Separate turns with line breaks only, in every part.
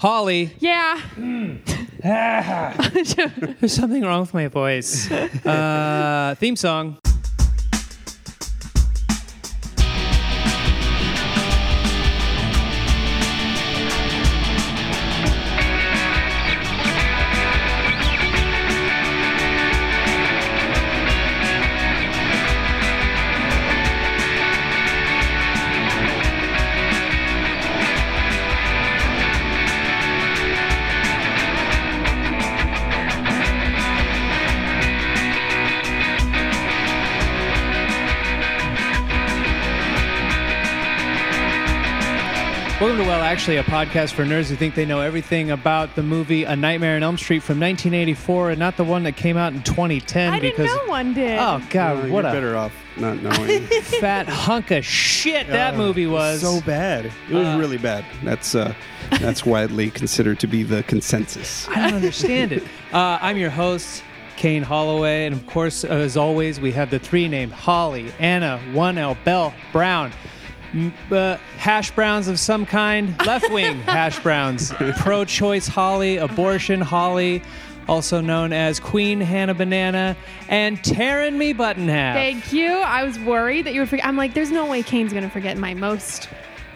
Holly,
Yeah.
there's something wrong with my voice. uh, theme song. Welcome to Well Actually, a podcast for nerds who think they know everything about the movie A Nightmare on Elm Street from 1984 and not the one that came out in 2010
I didn't
because.
know one did.
Oh, God,
Well,
what
you're
a
better off not knowing.
fat hunk of shit that
Oh,
movie was.
so bad. It was
Uh,
really bad. That's uh, that's widely considered to be the consensus.
I don't understand it. Uh, I'm your host, Kane Holloway, and of course, as always, we have the three named Holly, Anna, One L, Bell, Brown. M- Uh, hash browns of some kind, left wing hash browns, pro choice Holly, abortion Holly, also known as Queen Hannah Banana, and tearing me button half.
Thank you. I was worried that you would forget. I'm like, there's no way Kane's going to forget my most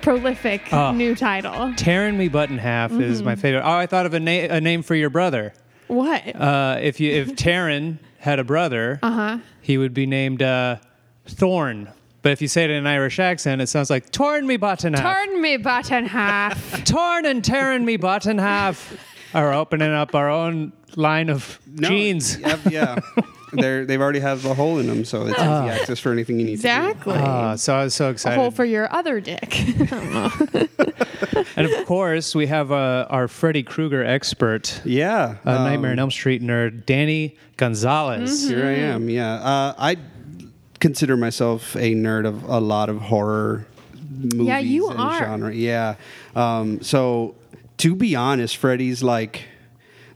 prolific
Oh.
new title.
Tearing me button half is my favorite. Oh, I thought of a, na- a name for your brother.
What?
Uh, if you if Taryn had a brother, uh-huh. he would be named uh, Thorn. But if you say it in an Irish accent, it sounds like Torn me button half.
Turn me button half.
Torn and tearing me button half are opening up our own line of
No,
jeans.
yep, yeah. They're, they've already have a hole in them, so it's easy access for anything you need to do.
exactly.
Ah, so I was so
a
excited.
hole for your other dick.
and of course, we have uh, our Freddy Krueger expert,
Yeah.
uh,
um,
Nightmare on Elm Street nerd, Danny Gonzalez.
Here I
Mm-hmm.
am. Yeah. Uh, I consider myself a nerd of a lot of horror movies
Yeah, you
and
are.
genre. Yeah. Um, so to be honest, Freddy's like,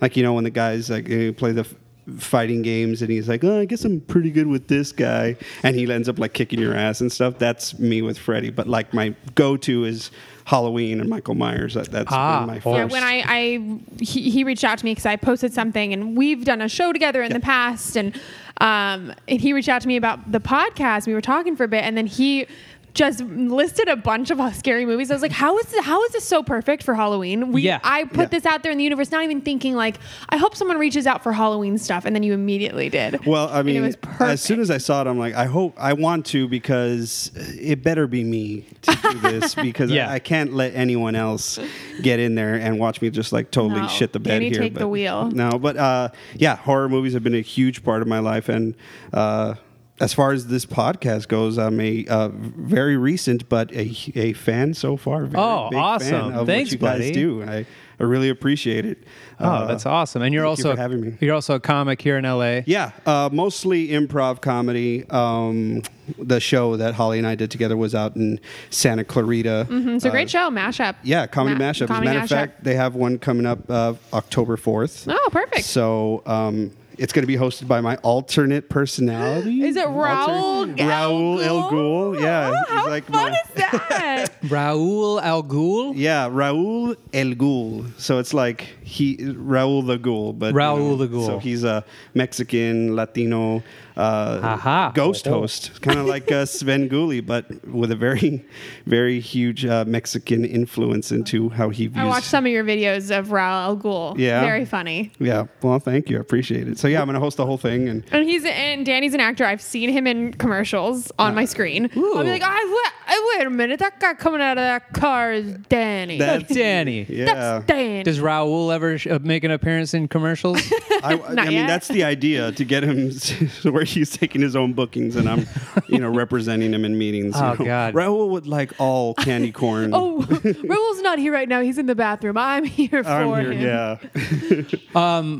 like you know when the guys like eh, play the. f- Fighting games, and he's like, "Oh, I guess I'm pretty good with this guy," and he ends up like kicking your ass and stuff. That's me with Freddy, but like my go-to is Halloween and Michael Myers. That, that's
Ah,
been my
or-
Yeah,
first.
when I, I he, he reached out to me because I posted something and we've done a show together in the past and um and he reached out to me about the podcast. We were talking for a bit and then he just listed a bunch of scary movies. I was like, how is this, how is this so perfect for Halloween? We
Yeah.
I put
Yeah.
this out there in the universe, not even thinking like I hope someone reaches out for Halloween stuff, and then you immediately did.
Well, I
And
mean,
it was perfect.
as soon as I saw it, I'm like, I hope I want to because it better be me to do this because
Yeah.
I, I can't let anyone else get in there and watch me just like totally
No.
shit the
You
bed
need to
here.
take the
but-
wheel.
No, but uh, yeah, horror movies have been a huge part of my life, and uh, as far as this podcast goes, I'm a uh, very recent but a, a fan so far. Very
Oh,
big fan
awesome.
of
Thanks,
what you guys
buddy.
do. I, I really appreciate it. Uh,
Oh, that's awesome! And you're
Ah, thank you
also
for having me.
you're also a comic here in LA.
Yeah, uh, mostly improv comedy. Um, the show that Holly and I did together was out in Santa Clarita.
it's a great show mashup.
uh, Yeah, comedy
Mm-hmm. Ma-
mashup. As a
comedy
matter of
mashup.
fact, they have one coming up uh, October fourth.
Oh, perfect.
So um, it's going to be hosted by my alternate personality.
Is it Raoul?
Alternate- Raoul El Ghul? Yeah,
Oh,
he's
how
like
fun
my-
is that?
Raul Al Ghul.
Yeah, Raul El Ghul. So it's like he Raul the Ghul, but
Raul the Ghul.
So he's a Mexican Latino
Aha.
uh, ghost host, kind of like uh, Sven Gulli, but with a very, very huge uh, Mexican influence into how he views.
I watched some of your videos of Raul Al Ghul.
Yeah.
Very funny.
Yeah. Well, thank you. I appreciate it. So yeah, I'm gonna host the whole thing, and
And he's and Danny's an actor. I've seen him in commercials on
Uh,
my screen. I'll be like, I wait, wait a minute, that guy coming out of that car is Danny.
That-
Danny.
yeah.
That's Danny.
Does Raul ever sh- uh, make an appearance in commercials?
I, I
Not
mean,
yet.
that's the idea to get him to where he's taking his own bookings, and I'm, you know, representing him in meetings. you
Oh,
know.
God.
Raul would like all candy corn.
oh, Raul's not here right now. He's in the bathroom. I'm here for
I'm here.
him.
Yeah.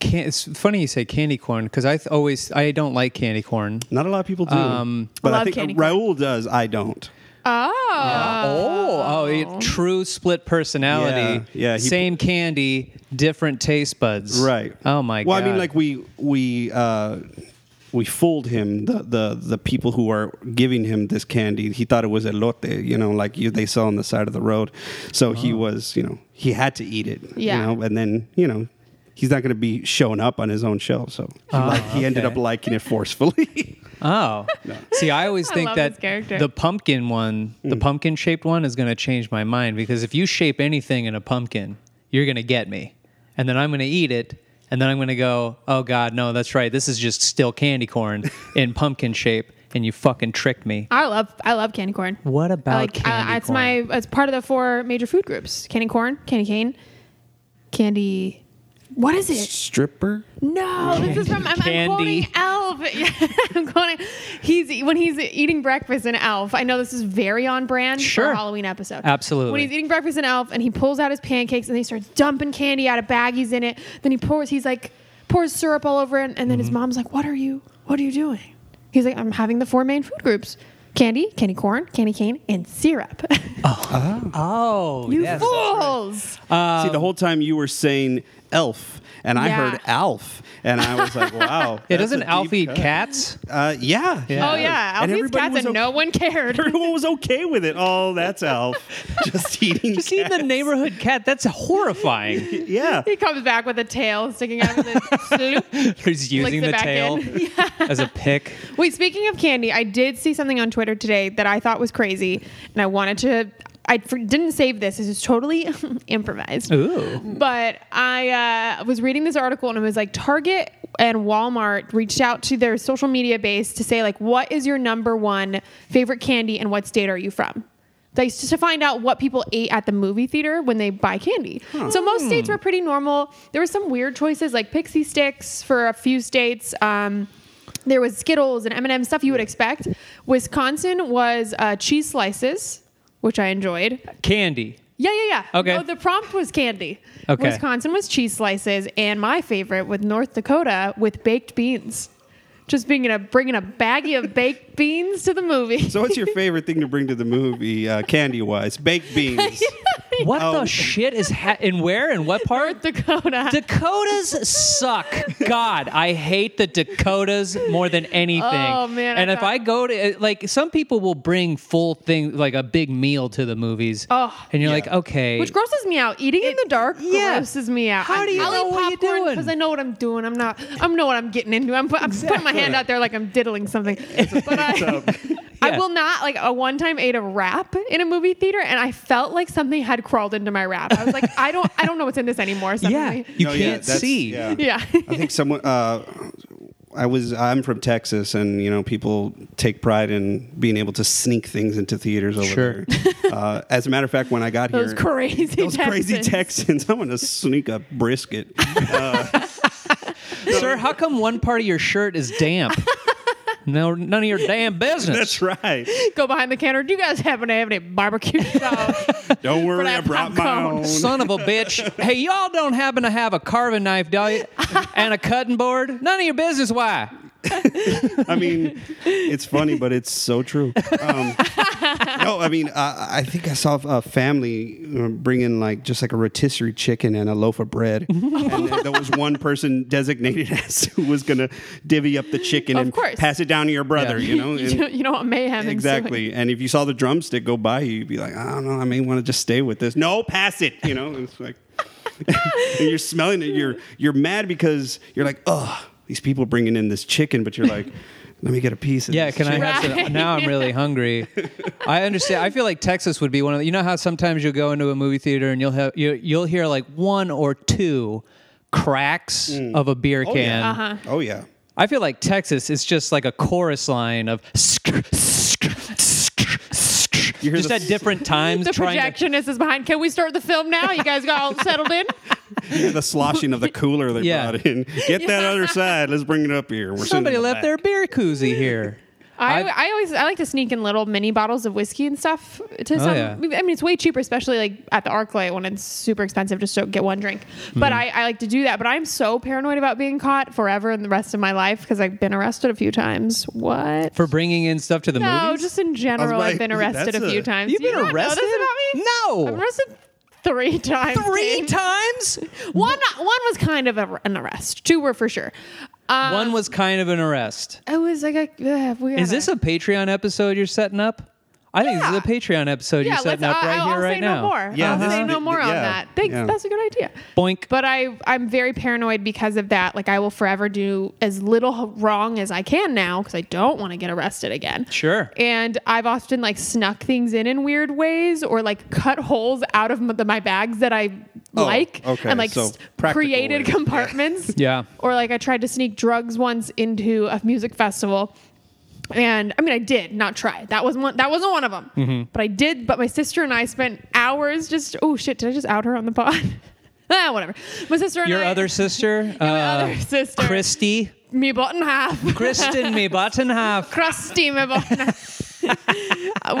Can- it's funny you say candy corn because I th- always I don't like candy corn.
Not a lot of people do.
Um,
but
Love
I think
candy corn.
Raul does. I don't.
Oh.
oh, oh, it- true split personality.
Yeah, yeah, he-
same candy, different taste buds.
Right.
Oh my
Well,
god.
I mean, like we we uh, we fooled him. The, the the people who are giving him this
Oh.
candy, he thought it was elote. You know, like you, they sell on the side of the road. So he was, you know, he had to eat it.
Yeah.
You know, and then you know. He's not going to be showing up on his own show, so he
Oh,
like, he ended
okay.
up liking it forcefully.
Oh, see, I always
I
think
love this
that
character.
the pumpkin one, the pumpkin shaped one, is going to change my mind because if you shape anything in a pumpkin, you're going to get me, and then I'm going to eat it, and then I'm going to go, oh God, no, that's right, this is just still candy corn in pumpkin shape, and you fucking tricked me.
I love I love candy corn.
What
I
about
like
candy
I, it's
corn?
my it's part of the four major food groups: candy corn, candy cane, candy. What is it?
Stripper.
No, this is from I'm, I'm
Candy.
quoting Elf. Yeah, I'm quoting. He's when he's eating breakfast in Elf. I know this is very on brand for
Sure.
a Halloween episode.
Absolutely.
When he's eating breakfast in Elf, and he pulls out his pancakes, and he starts dumping candy out of baggies in it. Then he pours. He's like pours syrup all over it, and then his mom's like, "What are you? What are you doing?" He's like, "I'm having the four main food groups." Candy, candy corn, candy cane, and syrup.
Oh,
you
yes.
fools!
Uh,
See, the whole time you were saying elf, and I
Um, Yeah.
heard alf, and I was like, wow.
Yeah,
that's a
doesn't
deep
Alf eat
cut.
cats?
Uh, yeah. he
Yeah.
Oh
does.
yeah, Elf eats
everybody
cats,
was
and
o-
no one cared.
Everyone was okay with it. Oh, that's Alf. Just eating.
Just eat the
cats.
neighborhood cat. That's horrifying.
Yeah.
He comes back with a tail sticking out of the sloop.
He's using
Flicks it
the
back
tail
in.
as a pick.
Wait, speaking of candy, I did see something on Twitter today that I thought was crazy, and I wanted to. I for, didn't save this. This is totally improvised.
Ooh.
But I uh, was reading this article and it was like Target and Walmart reached out to their social media base to say like, what is your number one favorite candy and what state are you from? Like just to find out what people ate at the movie theater when they buy candy. So most states were pretty normal. There were some weird choices like pixie sticks for a few states. Um, there was Skittles and M&M stuff you would expect. Wisconsin was uh, cheese slices, which I enjoyed.
Candy.
Yeah, yeah, yeah.
Okay.
No, the prompt was candy.
Okay.
Wisconsin was cheese slices, and my favorite with North Dakota with baked beans. Just being in a bringing a baggie of baked beans to the movie.
So, what's your favorite thing to bring to the movie, uh, candy wise? Baked beans.
What the
Oh.
shit is ha- and where and what part?
North Dakota.
Dakotas suck. God, I hate the Dakotas more than anything.
Oh, man, I
And if
thought-
I go to like some people will bring full thing like a big meal to the movies.
Oh.
and you're
Yeah.
like, okay,
which grosses me out. Eating in the dark
yeah.
grosses me out.
How do you know what you're doing?
Because I know what I'm doing. I'm not. I know what I'm getting into. I'm, put, I'm putting my hand out there like I'm diddling something. But I, I
um, Yeah.
will not like. A one time ate a wrap in a movie theater, and I felt like something had crawled into my wrap. I was like, I don't. I don't know what's in this anymore.
yeah,
suddenly.
you
No, Oh, yeah,
can't
that's-
see.
yeah.
Yeah.
I think someone. Uh, I was. I'm from Texas, and you know, people take pride in being able to sneak things into theaters over
Sure.
there. Uh, as a matter of fact, when I got
Those
here,
crazy
those crazy Texans, I'm gonna sneak a brisket.
Sir, how come one part of your shirt is damp? no, none of your damn business.
That's right.
Go behind the counter. Do you guys happen to have any barbecue sauce?
Don't worry,
that
I brought my
popcorn.
own.
Son of a bitch. Hey, y'all don't happen to have a carving knife, do you? And a cutting board? None of your business. Why?
I mean, it's funny, but it's so true. Um, no, I mean, uh, I think I saw a family uh, bring in like just like a rotisserie chicken and a loaf of bread, and then there was one person designated as who was gonna divvy up the chicken
Of
and
course.
pass it down to your brother.
Yeah.
You know,
you,
and-
know, you know what mayhem ensuing.
exactly. And if you saw the drumstick go by you, you'd be like, I don't know, I may want to just stay with this. No, pass it. You know, it's like, and you're smelling it. You're you're mad because you're like, oh, these people bringing in this chicken, but you're like, let me get a piece. Of
Yeah,
this
can I
chicken."
have
Right.
some? Now I'm really hungry. I understand. I feel like Texas would be one of the, you know how sometimes you'll go into a movie theater and you'll have you, you'll hear like one or two cracks of a beer
Oh,
can.
yeah. Oh yeah.
I feel like Texas is just like a chorus line of skr, skr, skr, skr,
You hear
just
the-
at different times
The
trying to
projectionist is behind. Can we start the film now? You guys got all settled in?
Yeah, the sloshing of the cooler they
Yeah.
brought in. Get that other side. Let's bring it up here. We're sitting
somebody
in the
left
back.
their beer koozie here.
I,
I've-
I always I like to sneak in little mini bottles of whiskey and stuff to some.
Oh, yeah.
I mean, it's way cheaper, especially like at the ArcLight when it's super expensive just to get one drink. But
Hmm.
I, I like to do that. But I'm so paranoid about being caught forever and the rest of my life because I've been arrested a few times. What?
for bringing in stuff to the
no,
movies.
just in general,
like,
I've been
that's
arrested a
a-
few times.
You've
You
been
don't know this
arrested
about me?
No.
I'm arrested three times.
Three
Kane.
times.
One one was kind of a, an arrest. Two were for sure. Um,
Uh,
One was kind of an arrest.
It was like a. Uh, we
Is
gotta-
this a Patreon episode you're setting up? I think
Yeah.
this is a Patreon episode
yeah,
you're setting up
I-
right
I'll,
here,
I'll
right
say
now.
no more.
Yeah,
I'll
this
say
is
no
the-
more on
yeah,
that. Thanks,
yeah.
that's a good idea.
Boink.
But I, I'm very paranoid because of that. Like I will forever do as little wrong as I can now because I don't want to get arrested again.
Sure.
And I've often like snuck things in in weird ways or like cut holes out of m- the, my bags that I
Oh,
like
okay,
and like
so
s-
practical
created
ways, yeah.
compartments.
Yeah.
Or like I tried to sneak drugs once into a music festival. And I mean, I did not try. That wasn't one. That wasn't one of them.
Mm-hmm.
But I did. But my sister and I spent hours just. Oh shit! Did I just out her on the pod? ah, whatever. My sister and
Your
I,
other sister, uh,
other sister.
Christy,
me bought in half.
Kristen, me button half.
crusty my bone.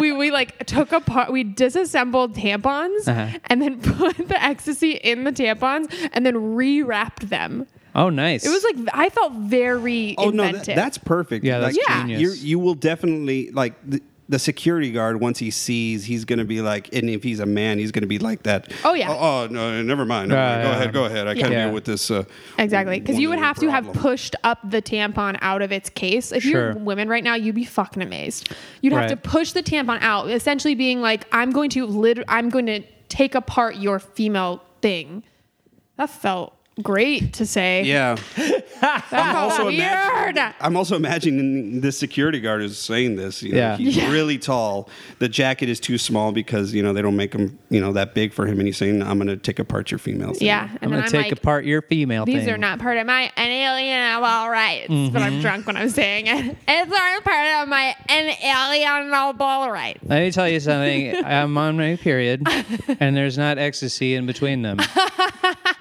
we we like took apart we disassembled tampons
Uh-huh.
and then put the ecstasy in the tampons and then rewrapped them.
Oh, nice.
It was like I felt very
Oh no,
inventive.
that, that's perfect.
Yeah, that's
like,
Yeah.
genius.
You you will definitely like the, the security guard once he sees he's gonna be like, and if he's a man, he's gonna be like that.
Oh, yeah.
Oh, oh, no, never mind.
Yeah,
go
yeah.
ahead, go ahead. I can't
Yeah.
deal with this. Uh,
exactly because you would
woman
have to have
problem.
pushed up the tampon out of its case. If
Sure.
you're women right now, you'd be fucking amazed. You'd have to
Right.
push the tampon out, essentially being like, I'm going to lit- I'm going to take apart your female thing. That felt great to say.
Yeah.
That felt
also
weird.
I'm also imagining this security guard is saying this. You know,
Yeah.
He's
Yeah.
really tall. The jacket is too small because you know they don't make him you know that big for him, and he's saying, "I'm gonna take apart your female." Thing.
Yeah, and
I'm
then
gonna take
like,
apart your female.
These
thing. Mm-hmm.
are not part of my inalienable rights, but I'm drunk when I'm saying it. It's not part of my inalienable rights.
Let me tell you something. I'm on my period, and there's not ecstasy in between them.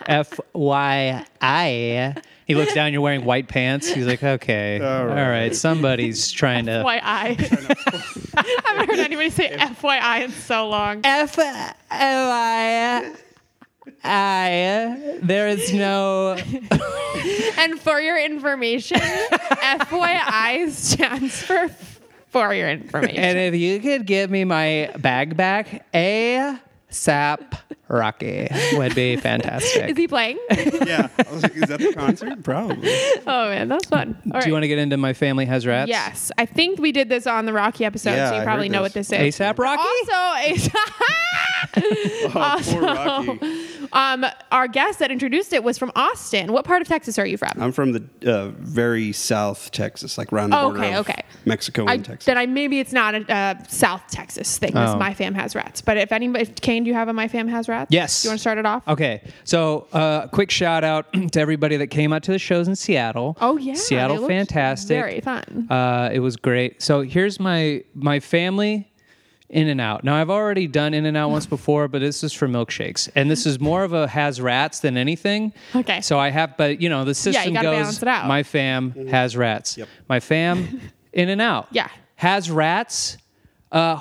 F Y I. He looks down. You're wearing white pants. He's like, okay, all right.
right.
somebody's trying to.
FYI, I haven't heard anybody say FYI in so long.
F Y I. There is no.
And for your information, FYI stands for for your information.
And if you could give me my bag back, a sap Rocky would be fantastic.
Is he playing?
yeah. I was like, is that the concert? Probably.
Oh man, that's fun. All
Do you want to get into my family has rats?
Yes, I think we did this on the Rocky episode,
Yeah,
so
I
you probably
heard
know
this.
what this is.
ASAP Rocky?
Also,
Oh, poor Rocky.
Um, our guest that introduced it was from Austin. What part of Texas are you from?
I'm from the uh, very south Texas, like round the
Oh,
border
okay,
of
okay.
Mexico and
I,
Texas.
then I maybe it's not a uh, South Texas thing. 'cause
Oh.
My fam has rats. But if anybody, if Kane, do you have a my fam has rats?
Yes.
Do you want to start it off?
Okay. So, uh, quick shout out to everybody that came out to the shows in Seattle.
Oh yeah, they
Seattle,
looked
fantastic.
Very fun.
Uh, it was great. So here's my my family in and out. Now I've already done in and out once before, but this is for milkshakes, and this is more of a has rats than anything.
Okay.
So I have, but you know the system
gotta balance
goes.
it out.
My fam has rats. My fam in and out.
Yeah.
Has rats. Uh,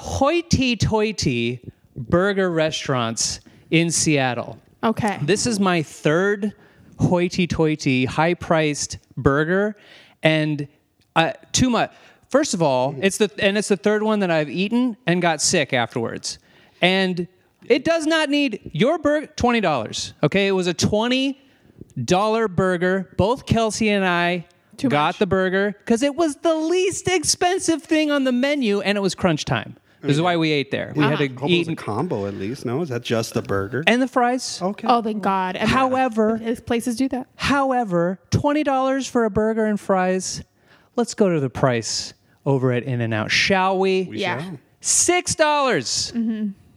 hoity-toity burger restaurants in Seattle.
okay.
This is my third hoity-toity, high-priced burger, and uh, too much. First of all, it's the and it's the third one that I've eaten and got sick afterwards, and it does not need your burger. Twenty dollars, okay? It was a twenty dollar burger. Both Kelsey and I.
Too
got
much.
the burger because it was the least expensive thing on the menu and it was crunch time. This is why we ate there. We had
I
to
Ah. hope it
eat
was a combo at least. No, is that just the burger?
and the fries.
okay.
oh, thank God. And
However,
if places do that.
However, $20 for a burger and fries. Let's go to the price over at In N Out, shall we?
We
yeah.
shall.
Six dollars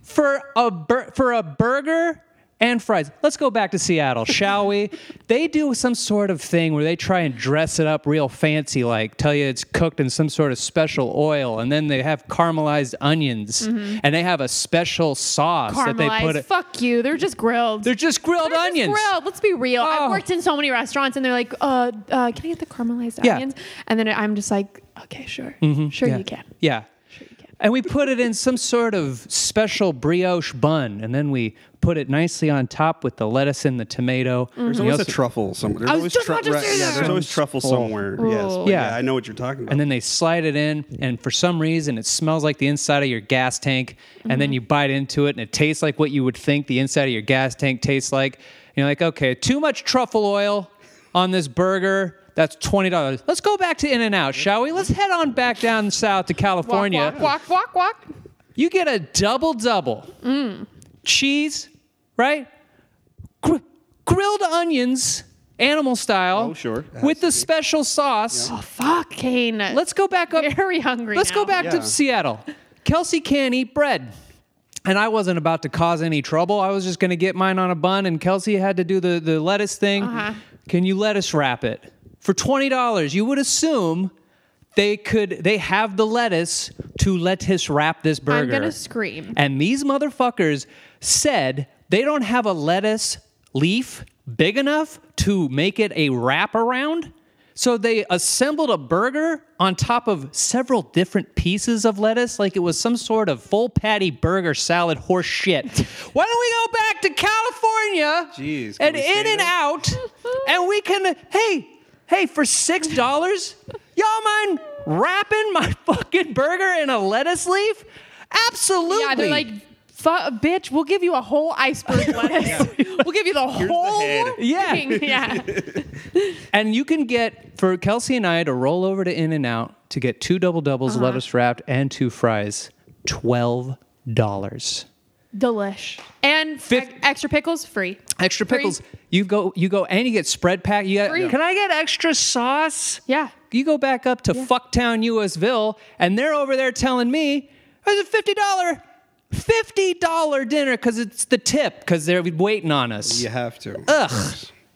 for a bur- for a burger and fries. Let's go back to Seattle, shall we? They do some sort of thing where they try and dress it up real fancy, like tell you it's cooked in some sort of special oil, and then they have caramelized onions, and they have a special sauce that they put.
Mm-hmm. Caramelized.
It-
Fuck you. They're just grilled.
they're just grilled
They're just
onions.
grilled. Let's be real.
Oh.
I've worked in so many restaurants, and they're like, uh, uh, "Can I get the caramelized
Yeah.
onions?" And then I'm just like, "Okay, sure, sure
yeah.
you can."
Yeah.
you can.
And we put it in some sort of special brioche bun, and then we put it nicely on top with the lettuce and the tomato.
Mm-hmm.
There's
And you
always a
also-
truffle somewhere. There's
I was
always
just about to
right-
say
yeah,
that.
there's always truffle somewhere. Yes. but
Yeah.
Yeah, I know what you're talking about.
and then they slide it in, and for some reason, it smells like the inside of your gas tank. And
Mm-hmm.
then you bite into it, and it tastes like what you would think the inside of your gas tank tastes like. And you're like, okay, too much truffle oil on this burger. That's twenty dollars. Let's go back to In and Out, shall we? Let's head on back down south to
Walk,
California.
walk, walk, walk, walk.
You get a double double. Cheese, right? Gr- grilled onions, animal style.
Oh, sure.
With the special sauce.
Oh, fuck, Kane.
Let's go back up.
Very hungry.
Let's go
now.
back
Yeah.
to Seattle. Kelsey can't eat bread. And I wasn't about to cause any trouble. I was just going to get mine on a bun, and Kelsey had to do the, the lettuce thing.
Uh-huh.
Can you lettuce wrap it? For $20, you would assume they could they have the lettuce to lettuce wrap this burger.
I'm gonna scream.
And these motherfuckers said they don't have a lettuce leaf big enough to make it a wraparound. So they assembled a burger on top of several different pieces of lettuce, like it was some sort of full patty burger salad horse shit. Why don't we go back to California
Jeez, can
and
we say
in and
that?
out and we can hey, hey, for six dollars, y'all mind wrapping my fucking burger in a lettuce leaf? Absolutely.
Yeah, they're like, Fu- bitch, we'll give you a whole iceberg lettuce. We'll give you the
the
whole
head.
Yeah.
thing. yeah.
and you can get for Kelsey and I to roll over to In and Out to get two double doubles,
Uh-huh.
lettuce wrapped, and two fries, twelve dollars.
Delish. And
Fif-
e- extra pickles free.
Extra
Free.
pickles. You go, you go, and you get spread pack. You
Free.
got, can I get extra sauce?
Yeah.
You go back up to Fucktown, USville, and they're over there telling me there's a fifty dollar, fifty dollar dinner because it's the tip because they're waiting on us.
You have to.
Ugh.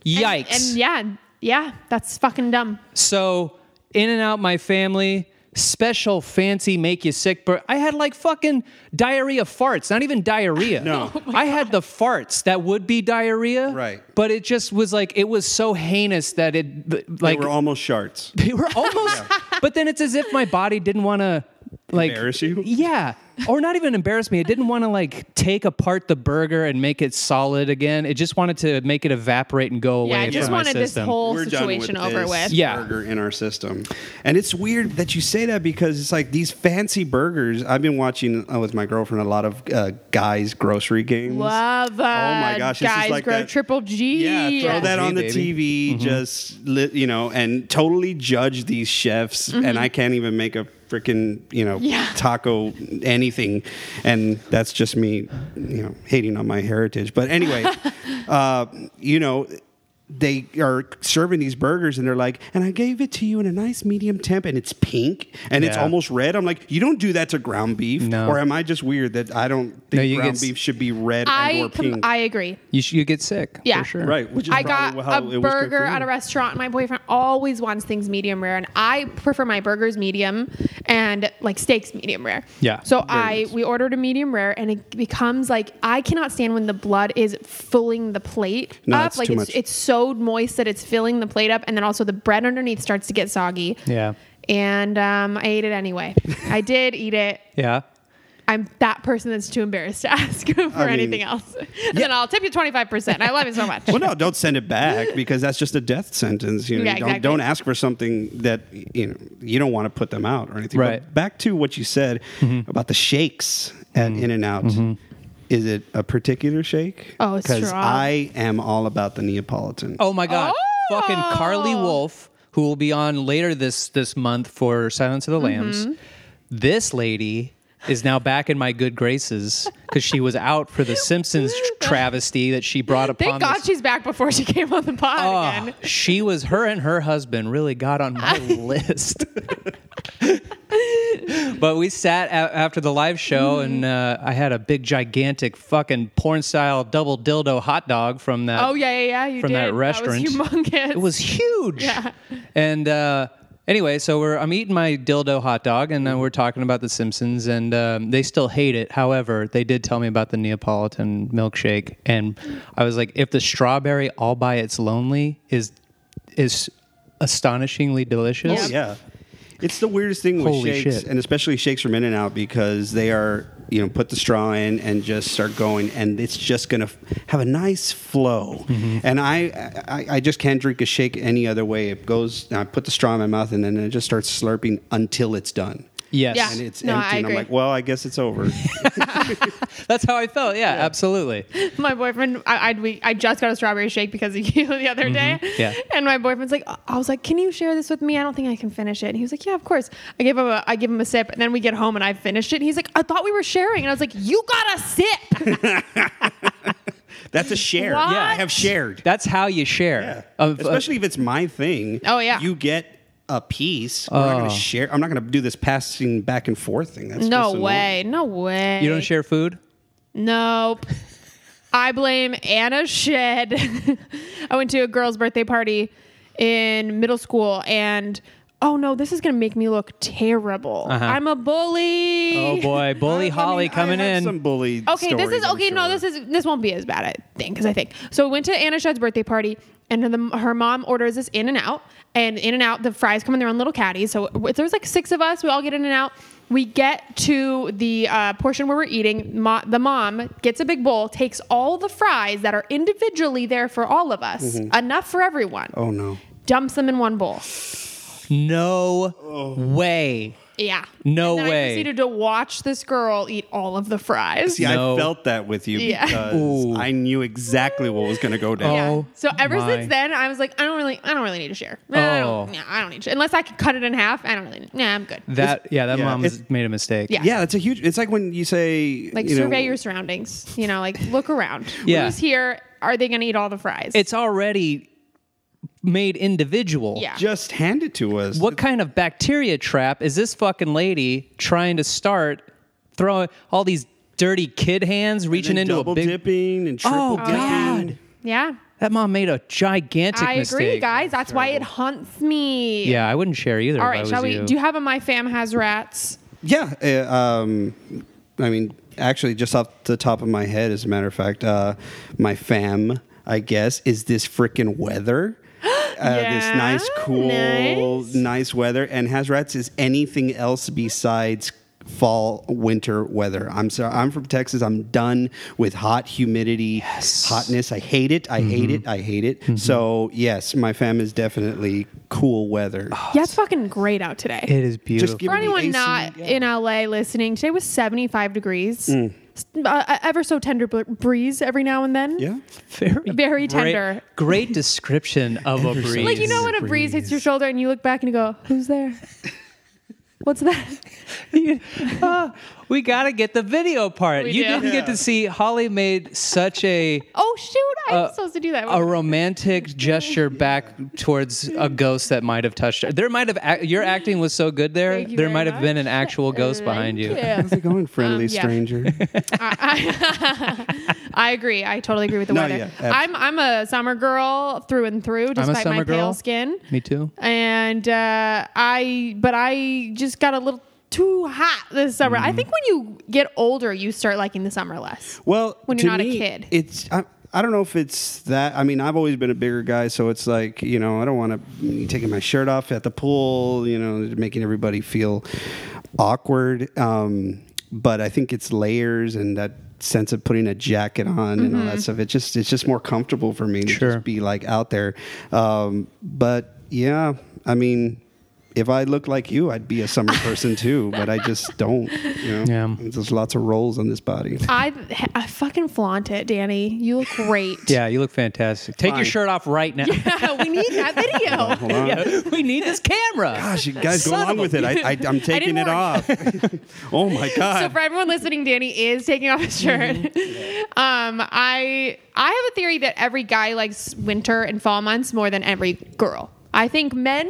Yikes.
And, and yeah, yeah, that's fucking dumb.
So in and out my family special fancy make you sick but i had like fucking diarrhea farts not even diarrhea
No. Oh
i had the farts that would be diarrhea
Right.
but it just was like it was so heinous that it
They
like
were almost sharts.
they were almost but then it's as if my body didn't want to like
Embarrass you?
yeah or not even embarrass me it didn't want to like take apart the burger and make it solid again it just wanted to make it evaporate and go away
Yeah, I just
from my
wanted this
system
whole
We're done with
situation over
this
with.
Yeah.
burger in our system. And it's weird that you say that because it's like these fancy burgers. I've been watching uh, with my girlfriend a lot of uh, guys grocery games.
Love. Uh,
Oh my gosh, this is
guys
like
grow
that-
triple G.
Yeah, throw that
G,
on the
baby. Mm-hmm.
TV, just li- you know, and totally judge these chefs. And I can't even make a freaking you know
Mm-hmm. Yeah.
taco anything, and that's just me, you know, hating on my heritage. But anyway, uh, you know. They are serving these burgers and they're like, and I gave it to you in a nice medium temp and it's pink and it's
Yeah.
almost red. I'm like, you don't do that to ground beef.
No.
Or am I just weird that I don't think
you
ground
get s-
beef should be red and
I
or
com-
pink?
I agree.
you, sh- you get sick
Yeah.
for sure
Right, which is
I got
probably how it
a
was good for
burger
you.
at a restaurant. My boyfriend always wants things medium rare, and I prefer my burgers medium and like steaks medium rare.
Yeah,
So
very
I we ordered a medium rare, and it becomes like I cannot stand when the blood is filling the plate
No,
up.
it's
Like
too
it's
much.
it's so moist that it's filling the plate up, and then also the bread underneath starts to get soggy.
Yeah.
And um, I ate it anyway. I did eat it.
Yeah.
I'm that person that's too embarrassed to ask for
mean-
anything else. And then I'll tip you 25%. I love you so much.
Well, no, don't send it back because that's just a death sentence. You know,
Yeah,
You don't,
exactly.
don't ask for something that you know you don't want to put them out or anything.
Right.
But back to what you said about the shakes at In and Out. Is it a particular shake?
Oh, it's
because
strong.
I am all about the Neapolitan.
Oh my god.
Oh!
Fucking Carly Wolf, who will be on later this this month for Silence of the Lambs.
Mm-hmm.
This lady is now back in my good graces because she was out for the Simpsons travesty that she brought upon.
Thank God
this-
she's back before she came on the pod
Ah,
again.
she was her and her husband really got on my list. but we sat a- after the live show, and
Mm-hmm.
uh, I had a big, gigantic, fucking porn style double dildo hot dog from that.
Oh yeah, yeah, yeah. You
from
did.
that restaurant.
That was humongous.
It was huge.
Yeah.
And uh, anyway, so we're I'm eating my dildo hot dog, and uh, we're talking about The Simpsons, and um, they still hate it. However, they did tell me about the Neapolitan milkshake, and I was like, if the strawberry all by its lonely is is astonishingly delicious.
Oh, yeah. It's the weirdest thing with
Holy
shakes,
shit.
and especially shakes from In and Out because they are, you know, put the straw in and just start going, and it's just gonna f- have a nice flow.
Mm-hmm.
And I, I, I just can't drink a shake any other way. It goes, I put the straw in my mouth, and then it just starts slurping until it's done.
Yes.
Yeah.
and it's
No, I
empty. And I'm
agree.
like, well, I guess it's over.
That's how I felt. Yeah, absolutely.
my boyfriend I, I'd we I just got a strawberry shake because of you the other day.
Mm-hmm. yeah.
And my boyfriend's like, I was like, can you share this with me? I don't think I can finish it. And he was like, yeah, of course. I gave him a I give him a sip, and then we get home and I finished it. And he's like, I thought we were sharing, and I was like, you got a sip.
That's a share.
What?
Yeah, I have shared.
That's how you share.
Yeah.
Of- uh, of-
Especially if it's my thing.
Oh, yeah.
You get a piece. We're not
Oh.
gonna share. I'm not gonna do this passing back and forth thing. That's
no
just
way, no way.
you don't share food.
Nope. I blame Anna Shed. I went to a girl's birthday party in middle school and oh no, this is going to make me look terrible.
Uh-huh.
I'm a bully.
Oh boy, bully
annoying.
Holly
I mean, I
coming
have
in.
Some bully.
Okay, this
stories,
is
I'm
okay. No,
sure.
this is this won't be as bad. I think because I think so. I went to Anna Shed's birthday party, and the, her mom orders this In and Out, and In and Out the fries come in their own little caddies. So if there's like six of us, we all get In and Out. We get to the uh, portion where we're eating. Mo- the mom gets a big bowl, takes all the fries that are individually there for all of us, enough for everyone,
Oh no.
dumps them in one bowl.
no
Oh.
way.
Yeah.
No
and then
way.
I proceeded to watch this girl eat all of the fries.
See,
No.
I felt that with you
Yeah.
because
Ooh.
I knew exactly what was gonna go down.
Yeah.
Yeah.
Oh,
so ever
my.
since then, I was like, I don't really, I don't really need to share. I
Oh.
don't, yeah, I don't need to, unless I could cut it in half. I don't really. Need, nah, I'm good.
That yeah, that
yeah,
mom's
it's-
made a mistake.
Yeah.
Yeah, that's a huge. It's like when you say
Like
you know,
survey your surroundings. You know, like look around.
Yeah.
Who's here? Are they going to eat all the fries?
It's already made individual.
yeah.
Just hand it to us.
What kind of bacteria trap is this fucking lady trying to start throwing all these dirty kid hands reaching
And
into
double
a big
dipping and triple
Oh,
dipping.
God.
yeah.
That mom made a gigantic
I
mistake.
agree, guys. That's why it haunts me.
Yeah, I wouldn't share either.
All
if I
right.
was
Shall we?
you.
Do you have a my fam has rats?
Yeah. uh, um, I mean, actually, just off the top of my head, as a matter of fact, uh, my fam, I guess, is this freaking weather. Uh, This nice,
Yeah,
cool,
nice.
nice. weather, and has rats is anything else besides fall, winter weather. I'm sorry, I'm from Texas. I'm done with hot humidity, hotness. I hate it. I hate it. I hate it. So yes, my fam is definitely cool weather.
Yeah, it's fucking great out today.
It is beautiful.
give
For
me the
anyone
AC,
not
yeah.
in LA listening, today was 75 degrees.
Mm.
S- Uh, ever so tender br- breeze every now and then.
Yeah.
very,
Very
great-
tender.
Great description of a breeze.
Like you know when a breeze hits your shoulder and you look back and you go, "Who's there? What's that?"
Ah, we gotta get the video part.
We
you
do.
didn't get to see Holly made such a
Oh shoot! I'm
Uh,
supposed to do that.
a romantic gesture back towards a ghost that might have touched her. There might have ac- your acting was so good there.
Thank you
There
very
might have been an
much. Uh,
actual ghost behind you.
Yeah.
How's it going, friendly
Um, yeah.
stranger?
I, I agree. I totally agree with the
No,
weather.
yeah, absolutely.
I'm I'm a summer girl through and through,
I'm a
despite my
summer girl.
pale skin.
Me too.
and uh, I, but I just got a little too hot this summer.
Mm-hmm.
I think when you get older, you start liking the summer less.
Well,
When
to
you're not a
me,
kid.
it's I, I don't know if it's that. I mean, I've always been a bigger guy, so it's like you know, I don't want to taking my shirt off at the pool, you know, making everybody feel awkward. Um, but I think it's layers and that sense of putting a jacket on and
Mm-hmm.
all that stuff. It just it's just more comfortable for me to
Sure.
just be like out there. Um, but yeah, I mean. If I looked like you, I'd be a summer person too, but I just don't. You know?
Yeah.
There's lots of rolls on this body.
I, I fucking flaunt it, Danny. You look great.
Yeah, you look fantastic. Take your
Fine.
shirt off right now.
we need that video.
Hold on.
Yeah, we need this camera.
Gosh, you guys go
Son of
Ah, along
a-
with it. I, I, I'm taking it
warn you.
off. oh my
So
god!
for everyone listening, Danny is taking off his
Mm-hmm.
shirt. Um, I I have a theory that every guy likes winter and fall months more than every girl. I think men,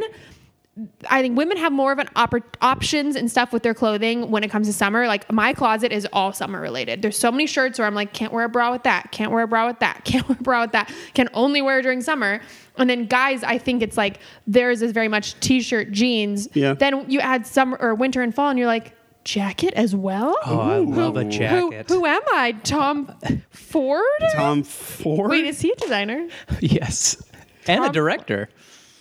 I think women have more of an oppor- options and stuff with their clothing when it comes to summer. Like my closet is all summer related. There's so many shirts where I'm like, can't wear a bra with that, can't wear a bra with that, can't wear a bra with that, can only wear during summer. And then guys, I think it's like theirs is very much t-shirt, jeans.
Yeah.
Then you add summer or winter and fall, and you're like. Jacket as well.
Oh, I love a
Who-
jacket.
Who, who am I? Tom Ford?
Tom Ford.
Wait, is he a designer?
yes. And a
Tom-
director.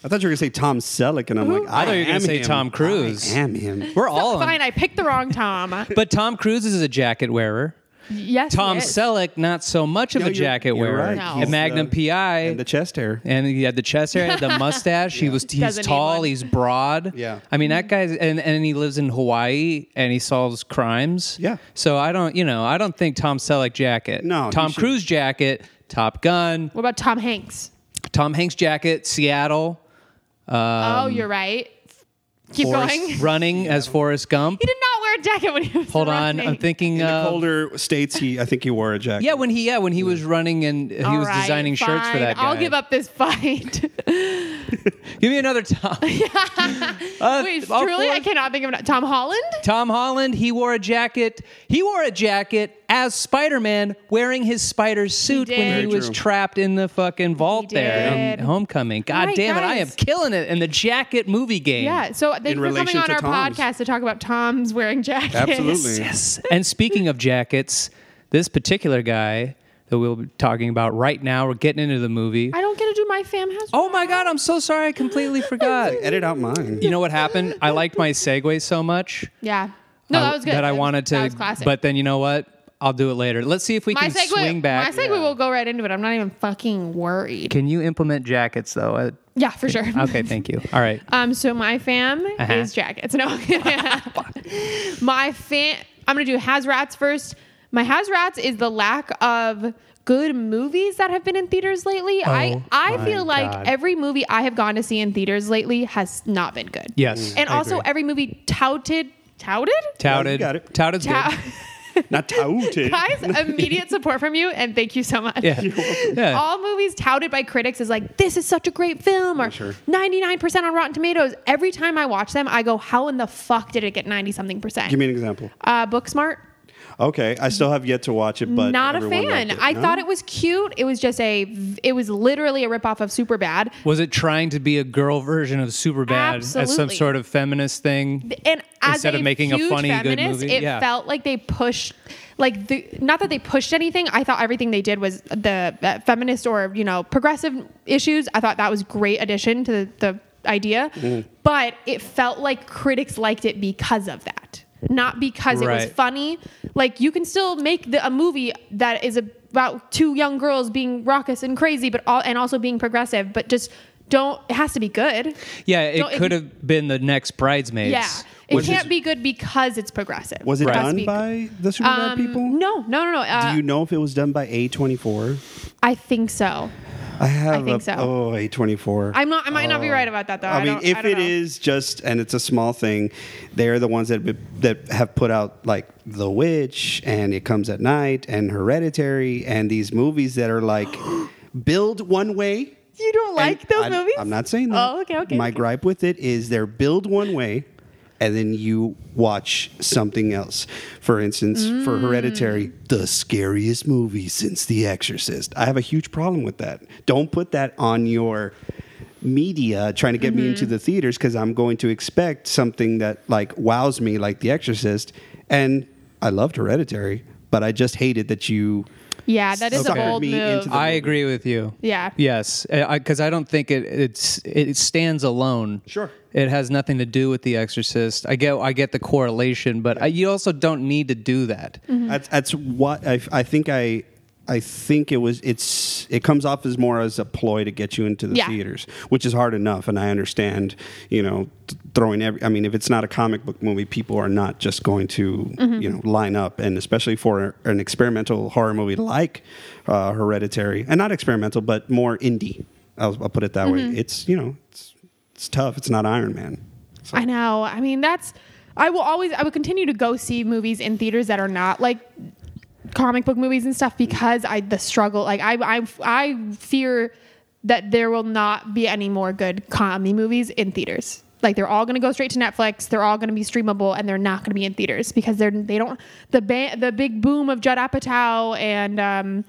I thought you were gonna say Tom Selleck, and I'm like, I,
I thought you were gonna
am
say
him.
Tom Cruise.
I am him.
We're all on-
Fine, I picked the wrong Tom.
But Tom Cruise is a jacket wearer.
Yes, he
Tom
is.
Selleck, not so much of
No,
a
you're-
jacket
you're
wearer.
right.
No.
And
He's,
Magnum
uh,
PI.
and the chest hair.
and he had the chest hair, he had the mustache. He was he's
Doesn't need
tall,
one.
he's broad.
Yeah.
I mean that guy's and and he lives in Hawaii and he solves crimes.
Yeah.
So I don't, you know, I don't think Tom Selleck jacket.
No,
Tom
he should-
Cruise jacket, Top Gun,
What about Tom Hanks?
Tom Hanks jacket, Seattle,
oh, you're right. Keep
Um, Forrest-
going.
running as Forrest Gump.
He did not wear a jacket when he was
Hold on,
running.
I'm thinking
In the
of
colder states, he I think he wore a jacket.
yeah, when he yeah when he was running and he
All
was
right,
designing shirts for
fine.
that guy. Uh,
I'll give up this fight.
Give me another Tom. Uh,
Wait,
I'll
truly, I
force-
cannot think of it. Tom Holland.
Tom Holland, he wore a jacket. He wore a jacket as Spider Man wearing his spider suit
did.
when he
Very
was
true.
trapped in the fucking vault
He
there in
did.
Homecoming. God
Right,
damn it, I am
guys.
killing it in the jacket movie game.
Yeah. So thank
In
you for coming
relation
on
to
our
Tom's.
podcast to talk about Tom's wearing jackets.
Absolutely.
Yes. and speaking of jackets, this particular guy that we'll be talking about right now, we're getting into the movie.
I don't get to do my fam house.
Oh my God, I'm so sorry. I completely forgot.
Edit out mine.
You know what happened? I liked my segue so much.
Yeah. No,
I-
that was good.
Uh, That I
was-
wanted to,
That was classic.
but then you know what? I'll do it later. Let's see if we
my
can
segue,
swing back.
my segue will go right into it. I'm not even fucking worried.
Can you implement jackets though? Uh,
Yeah, for sure.
okay, thank you. All right.
Um, so my fam
Uh-huh.
is jackets. No, my fam. I'm gonna do has rats first. My has rats is the lack of good movies that have been in theaters lately. I
Oh
I
my
feel
God.
like every movie I have gone to see in theaters lately has not been good.
Yes,
and
Mm. I
also
agree.
every movie touted touted.
Touted.
you got it.
Touted's
Tou-
good.
Not touted.
Guys, immediate support from you, and thank you so much.
Yeah. yeah.
all movies touted by critics is like this is such a great film or
Sure.
99% on rotten tomatoes every time i watch them i go how in the fuck did it get 90 something percent
Give me an example.
uh, book smart
Okay, I still have yet to watch it, but
not a
everyone
fan
loved it.
i
No?
thought it was cute it was just a it was literally a ripoff of super bad
Was it trying to be a girl version of Superbad as some
Absolutely.
sort of feminist thing?
and as
Instead
a
of making a
huge
funny, good
feminist,
movie,
it
yeah.
felt like they pushed, like the not that they pushed anything. I thought everything they did was the uh, feminist or you know progressive issues. I thought that was great addition to the, the idea, but it felt like critics liked it because of that, not because it was
Right.
funny. Like you can still make the, a movie that is about two young girls being raucous and crazy, but all and also being progressive, but just. Don't it has to be good.
Yeah, it
Don't- it-
could have been the next Bridesmaids.
Yeah. It
which is-
can't be good because it's progressive.
Was it
Right.
Must
done
be-
by the Superbad
Um,
people?
No, no, no, no. Uh,
Do you know if it was done by A24?
I think so.
I have
think
a,
so.
oh A24.
I'm not. I might not be right about that though.
Oh. I, mean,
don't,
if
I
it
don't
is
know.
just and it's a small thing, they're the ones that be- that have put out like The Witch and It Comes at Night and Hereditary and these movies that are like build one way.
you don't like
and
those
I'm-
movies.
I'm not saying that.
Oh, okay, okay.
My
okay.
gripe with it is they're build one way and then you watch something else. For instance, for Hereditary,
Mm.
the scariest movie since The Exorcist. I have a huge problem with that. Don't put that on your media trying to get
Mm-hmm.
me into the theaters because I'm going to expect something that like wows me like The Exorcist. And I loved Hereditary, but I just hated that you
yeah, that is an
Suckered
old
me
move.
into the-
I agree with you.
Yeah.
Yes, because I, don't think it it's it stands alone.
Sure.
It has nothing to do with The Exorcist. I get I get the correlation, but I, you also don't need to do that.
Mm-hmm.
That's, that's what I, I think I I think it was it's it comes off as more as a ploy to get you into the
Yeah.
theaters, which is hard enough, and I understand. You know, th- throwing every I mean, if it's not a comic book movie, people are not just going to
Mm-hmm.
you know line up, and especially for an experimental horror movie like uh, Hereditary, and not experimental, but more indie. I'll, I'll put it that
Mm-hmm.
way. It's you know it's it's tough. It's not Iron Man. So-
I know. I mean, that's. I will always. I will continue to go see movies in theaters that are not like comic book movies and stuff because I the struggle. Like I I I fear that there will not be any more good comedy movies in theaters. Like they're all going to go straight to Netflix. They're all going to be streamable, and they're not going to be in theaters because they're they don't the ba- the big boom of Judd Apatow and um,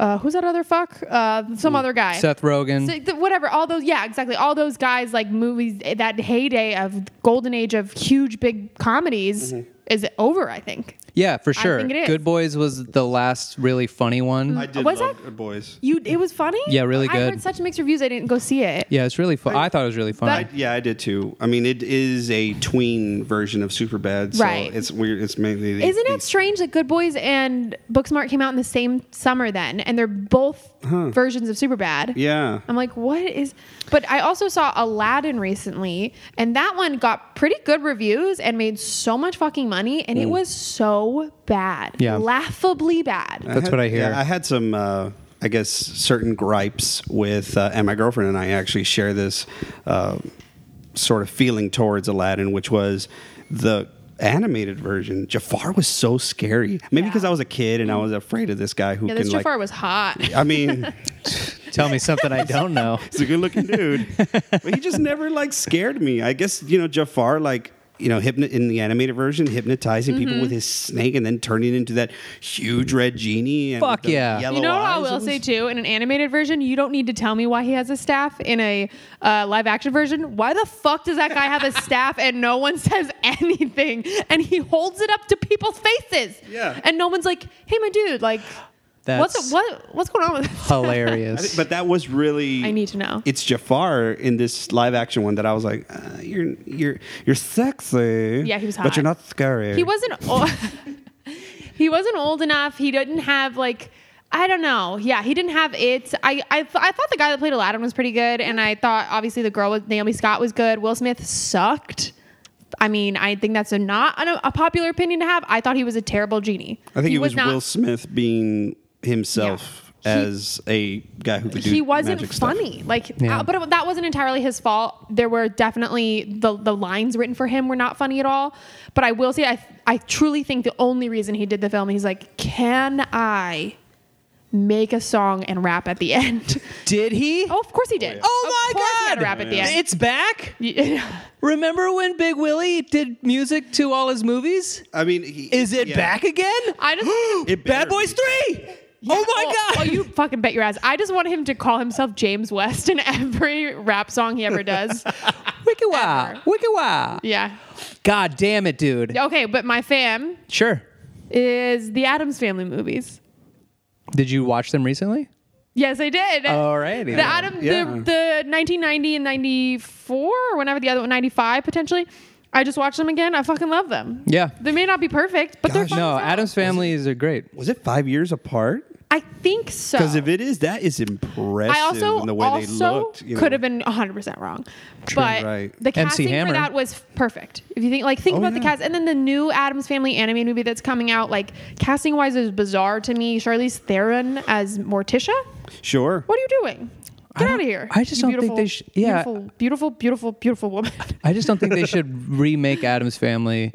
uh, who's that other fuck uh, some other guy
Seth Rogen.
so, th- whatever all those yeah exactly all those guys like movies eh, that heyday of golden age of huge big comedies is over i think
Yeah, for sure.
think it is. Mm-hmm.
Good Boys was the last really funny one.
I did
Was
love
that-
Good Boys.
You, it was funny.
Yeah, really
I
good.
heard such mixed reviews. I didn't go see it.
yeah, it's really fun. I, thought it was really funny.
That-
Yeah, I did too. I mean, it is a tween version of Superbad, so
Right.
it's weird. It's mainly the,
Isn't
the-
it strange that Good Boys and Booksmart came out in the same summer then, and they're both versions of Superbad?
Yeah,
I'm like, what is? But I also saw Aladdin recently, and that one got pretty good reviews and made so much fucking money, and it was so bad,
Yeah.
laughably bad.
That's
had-
what I hear.
Yeah, I had some, uh, I guess, certain gripes with, uh, and my girlfriend and I actually share this uh, sort of feeling towards Aladdin, which was the animated version. Jafar was so scary. Maybe
Yeah.
because I was a kid and I was afraid of this guy who
yeah,
can
this
like.
Jafar was hot.
I mean,
Tell me something I don't know.
he's a good-looking dude, but he just never like scared me. I guess you know Jafar like. You know, hypno- in the animated version, hypnotizing
Mm-hmm.
people with his snake and then turning into that huge red genie. And
Fuck
with the
yeah.
yellow
You know what I
eyes. It
will
was-
say too? In an animated version, you don't need to tell me why he has a staff. In a uh, live action version, why the fuck does that guy have a staff and no one says anything? And he holds it up to people's faces.
Yeah.
And no one's like, "Hey, my dude, like,
That's
what's what what's going on with this?"
I think,
hilarious.
but that was really.
I need to know.
It's Jafar in this live action one that I was like, uh, you're you're you're sexy.
Yeah, he was
But
hot.
you're not scary.
He wasn't old. he wasn't old enough. He didn't have like I don't know. Yeah, he didn't have it. I, I I thought the guy that played Aladdin was pretty good, and I thought obviously the girl with Naomi Scott was good. Will Smith sucked. I mean, I think that's a not an, a popular opinion to have. I thought he was a terrible genie.
I think
he
it was Will Smith being himself
Yeah. He-
as a guy who could do.
he wasn't
magic stuff.
funny. Like,
Yeah.
uh, but it, that wasn't entirely his fault. There were definitely the the lines written for him were not funny at all. But I will say, I I truly think the only reason he did the film, he's like, can I make a song and rap at the end?
Did he?
oh, of course he did.
Oh
Of
my
course he had
god!
to rap at the end.
It's back.
Yeah.
Remember when Big Willie did music to all his movies?
I mean, he,
Is it
yeah.
back again?
I just.
It better
Bad Boys
be.
Three. oh my
Oh,
Oh, god!
Oh, you fucking bet your ass. I just want him to call himself James West in every rap song he ever does.
Wicked wow!
Ever.
Wicked wow!
yeah.
God damn it, dude.
Okay, but my fam
Sure.
is the Adams Family movies.
Did you watch them recently?
Yes, I did.
Alrighty.
The Adam,
Yeah.
the, the 1990 and 94, or whenever the other one, 95 potentially. I just watched them again. I fucking love them.
Yeah.
They may not be perfect, but they're
Gosh.
fun
No,
as hell.
Adam's families are great.
Was it five years apart?
I think so.
Because if it is, that is impressive.
I also
in the way
also
they looked. you know.
could have been 100 percent wrong, but
right.
the
MC
casting
Hammer.
for that was perfect. If you think like think
Oh,
about the
yeah.
cast, and then the new Adams Family anime movie that's coming out, like casting wise is bizarre to me. Charlize Theron as Morticia.
Sure.
What are you doing?
I
Get
don't-
out of here!
I just
you
don't think they
beautiful-
sh- yeah.
beautiful, beautiful, beautiful, beautiful woman.
I just don't think they should remake Adam's family,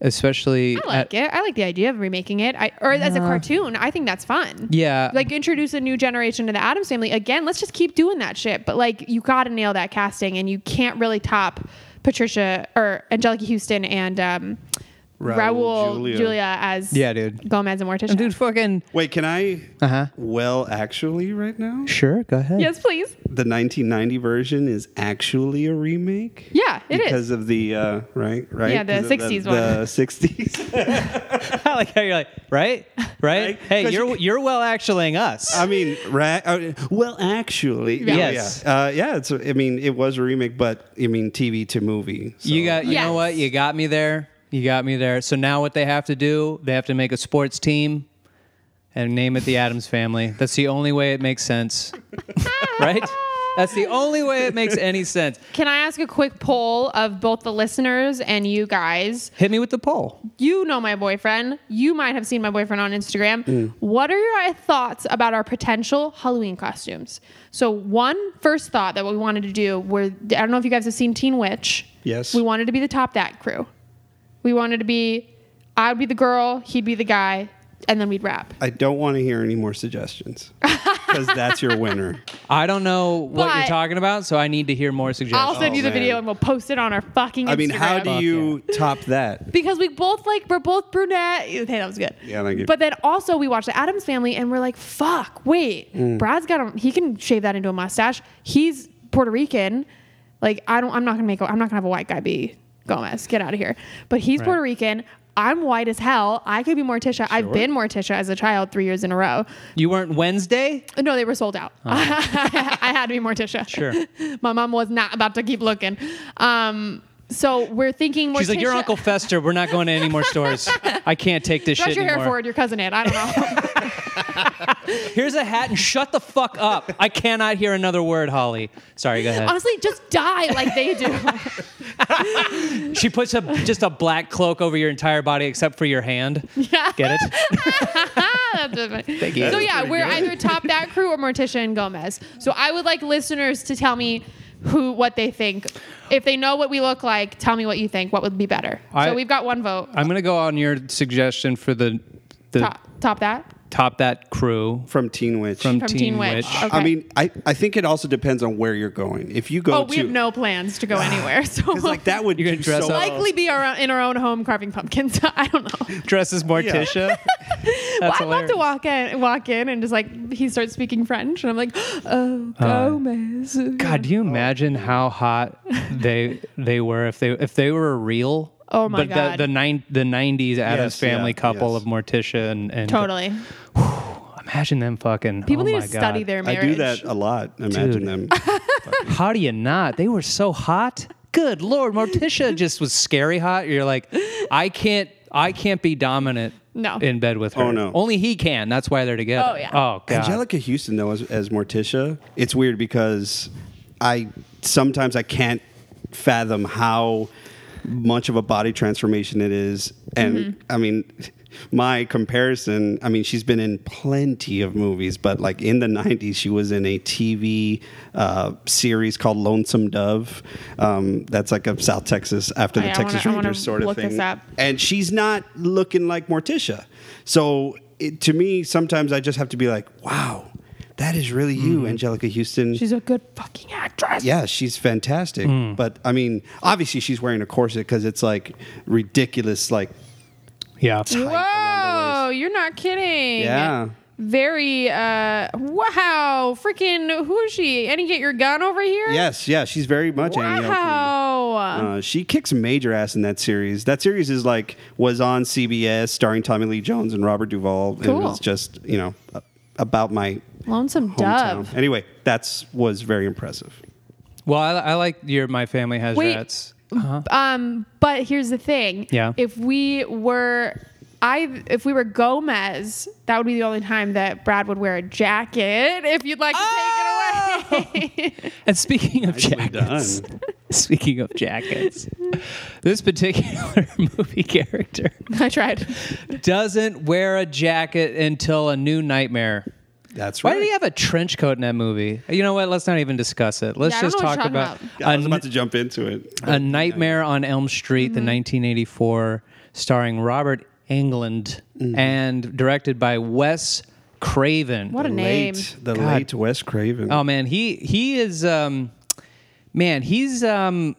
especially.
I like
at-
it. I like the idea of remaking it, I, or as a
Nah.
cartoon. I think that's fun.
Yeah.
like introduce a new generation to the Adams Family again. Let's just keep doing that shit. But like, you gotta nail that casting, and you can't really top Patricia or Angelica Houston and um,
Raul
Raul
Julia.
Julia. as
Yeah, dude.
Gomez and Morticia.
And dude, fucking.
Wait, can I?
Uh huh.
Well, actually, right now,
Sure, go ahead.
Yes, please.
the 1990 version is actually a remake.
Yeah, it is.
because of the uh, right, right.
Yeah, the
Because of
60s
the,
one.
The 60s.
I like how you're like, right? Right?
Right?
Hey,
'Cause
you're
you-
you're well actuallying us.
I mean, ra- uh, well, actually,
Yeah.
Yes.
yeah, uh, yeah. It's. I mean, it was a remake, but I mean, TV to movie. so-
you got you know
Yes.
what? You got me there. You got me there. So now what they have to do, they have to make a sports team and name it the Adams family. That's the only way it makes sense. right? That's the only way it makes any sense.
Can I ask a quick poll of both the listeners and you guys?
Hit me with the poll.
you know my boyfriend. You might have seen my boyfriend on Instagram. What are your thoughts about our potential Halloween costumes? So, one first thought that we wanted to do were I don't know if you guys have seen Teen Witch.
Yes.
We wanted to be the top that crew. We wanted to be, I'd be the girl, he'd be the guy, and then we'd rap.
I don't want to hear any more suggestions because that's your winner.
I don't know what you're
But-
talking about, so I need to hear more
I'll
suggestions.
send
Oh,
you the
man.
video and we'll post it on our fucking Instagram.
I mean, how do
Fuck
you top that?
because we both like we're both brunette. Hey, that was good.
Yeah, thank you.
But then also we watched the Adams Family, and we're like, fuck, wait,
Hmm.
Brad's got him. He can shave that into a mustache. He's Puerto Rican. Like I don't. I'm not gonna make. A, I'm not gonna have a white guy be Gomez. Get out of here. But he's Puerto Rican. I'm white as hell. I could be Morticia. I've been Morticia as a child three years in a row.
You weren't Wednesday?
No, they were sold out. I had to be Morticia.
Uh-huh. Sure.
My mom was not about to keep looking. Um, so we're thinking Morticia.
She's like, Your Uncle Fester, we're not going to any more stores. I can't take this
Brush
shit
your hair
anymore.
forward. Your cousin it. I don't know.
Here's a hat and shut the fuck up. I cannot hear another word, Holly. Sorry, go ahead.
Honestly, just die like they do.
She puts a, just a black cloak over your entire body except for your hand.
Yeah.
Get it?
Thank
you.
So
That was
yeah,
pretty
we're
good.
either top that crew or Morticia and Gomez. So I would like listeners to tell me who what they think. If they know what we look like, tell me what you think. What would be better?
I-
so we've got one vote.
I'm going to go on your suggestion for the, the top.
top, top that
that crew
from Teen Witch.
from,
from
Teen, Witch.
Okay.
I mean, I, I think it also depends on where you're going. If you go
oh,
to
we have no plans to go anywhere. So
'cause, like that would
You're gonna
do
dress
so
up.
likely be our own, in our own home carving pumpkins. I don't know.
Dress as Morticia.
Well,
That's
I love
hilarious.
to walk in, walk in, and just like he starts speaking French, and I'm like, oh, Gomez.
God, do you
Oh.
imagine how hot they they were if they if they were real?
Oh my
but
God.
The, the nine the nineties Adams
Yes, yeah,
Family couple
yes.
of Morticia and, and
totally.
Imagine them fucking.
People
oh
need
my
to study
God.
their
I
marriage.
do that a lot. Imagine
Dude.
them.
How do you not? They were so hot. Good lord, Morticia just was scary hot. You're like, I can't, I can't be dominant.
No.
in bed with her.
Oh, no.
only he can. That's why they're together.
Oh, yeah.
Oh god.
Angelica Houston though as, as Morticia, it's weird because I sometimes I can't fathom how much of a body transformation it is, and
Mm-hmm.
I mean. My comparison, I mean, she's been in plenty of movies, but like in the 90s, she was in a TV uh, series called Lonesome Dove. Um, that's like a South Texas, after the
Hey, I
Texas
wanna- I wanna
Rangers sort of
look
thing
this up.
and she's not looking like Morticia. So it, to me, sometimes I just have to be like, wow, that is really you, Angelica Houston.
Mm. She's Mm. a good fucking actress.
yeah, she's fantastic. But I mean, obviously, she's wearing a corset because it's like ridiculous. Like,
Yeah.
Whoa, you're not kidding.
Yeah.
Very uh wow, freaking who is she? Annie get your gun over here?
yes, yeah, she's very much Annie Oakley.
Wow.
Uh, she kicks major ass in that series. That series is like was on CBS, starring Tommy Lee Jones and Robert Duvall. And it
Cool.
was just you know a- about my
Lonesome
hometown.
Dove.
Anyway, that's was very impressive.
Well, I, I like your my family has
Wait.
rats.
Um, but here's the thing.
Yeah.
If we were I if we were Gomez, that would be the only time that Brad would wear a jacket. If you'd like to
Oh!
take it away.
And speaking of
Nicely
jackets,
done.
speaking of jackets, this particular movie character
I tried.
doesn't wear a jacket until a new nightmare.
That's right.
Why did he have a trench coat in that movie? You know what? Let's not even discuss it. Let's
Yeah, I don't
just
know what
talk
you're
about,
talking
Yeah, I was
A
about to jump into it.
A Nightmare on Elm Street,
Mm-hmm.
the 1984, starring Robert Englund
Mm-hmm.
and directed by Wes Craven.
What a name.
Late, the
God.
late Wes Craven.
Oh man, he he is um man, he's um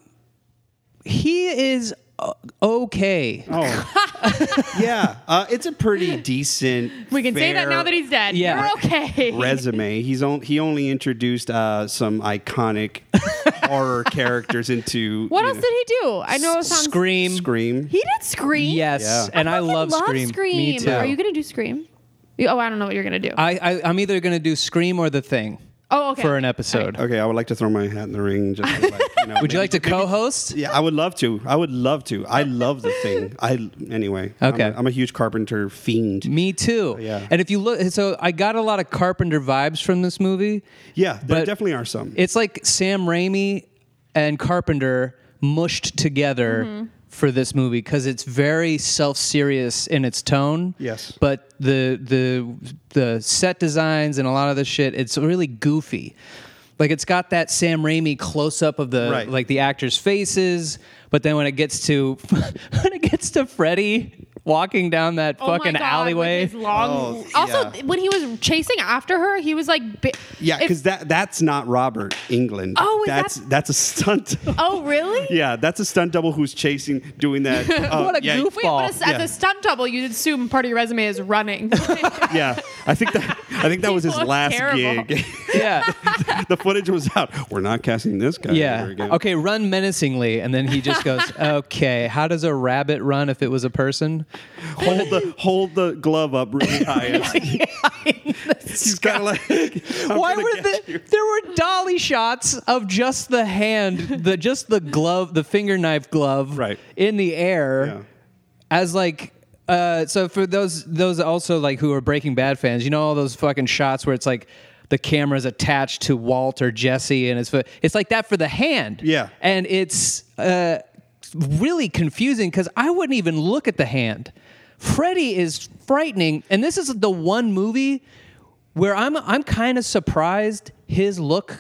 he is uh, okay.
Oh. yeah, uh, it's a pretty decent.
We can say that
fair
now that he's dead.
Yeah.
You're okay.
resume. He's on, he only introduced uh, some iconic horror characters into
What
you
else
know,
did he do? I know it sounds
Scream.
Scream.
He did Scream.
Yes,
Yeah.
and I,
fucking
love, Scream. Me too. Uh,
Are you gonna do Scream? You- oh, I don't know what you're gonna do.
I, I I'm either going to do Scream or The Thing
oh, okay.
for an episode.
okay, I would like to throw my hat in the ring. Just to, like, you know,
Would you like to co-host?
Yeah, I would love to. I would love to. I love the thing. I anyway. I'm
Okay.
a- I'm a, huge Carpenter
Mm.
fiend.
Me too.
Yeah.
And if you look, so I got a lot of Carpenter vibes from this movie.
Yeah, there
But-
definitely are some.
It's like Sam Raimi and Carpenter mushed together
Mm-hmm.
for this movie because it's very self-serious in its tone.
Yes.
But the the the set designs and a lot of the shit, it's really goofy. Like it's got that Sam Raimi close up of the
Right.
like the actors' faces, but then when it gets to when it gets to Freddy walking down that
Oh my
fucking
God, with
alleyway.
his long-
Oh,
Also,
yeah.
when he was chasing after her, he was like, bi-
Yeah,
if-
because that that's not Robert England.
Oh, is
that's
that-
that's a stunt.
oh, really?
Yeah, that's a stunt double who's chasing, doing that. Uh,
What a
yeah,
goof.
Wait, but as, as
Yeah.
a stunt double, you'd assume part of your resume is running.
Yeah, I think that I think that was his
People are
last
terrible.
gig.
Yeah.
the footage was out. We're not casting this guy. ever
Yeah.
again.
Okay, run menacingly. And then he just goes, okay, how does a rabbit run if it was a person?
hold the hold the glove up really high. He's kind of like. I'm
Why
gonna
were
get
the,
you.
there were dolly shots of just the hand, the just the glove, the finger knife glove,
Right.
in the air,
Yeah.
as like. Uh, so for those those also like who are Breaking Bad fans, you know all those fucking shots where it's like the camera's attached to Walt or Jesse, and it's it's like that for the hand.
Yeah.
and it's uh, really confusing because I wouldn't even look at the hand. Freddy is frightening, and this is the one movie where I'm I'm kind of surprised his look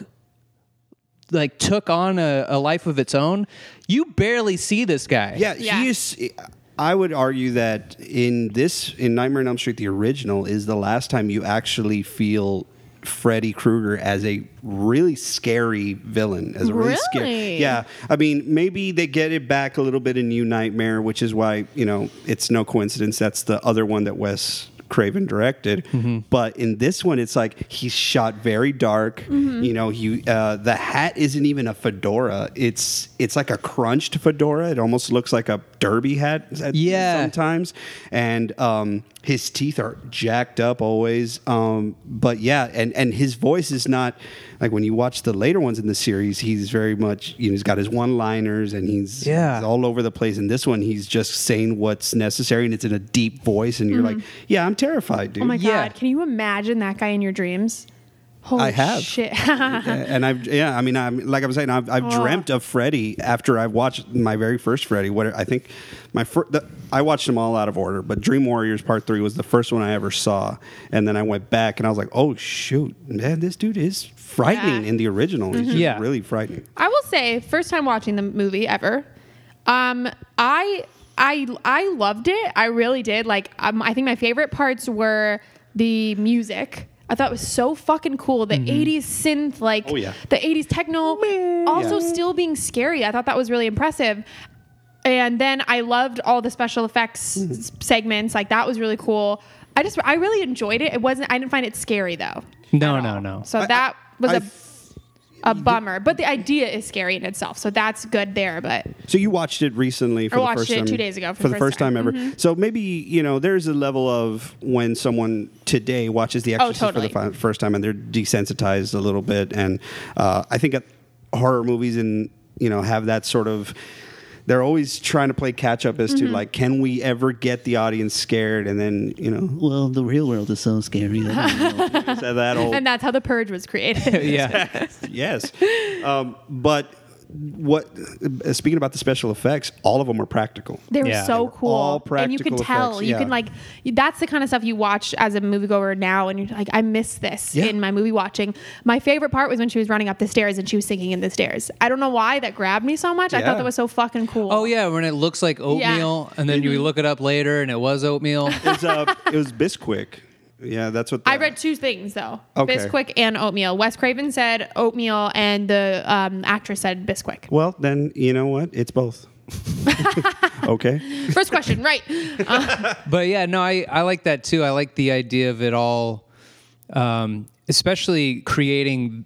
like took on a, a life of its own. You barely see this guy.
Yeah,
Yeah.
he is. I would argue that in this, in Nightmare on Elm Street, the original is the last time you actually feel Freddy Krueger as a really scary villain, as a really,
Really?
scary. Yeah, I mean, maybe they get it back a little bit in New Nightmare, which is why you know it's no coincidence that's the other one that Wes. Craven directed, but in this one, it's like he's shot very dark. You know, you uh, the hat isn't even a fedora; it's it's like a crunched fedora. It almost looks like a derby hat. at-
Yeah.
sometimes, and um, his teeth are jacked up always. Um, but yeah, and and his voice is not like when you watch the later ones in the series. He's very much you know he's got his one liners and he's
Yeah.
he's all over the place. In this one, he's just saying what's necessary, and it's in a deep voice, and you're like, yeah, I'm terrified,
Mm-hmm.
dude.
Oh my
Yeah.
god! Can you imagine that guy in your dreams? Holy
I have.
shit!
and I've yeah, I mean, I'm like I was saying, I've, I've
Oh.
dreamt of Freddy after I watched my very first Freddy. What I think my fir- the, I watched them all out of order, but Dream Warriors Part Three was the first one I ever saw, and then I went back and I was like, oh shoot, man, this dude is frightening
Yeah.
in the original. He's just
Yeah.
really frightening.
I will say, first time watching the movie ever, um, I I I loved it. I really did. Like, um, I think my favorite parts were the music. I thought it was so fucking cool. The '80s synth, like
Mm-hmm. Oh, yeah. Oh,
the '80s techno, also
Yeah.
still being scary. I thought that was really impressive. And then I loved all the special effects
Mm-hmm.
s- segments. Like that was really cool. I just I really enjoyed it. It wasn't. I didn't find it scary though.
No, no, no.
So
I-
that was
I-
a
I-
a bummer. But the idea is scary in itself, so that's good there. But
So you watched it recently for
I
the
watched
first
it
time,
two days ago
for, the first time, ever.
Mm-hmm.
So maybe you know there's a level of when someone today watches The Exorcist
Oh, totally.
for the fi- first time and they're desensitized a little bit, and uh, I think that horror movies and you know have that sort of. They're always trying to play catch up as
Mm-hmm.
to like, can we ever get the audience scared? And then you know,
Well, the real world is so scary. I don't know.
so that old
and that's how the purge was created.
yeah.
yes. Um, but what? uh, Speaking about the special effects, all of them were practical.
They were
Yeah. They
so
were
cool,
all
and you could
practical
tell.
effects,
You
yeah.
can like you- that's the kind of stuff you watch as a moviegoer now, and you're like, I miss this
Yeah.
in my movie watching. My favorite part was when she was running up the stairs and she was singing in the stairs. I don't know why that grabbed me so much. I
Yeah.
thought that was so fucking cool.
Oh yeah, when it looks like oatmeal, and then
Mm-hmm.
you look it up later, and it was oatmeal.
It's, uh, it was Bisquick. Yeah, that's what
I
the-
read two things though:
Okay.
Bisquick and oatmeal. Wes Craven said oatmeal, and the um, actress said Bisquick.
Well, then you know what? It's both. okay.
First question, right?
but yeah, no, I, I like that too. I like the idea of it all, um, especially creating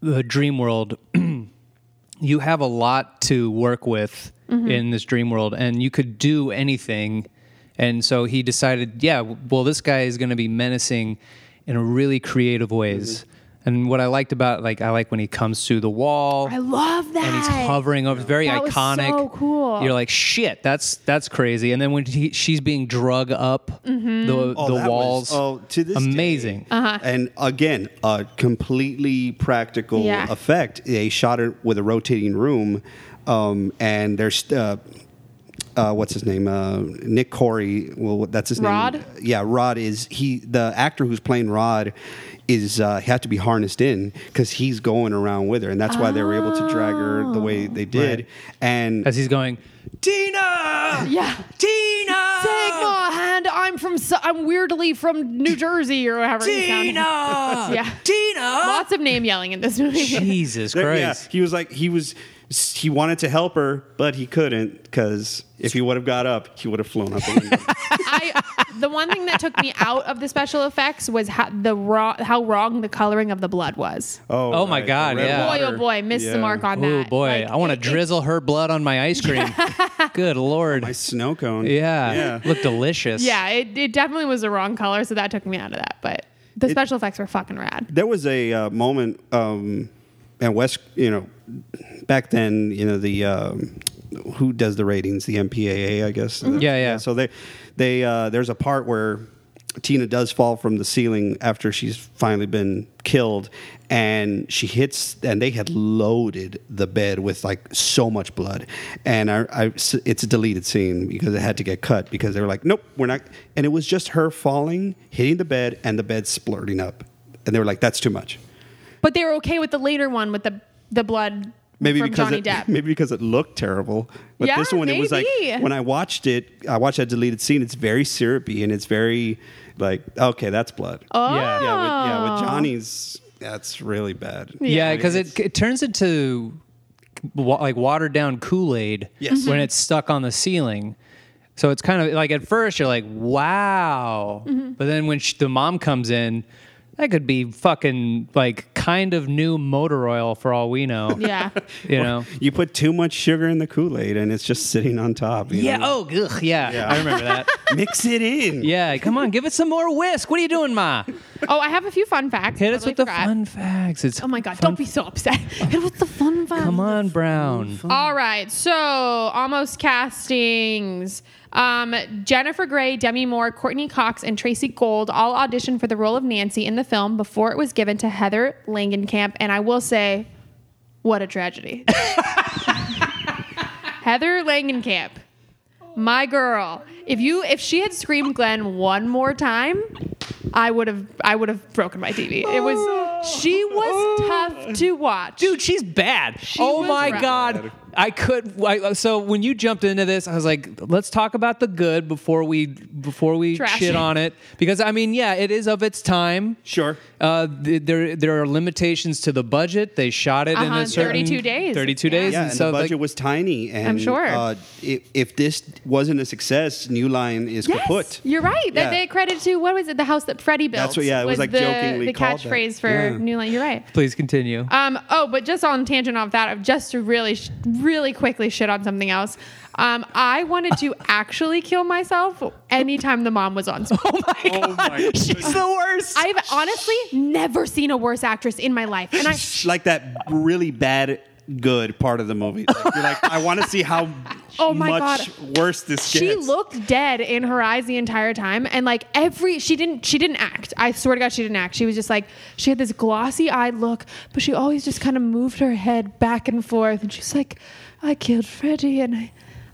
the dream world. you have a lot to work with in this dream world, and you could do anything. And so he decided, yeah, well, this guy is going to be menacing in really creative ways. And what I liked about, like, I like when he comes through the wall
I love that.
and he's hovering over. Very
That was
iconic.
so cool.
You're like, shit, that's that's crazy. And then when he, she's being drug up
Mm-hmm.
the
Oh, that
the
was-
walls,
oh, to this
amazing.
Uh, Uh-huh.
And again, a completely practical
Yeah.
effect. They shot it with a rotating room, um, and there's. Uh, uh, what's his name? Uh, Nick Corey. Well, that's his
Rod?
name. Yeah, Rod is he. The actor who's playing Rod is uh, had to be harnessed in because he's going around with her, and that's why they were able to drag her the
Oh.
way they did.
Right.
And
As he's going, Tina,
Yeah.
Tina,
Sigma hand. I'm from. S- I'm weirdly from New Jersey or whatever. you sound.
Tina,
Yeah.
Tina.
Lots of name yelling in this movie.
Jesus
There-
Christ.
Yeah, he was like he was he wanted to help her, but he couldn't because if he would have got up, he would have flown up. The window.
I. The one thing that took me out of the special effects was how the raw, how wrong the coloring of the blood was.
Oh my
the
God,
red
yeah.
Boy,
water.
oh boy, missed
Yeah.
the mark on
Oh
that.
boy,
Like,
I want to
it- it-
drizzle her blood on my ice cream. Good lord.
My snow cone.
yeah.
Yeah.
Look delicious.
yeah, it, it definitely was the wrong color, so that took me out of that. But the special effects were fucking rad.
there was a uh, moment um, at West, you know, back then, you know, the um, who does the ratings, the MPAA, I guess.
Mm-hmm. Yeah, yeah.
So they, they, uh, there's a part where Tina does fall from the ceiling after she's finally been killed, and she hits, and they had loaded the bed with like so much blood, and I, I it's a deleted scene because it had to get cut because they were like, nope, we're not, and it was just her falling, hitting the bed, and the bed splurting up. And they were like, "That's too much."
But they were okay with the later one with the the blood
Maybe
from
because
Johnny
it,
Depp.
maybe because it looked terrible. But
Yeah,
this one, it was like
maybe.
when I watched it, I watched that deleted scene. It's very syrupy and it's very like, okay, that's blood.
oh,
Yeah.
yeah, with, yeah, with Johnny's, that's really bad.
Yeah,
I mean,
because
it's-
it, it turns into wa- like watered down Kool Aid
Yes. Mm-hmm.
when it's stuck on the ceiling. So it's kind of like at first you're like, wow.
Mm-hmm.
But then when sh the mom comes in, that could be fucking like kind of new motor oil for all we know.
yeah.
You know?
you put too much sugar in the Kool Aid and it's just sitting on top. you
Yeah.
know?
Oh, ugh, yeah. I remember that.
mix it in.
Yeah. Come on, give it some more whisk. What are you doing, Ma?
Oh, I have a few fun facts.
Hit us
Totally
with the
forgot.
fun facts. It's
Oh my
fun-
god!
Oh,
Don't be so upset. Hit us with the fun facts.
Come on, Brown.
All right, so almost castings. Um, Jennifer Grey, Demi Moore, Courtney Cox, and Tracy Gold all auditioned for the role of Nancy in the film before it was given to Heather Langenkamp. And I will say, what a tragedy. Heather Langenkamp, my girl. If you if she had screamed Glenn one more time, I would have I would have broken my TV. It was she was tough to watch.
dude, she's bad. oh
was
my
rough.
god, I could. I, uh, so when you jumped into this, I was like, let's talk about the good before we before we
Trash
shit
it.
on it because I mean, yeah, it is of its time.
Sure.
Uh, th- there there are limitations to the budget. They shot it in
Uh-huh,
a certain
32 days.
Thirty two
Yeah.
days.
Yeah,
and
and
so
the budget
like,
was tiny. And
I'm sure.
uh, if, if this wasn't a success, New Line is
Yes,
kaput.
you're right. That
Yeah.
they credit to what was it? The house that Freddie built.
That's what- yeah, it was, like,
the,
jokingly
the
called that.
catchphrase for
Yeah.
New Line. You're right.
please continue.
Um, oh, but just on tangent off that, of just to really, sh- really quickly shit on something else. Um, I wanted to actually kill myself anytime the mom was on. screen.
Oh my
she's the worst.
I've honestly never seen a worse actress in my life, and I
It's like that really bad good part of the movie. Like, you're like, I want to see how
Oh my
much worse this gets.
she looked dead in her eyes the entire time and like every she didn't she didn't act i swear to god she didn't act she was just like she had this glossy eyed look but she always just kind of moved her head back and forth and she's like i killed freddy and i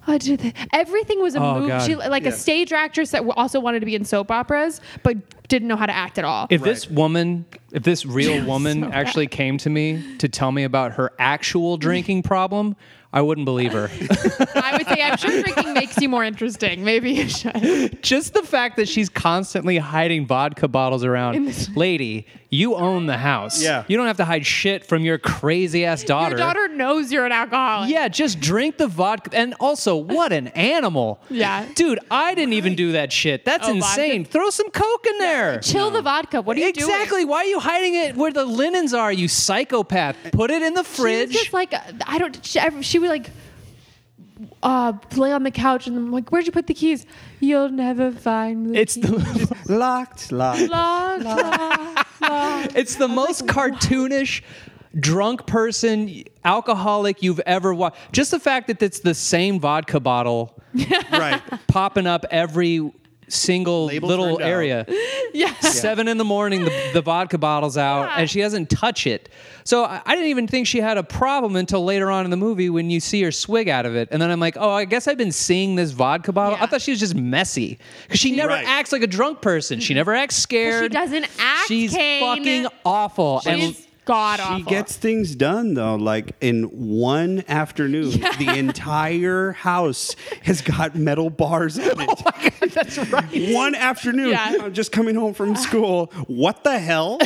I did that. Everything was a
Oh,
move.
God.
She like a
Yeah.
stage actress that also wanted to be in soap operas, but didn't know how to act at all.
If this woman, if this real woman
so
actually came to me to tell me about her actual drinking problem, I wouldn't believe her.
I would say I'm sure drinking makes you more interesting. Maybe you should.
Just the fact that she's constantly hiding vodka bottles around. Lady, you own the house.
Yeah.
You don't have to hide shit from your crazy ass daughter.
Your daughter knows you're an alcoholic.
Yeah, just drink the vodka. And also, what an animal.
Yeah.
Dude, I didn't even do that shit. That's
Oh, vodka.
insane. Throw some Coke in there.
Chill the vodka. What are you doing?
Exactly. Why are you hiding it where the linens are, you psychopath? Put it in the fridge.
She was just like uh, I don't. She, I- she would like uh, lay on the couch, and I'm like, "Where'd you put the keys? You'll never find the
it's
keys.
the
locked, locked.
La, la, la.
It's the most cartoonish drunk person alcoholic you've ever watched. Just the fact that it's the same vodka bottle
right.
popping up every single
Label
little
turned out.
area.
Yeah.
Seven in the morning, the, the vodka bottle's out,
Yeah.
and she doesn't touch it. So I, I didn't even think she had a problem until later on in the movie when you see her swig out of it. And then I'm like, oh, I guess I've been seeing this vodka bottle. I
Yeah.
thought she was just messy because she never
Right.
acts like a drunk person. She never acts scared.
doesn't act,
She's
Kane.
fucking awful. and
She's god
She
awful.
gets things done though, like in one afternoon, the entire house has got metal bars on
Oh
it.
that's right.
One afternoon,
Yeah.
I'm just coming home from school. What the hell?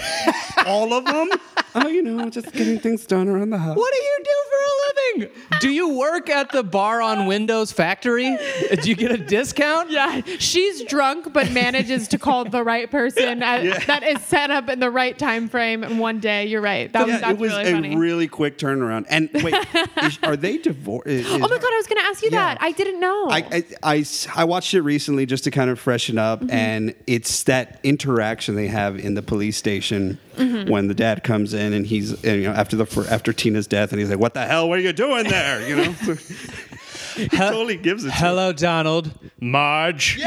All of them? oh, you know, just getting things done around the house.
What do you do for a thing. Do you work at the bar on Windows factory? Do you get a discount?
Yeah, she's drunk but manages to call the right person at, that is set up in the right time frame in one day. You're right. That was,
Yeah,
that's
it was
really
a
funny.
really quick turnaround. And wait, is, are they divorced?
oh my god, I was going to ask you
Yeah.
that. I didn't know.
I, I- I s- I watched it recently just to kind of freshen up,
Mm-hmm.
and it's that interaction they have in the police station
Mm-hmm.
when the dad comes in and he's and, you know after the fir- after Tina's death and he's like, "What the hell were you doing there?" You know, So he totally gives it. to her.
Hello, Donald. Marge.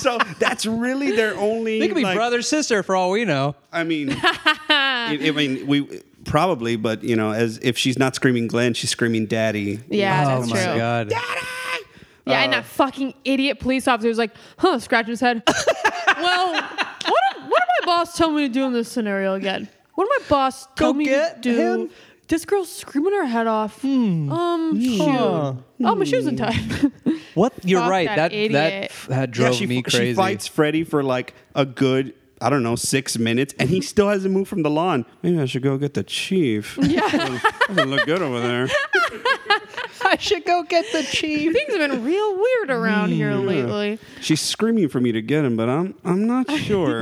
So that's really their only.
They could be
like-
brother sister for all we know.
I mean, I I mean we. Probably, but you know, as if she's not screaming Glenn, she's screaming Daddy.
yeah,
oh
that's
my
true.
god.
Yeah, and that fucking idiot police officer was like, huh, scratching his head. well, what did, what did my boss tell me to do in this scenario again? What did my boss tell me
get
to do?
him.
This girl's screaming her head off. Um, shoot. Oh, my shoes in time.
What? You're
Fuck
right.
that
That that that,
idiot.
drove
she,
me
f-
crazy.
She fights Freddy for like a good, I don't know, six minutes, and he still hasn't moved from the lawn. Maybe I should go get the chief. Yeah, doesn't look good over there.
I should go get the chief.
Things have been real weird around here lately.
She's screaming for me to get him, but I'm I'm not sure.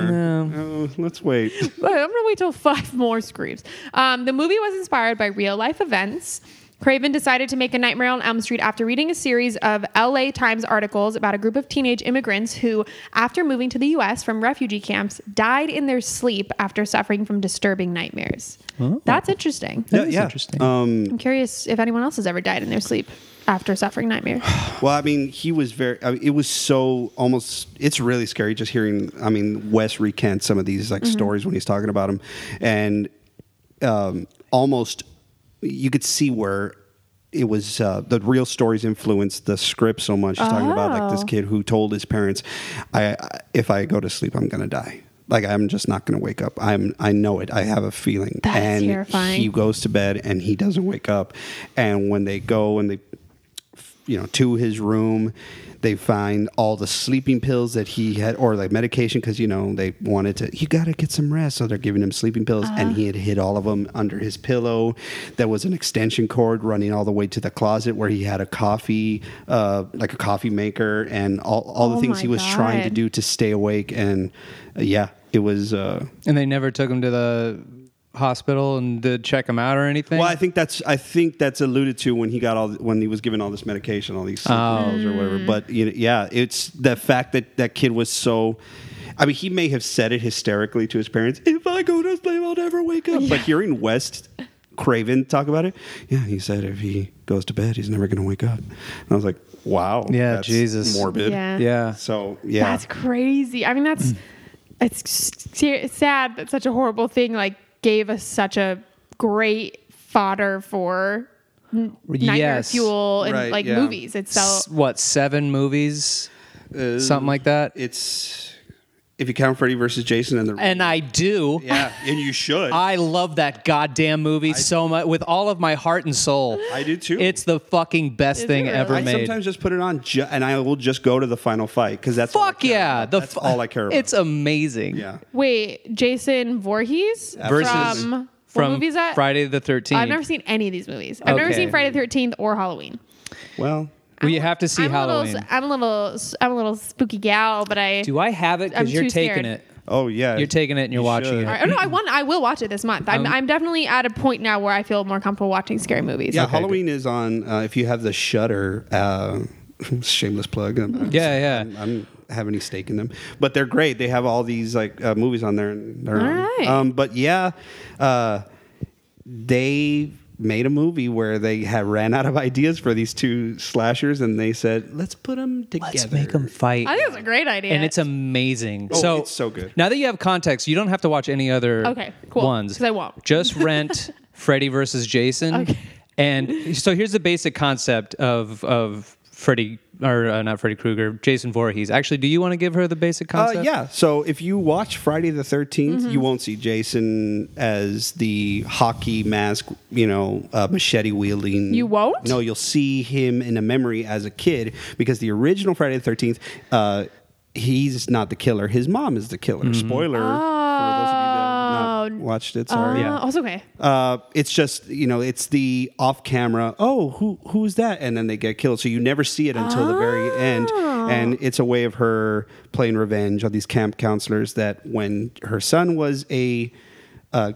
Oh, let's wait.
But I'm gonna wait till five more screams. Um, the movie was inspired by real life events. Craven decided to make a Nightmare on Elm Street after reading a series of LA Times articles about a group of teenage immigrants who, after moving to the US from refugee camps, died in their sleep after suffering from disturbing nightmares. That's interesting.
That is interesting.
I'm curious if anyone else has ever died in their sleep after suffering nightmares.
Well, I mean, he was very. I mean, it was so almost. It's really scary just hearing. I mean, Wes recant some of these
Mm-hmm.
like stories when he's talking about him, and um, almost you could see where it was uh, the real stories influenced the script so much. He's talking about like this
Oh.
kid who told his parents, I, "I if I go to sleep, I'm gonna die." Like I'm just not going to wake up. I'm. I know it. I have a feeling.
That's
and
terrifying.
he goes to bed and he doesn't wake up. And when they go and they you know to his room they find all the sleeping pills that he had or like medication because you know they wanted to you gotta get some rest so they're giving him sleeping pills
Uh-huh.
and he had hid all of them under his pillow there was an extension cord running all the way to the closet where he had a coffee uh, like a coffee maker and all, all the
Oh
things
my
he was trying to
God.
do to stay awake and uh, yeah it was uh,
and they never took him to the hospital and did check him out or anything.
Well, I think that's I think that's alluded to when he got all when he was given all this medication, all these sleeping
Oh.
pills or whatever. But you know, yeah, it's the fact that that kid was so. I mean, he may have said it hysterically to his parents. If I go to sleep, I'll never wake up. But hearing West Craven talk about it, yeah, he said if he goes to bed, he's never going to wake up. And I was like, wow,
Yeah,
that's
Jesus.
morbid.
Yeah.
yeah.
So yeah,
That's crazy. I mean, that's it's ser- sad that such a horrible thing like gave us such a great fodder for n- nightmare
Yes.
fuel and
Right,
like
yeah.
movies. It's
S-
so
what seven movies, something like that.
it's if you count Freddy versus Jason and the
and I do.
yeah, and you should.
I love that goddamn movie so much with all of my heart and soul.
I do too.
It's the fucking best
Is
thing
it
ever
I
really?
made.
sometimes just put it on, ju- and I will just go to the final fight because that's all I
Fuck
care
yeah.
about.
The
that's
fu-
all I care about.
It's amazing.
yeah,
wait, Jason Voorhees
Versus-
from,
From
what movies that
Friday the 13th.
I've never seen any of these movies. I've never
Okay.
seen Friday the Thirteenth or Halloween.
well,
Well, you have to see
I'm
Halloween.
A little, I'm a little, I'm a little spooky gal, but I.
do I have it?
I'm
Because you're
too
taking
scared.
it.
oh yeah,
You're taking it and you're
You
watching
should.
it.
All right. Oh, no, I want. I will watch it this month. I'm,
Um,
I'm definitely at a point now where I feel more comfortable watching scary movies.
Yeah, Halloween is on. Uh, if you have the Shutter, uh, shameless plug. I'm, I'm-
Yeah, yeah.
I'm, I do not have any stake in them, but they're great. They have all these like uh, movies on there. And they're
All
on.
right.
Um, but yeah, uh, they made a movie where they had ran out of ideas for these two slashers, and they said, "Let's put them together."
Let's make them fight.
I think it's a great idea.
and it's amazing.
Oh,
so
it's so good.
Now that you have context, you don't have to watch any other
Okay, cool,
ones.
'cause I won't.
Just rent Freddy versus Jason.
Okay.
And so here's the basic concept of of Freddy or uh, not Freddy Krueger, Jason Voorhees. Actually, do you want to give her the basic
Uh,
concept?
yeah. So if you watch Friday the 13th,
Mm-hmm.
you won't see Jason as the hockey mask, you know, uh, machete wielding.
You won't?
No, you'll see him in a memory as a kid because the original Friday the 13th, uh, he's not the killer. His mom is the killer. Spoiler. for those of you that have not
Oh,
watched it.
Uh,
Sorry.
Yeah.
Also okay.
Uh, it's just you know it's the off camera oh who who's that and then they get killed so you never see it until the very end
Ah.
and it's a way of her playing revenge on these camp counselors that when her son was a uh,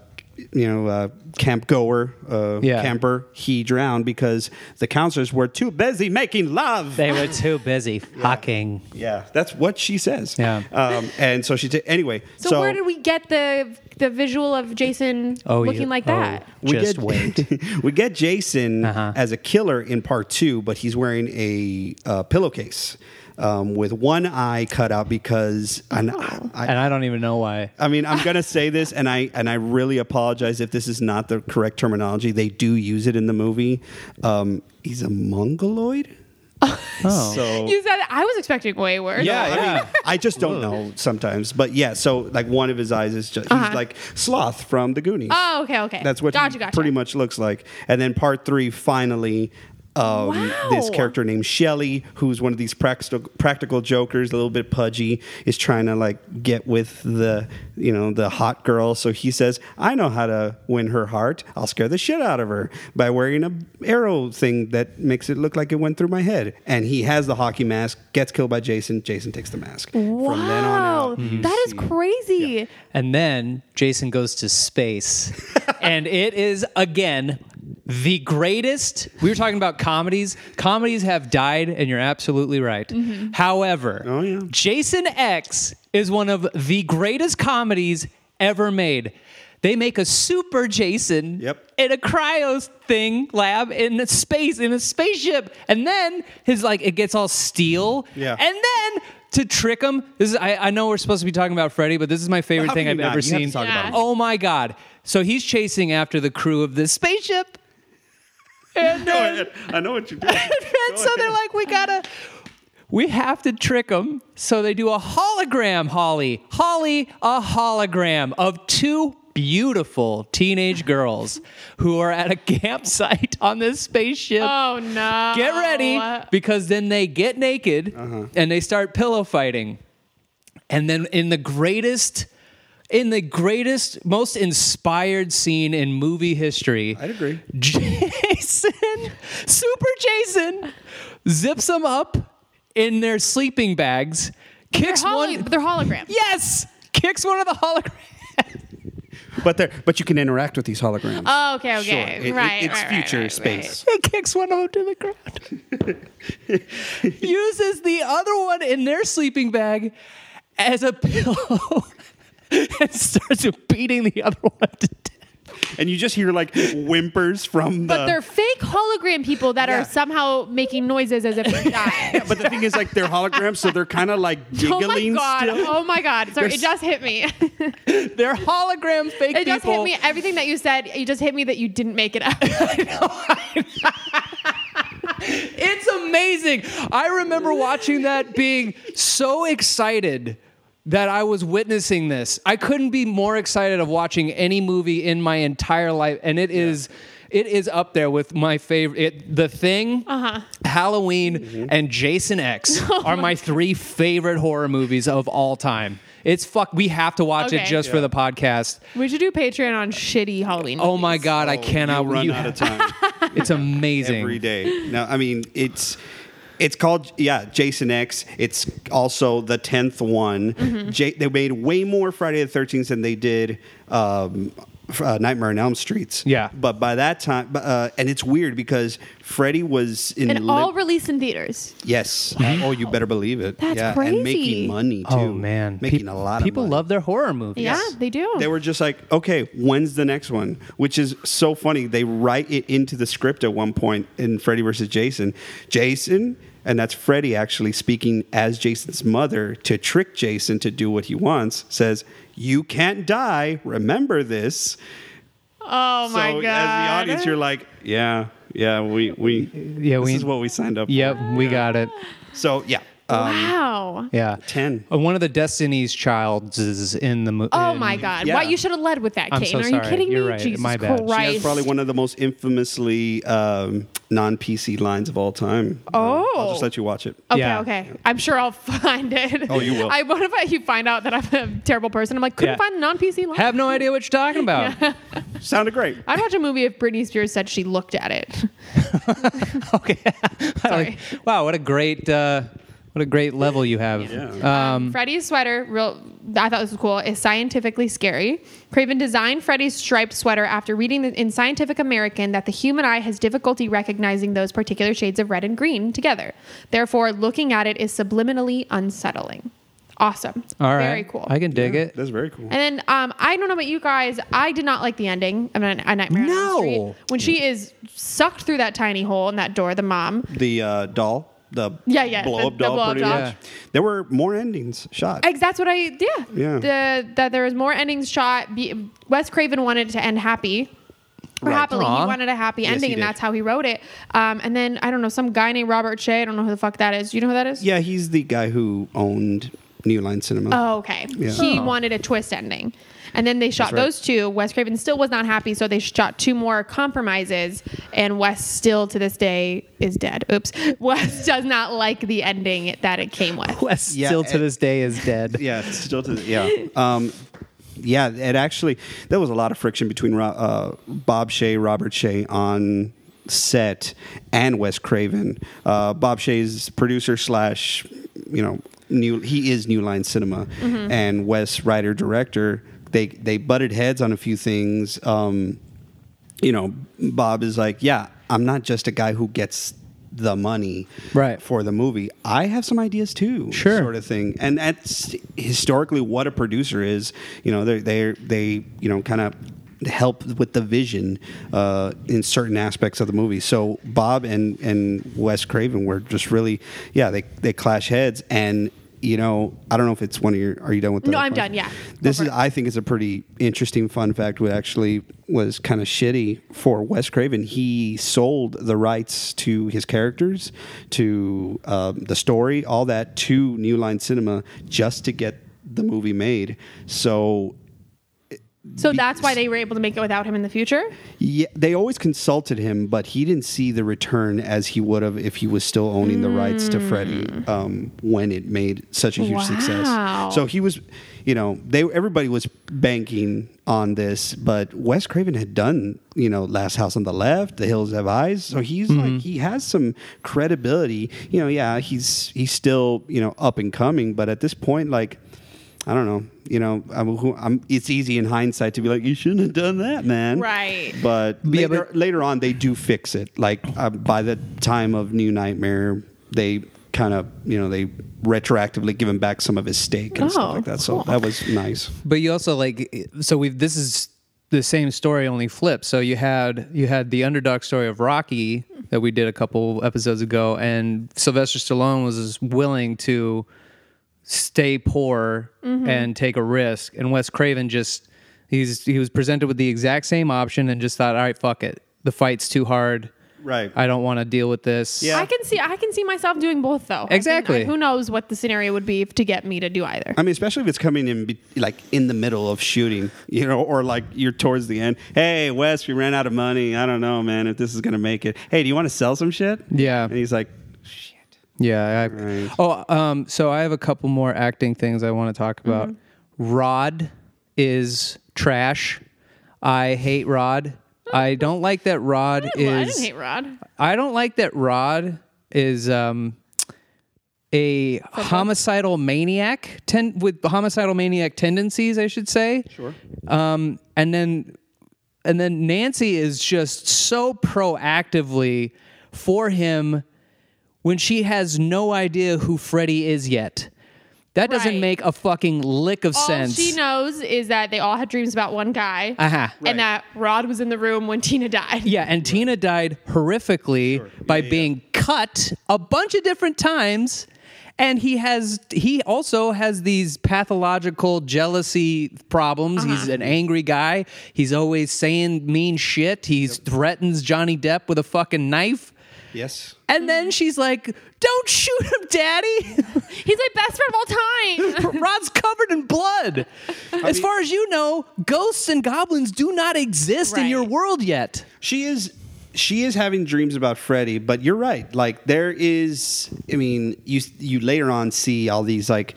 you know uh, camp goer uh,
Yeah.
camper he drowned because the counselors were too busy making love
They were too busy fucking.
yeah that's what she says
Yeah.
um, and so she t- anyway
So,
so,
where did we get the the visual of Jason
Oh, yeah.
looking like
Oh.
that?
we
Just
get,
wait.
we get Jason
Uh-huh.
as a killer in part two, but he's wearing a uh, pillowcase um, with one eye cut out because and I,
And I don't even know why.
I mean, I'm gonna say this, and I and I really apologize if this is not the correct terminology. They do use it in the movie. Um, he's a mongoloid.
Oh.
So
You said I was expecting way worse.
yeah, I,
yeah.
mean, I just don't know sometimes, but yeah. So like one of his eyes is just
Uh-huh.
he's like sloth from the Goonies.
Oh, okay, okay.
That's what
Gotcha,
he
gotcha.
pretty much looks like. And then part three, finally, um,
Wow.
this character named Shelly, who's one of these practical practical jokers, a little bit pudgy, is trying to like get with the you know the hot girl. So he says, "I know how to win her heart. I'll scare the shit out of her by wearing a arrow thing that makes it look like it went through my head." And he has the hockey mask, gets killed by Jason. Jason takes the mask.
Wow,
From then on out, you
that is
see-
crazy.
And then Jason goes to space. and it is, again, the greatest. We were talking about comedies. Comedies have died, and you're absolutely right. However,
Oh, yeah.
Jason X is one of the greatest comedies ever made. They make a super Jason
Yep.
in a cryo thing lab in a space in a spaceship, and then his like it gets all steel,
Yeah.
and then to trick him, this is I, I know we're supposed to be talking about Freddy, but this is my favorite
How
thing
can
I've
you not?
ever
You have to
seen.
talk
about Yeah. it.
Oh my god! So he's chasing after the crew of this spaceship, and
Go
then,
ahead. I know what you're doing.
and so they're like, "We gotta, we have to trick them." So they do a hologram, Holly, Holly, a hologram of two beautiful teenage girls who are at a campsite on this spaceship.
Oh no.
Get ready because then they get naked
Uh-huh.
and they start pillow fighting. And then in the greatest in the greatest most inspired scene in movie history.
I'd agree.
Jason, Super Jason zips them up in their sleeping bags,
They're,
kicks
holo-
one
they're holograms.
Yes, kicks one of the holograms.
but they're but you can interact with these holograms.
Oh, okay, okay.
Sure. It-
right.
it- it's
right, right,
future
right,
space.
It kicks one of them to the ground. Uses the other one in their sleeping bag as a pillow and starts beating the other one to death.
and you just hear like whimpers from the.
But they're fake hologram people that
Yeah.
are somehow making noises as if they're dying.
but the thing is, like they're holograms, so they're kind of like
Oh my
giggling
god!
still.
Oh my god! Sorry,
There's-
it just hit me. it
They're hologram fake people.
just hit me. Everything that you said, it just hit me that you didn't make it up.
It's amazing. I remember watching that being so excited that I was witnessing this. I couldn't be more excited of watching any movie in my entire life and it is it is up there with my favorite it, The Thing,
Uh-huh.
Halloween
Mm-hmm.
and Jason X
Oh
are my three favorite horror movies of all time. It's fuck we have to watch it
Okay.
just for the podcast.
we should do Patreon on shitty Halloween.
Oh my god, I cannot
You run
you-
out of time
It's amazing.
every day. No, I mean it's. It's called yeah, Jason X. It's also the tenth one.
Mm-hmm.
J- they made way more Friday the Thirteenth than they did um, f- uh, Nightmare on Elm Streets.
Yeah.
but by that time, but, uh, and it's weird because Freddy was in
And
lim-
all released in theaters.
yes. Oh, you better believe it.
That's
yeah, and
crazy.
making money too.
Mm-hmm. Oh man, Pe-
making a lot. of
People
money.
love their horror movies.
Yeah, they do.
They were just like, okay, when's the next one? Which is so funny. They write it into the script at one point in Freddy versus Jason. Jason, and that's Freddy actually speaking as Jason's mother to trick Jason to do what he wants, says, You can't die. Remember this.
oh my
so
god!
as the audience, you're like, Yeah, yeah, we, we
Yeah,
this
we-
is what we signed up for.
Yep, we got it.
So yeah.
wow.
Yeah.
Ten.
Uh, One of the Destiny's Childs is in the movie.
Oh my God!
yeah.
Why you should have led with that,
I'm
Kate?
so
Are
sorry.
you kidding
You're
me?
right.
Jesus
My bad. She has
Christ!
She has probably one of the most infamously um, non PC lines of all time. Uh,
Oh.
I'll just let you watch it.
Okay,
Yeah.
okay. I'm sure I'll find it.
Oh, you will.
I what if I, you find out that I'm a terrible person? I'm like, couldn't
Yeah.
find a non-PC line.
Have no idea what you're talking about.
Sounded great.
I'd watch a movie if Britney Spears said she looked at it.
okay.
Sorry.
wow, what a great uh, what a great level you have. Uh, Mm.
Um, Freddy's sweater, real. I thought this was cool. Is scientifically scary. Craven designed Freddy's striped sweater after reading the, in Scientific American that the human eye has difficulty recognizing those particular shades of red and green together. Therefore, looking at it is subliminally unsettling. Awesome.
All right.
Very cool.
I can dig it.
That's very cool.
And then um, I don't know about you guys. I did not like the ending. I mean, a nightmare. on Elm
No.
Street. When she is sucked through that tiny hole in that door, the mom.
The uh, doll, the
Yeah, yeah,
blow up
the- the
doll,
blow-up
pretty
doll.
much. There were more endings shot.
Ex- that's what I yeah.
Yeah.
The, that there was more endings shot. Be, Wes Craven wanted to end happy. Or
Right.
happily,
Aw.
he wanted a happy
Yes,
ending,
he
and
did.
that's how he wrote it. Um, and then I don't know some guy named Robert Shea. I don't know who the fuck that is. Do you know who that is?
yeah, he's the guy who owned New Line Cinema.
Oh, okay.
Yeah.
He
Oh.
wanted a twist ending. And then they shot
right.
those two. Wes Craven still was not happy, so they shot two more compromises. And Wes still to this day is dead. Oops. Wes does not like the ending that it came with.
Wes
Yeah,
still to
it-
this day is dead.
Yeah, it's still to the, yeah. Um, yeah, it actually there was a lot of friction between Ro- uh, Bob Shea, Robert Shea on set, and Wes Craven. Uh, Bob Shea's producer slash, you know, new he is New Line Cinema, and Wes writer director. They they butted heads on a few things. Um, you know, Bob is like, yeah, I'm not just a guy who gets the money
Right.
for the movie. I have some ideas too,
Sure.
sort of thing. And that's historically what a producer is. You know, they they they you know kind of help with the vision uh, in certain aspects of the movie. So Bob and and Wes Craven were just really yeah they they clash heads and. You know, I don't know if it's one of your. Are you done with the
No, I'm
question?
done, yeah.
this
Go
is.
for it.
I think it's a pretty interesting fun fact. What actually was kind of shitty for Wes Craven. He sold the rights to his characters, to um, the story, all that to New Line Cinema just to get the movie made. So
So that's why they were able to make it without him in the future.
yeah, they always consulted him, but he didn't see the return as he would have if he was still owning the rights to Freddy um, when it made such a huge
Wow.
success. So he was, you know, they everybody was banking on this, but Wes Craven had done, you know, Last House on the Left, The Hills Have Eyes, so he's like he has some credibility. You know, yeah, he's he's still you know up and coming, but at this point, like. I don't know. You know, I'm, who- I'm, it's easy in hindsight to be like, you shouldn't have done that, man.
Right.
But
Yeah,
later,
but-
later on, they do fix it. Like uh, by the time of New Nightmare, they kind of you know they retroactively give him back some of his steak and
Oh,
stuff like that. So
cool.
that was nice.
But you also like so we've this is the same story only flipped. So you had you had the underdog story of Rocky that we did a couple episodes ago, and Sylvester Stallone was willing to stay poor and take a risk, and Wes Craven just he's he was presented with the exact same option and just thought, all right, fuck it, the fight's too hard.
Right.
I don't want to deal with this.
Yeah.
I can see I can see myself doing both though. I think,
Exactly.
I- who knows what the scenario would be to get me to do either.
I mean, especially if it's coming in be- like in the middle of shooting, you know, or like you're towards the end. Hey, Wes, we ran out of money. I don't know, man, if this is gonna make it. Hey, do you want to sell some shit?
Yeah.
And he's like, shit.
Yeah. I,
Right.
Oh, um, so I have a couple more acting things I want to talk
Mm-hmm.
about. Rod is trash. I hate Rod. I don't like that Rod
I
is.
didn't hate Rod.
I don't like that Rod is um, a homicidal maniac ten- with homicidal maniac tendencies, I should say. Sure. Um, and then and then Nancy is just so proactively for him when she has no idea who Freddy is yet. That doesn't
Right.
make a fucking lick of
All
sense.
she knows is that they all had dreams about one guy,
Uh-huh.
and that Rod was in the room when Tina died.
Yeah, and Tina died horrifically by being cut a bunch of different times. And he has he also has these pathological jealousy problems. He's an angry guy. He's always saying mean shit. He threatens Johnny Depp with a fucking knife.
Yes.
And then she's like, "Don't shoot him, Daddy."
He's my best friend of all time.
Rod's covered in blood. as
mean-
far as you know, ghosts and goblins do not exist in
Right.
your world yet.
She is she is having dreams about Freddy, but you're right. Like there is I mean, you you later on see all these like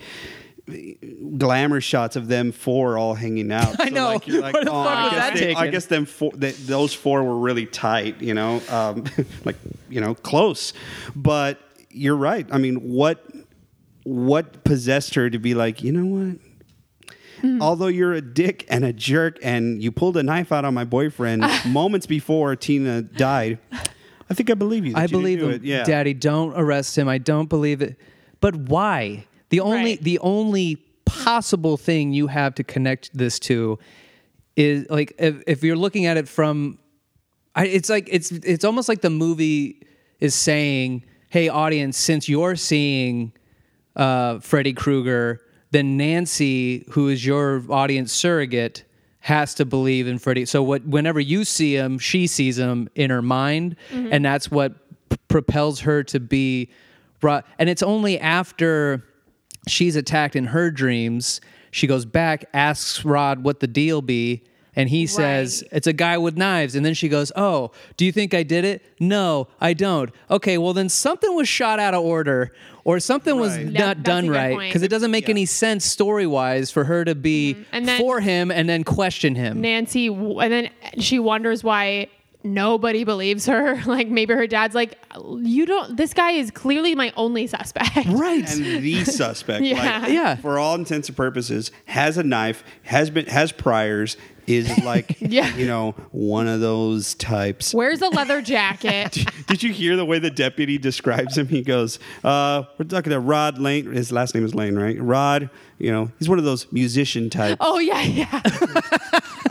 glamour shots of them four all hanging out.
I know.
Like, you're like,
Where the
oh,
fuck
I
was
guess
that
they- I
taken?"
guess them four th those four were really tight, you know. Um, like, you know, close. But you're right. I mean, what what possessed her to be like, you know what?
Mm.
Although you're a dick and a jerk and you pulled a knife out on my boyfriend moments before Tina died, I think I believe you. that
I
you didn't
believe
do
him,
it. Yeah.
Daddy. Don't arrest him. I don't believe it. But why? The only
Right.
the only possible thing you have to connect this to is like if, if you're looking at it from, I, it's like it's it's almost like the movie is saying, "Hey, audience, since you're seeing uh, Freddy Krueger, then Nancy, who is your audience surrogate." Has to believe in Freddy. So what? Whenever you see him, she sees him in her mind, and that's what p- propels her to be brought and it's only after she's attacked in her dreams she goes back asks rod what the deal be and he says it's a guy with knives and then she goes oh do you think i did it no i don't okay well then something was shot out of order or something was
Right.
not
Yeah, that's a
done
good
right
point. Mm-hmm.
because it doesn't make
Yeah.
any sense story-wise for her to be
And then-
for him and then question him
Nancy, w- and then she wonders why nobody believes her. Like maybe her dad's like, you don't. This guy is clearly my only suspect.
right
And the suspect,
Yeah.
like,
Yeah.
for all intents and purposes, has a knife, has been has priors, is like,
Yeah.
you know, one of those types.
Where's the leather jacket?
Did you hear the way the deputy describes him? He goes, uh, "We're talking to Rod Lane. His last name is Lane, right? Rod. You know, he's one of those musician types.
oh yeah, yeah.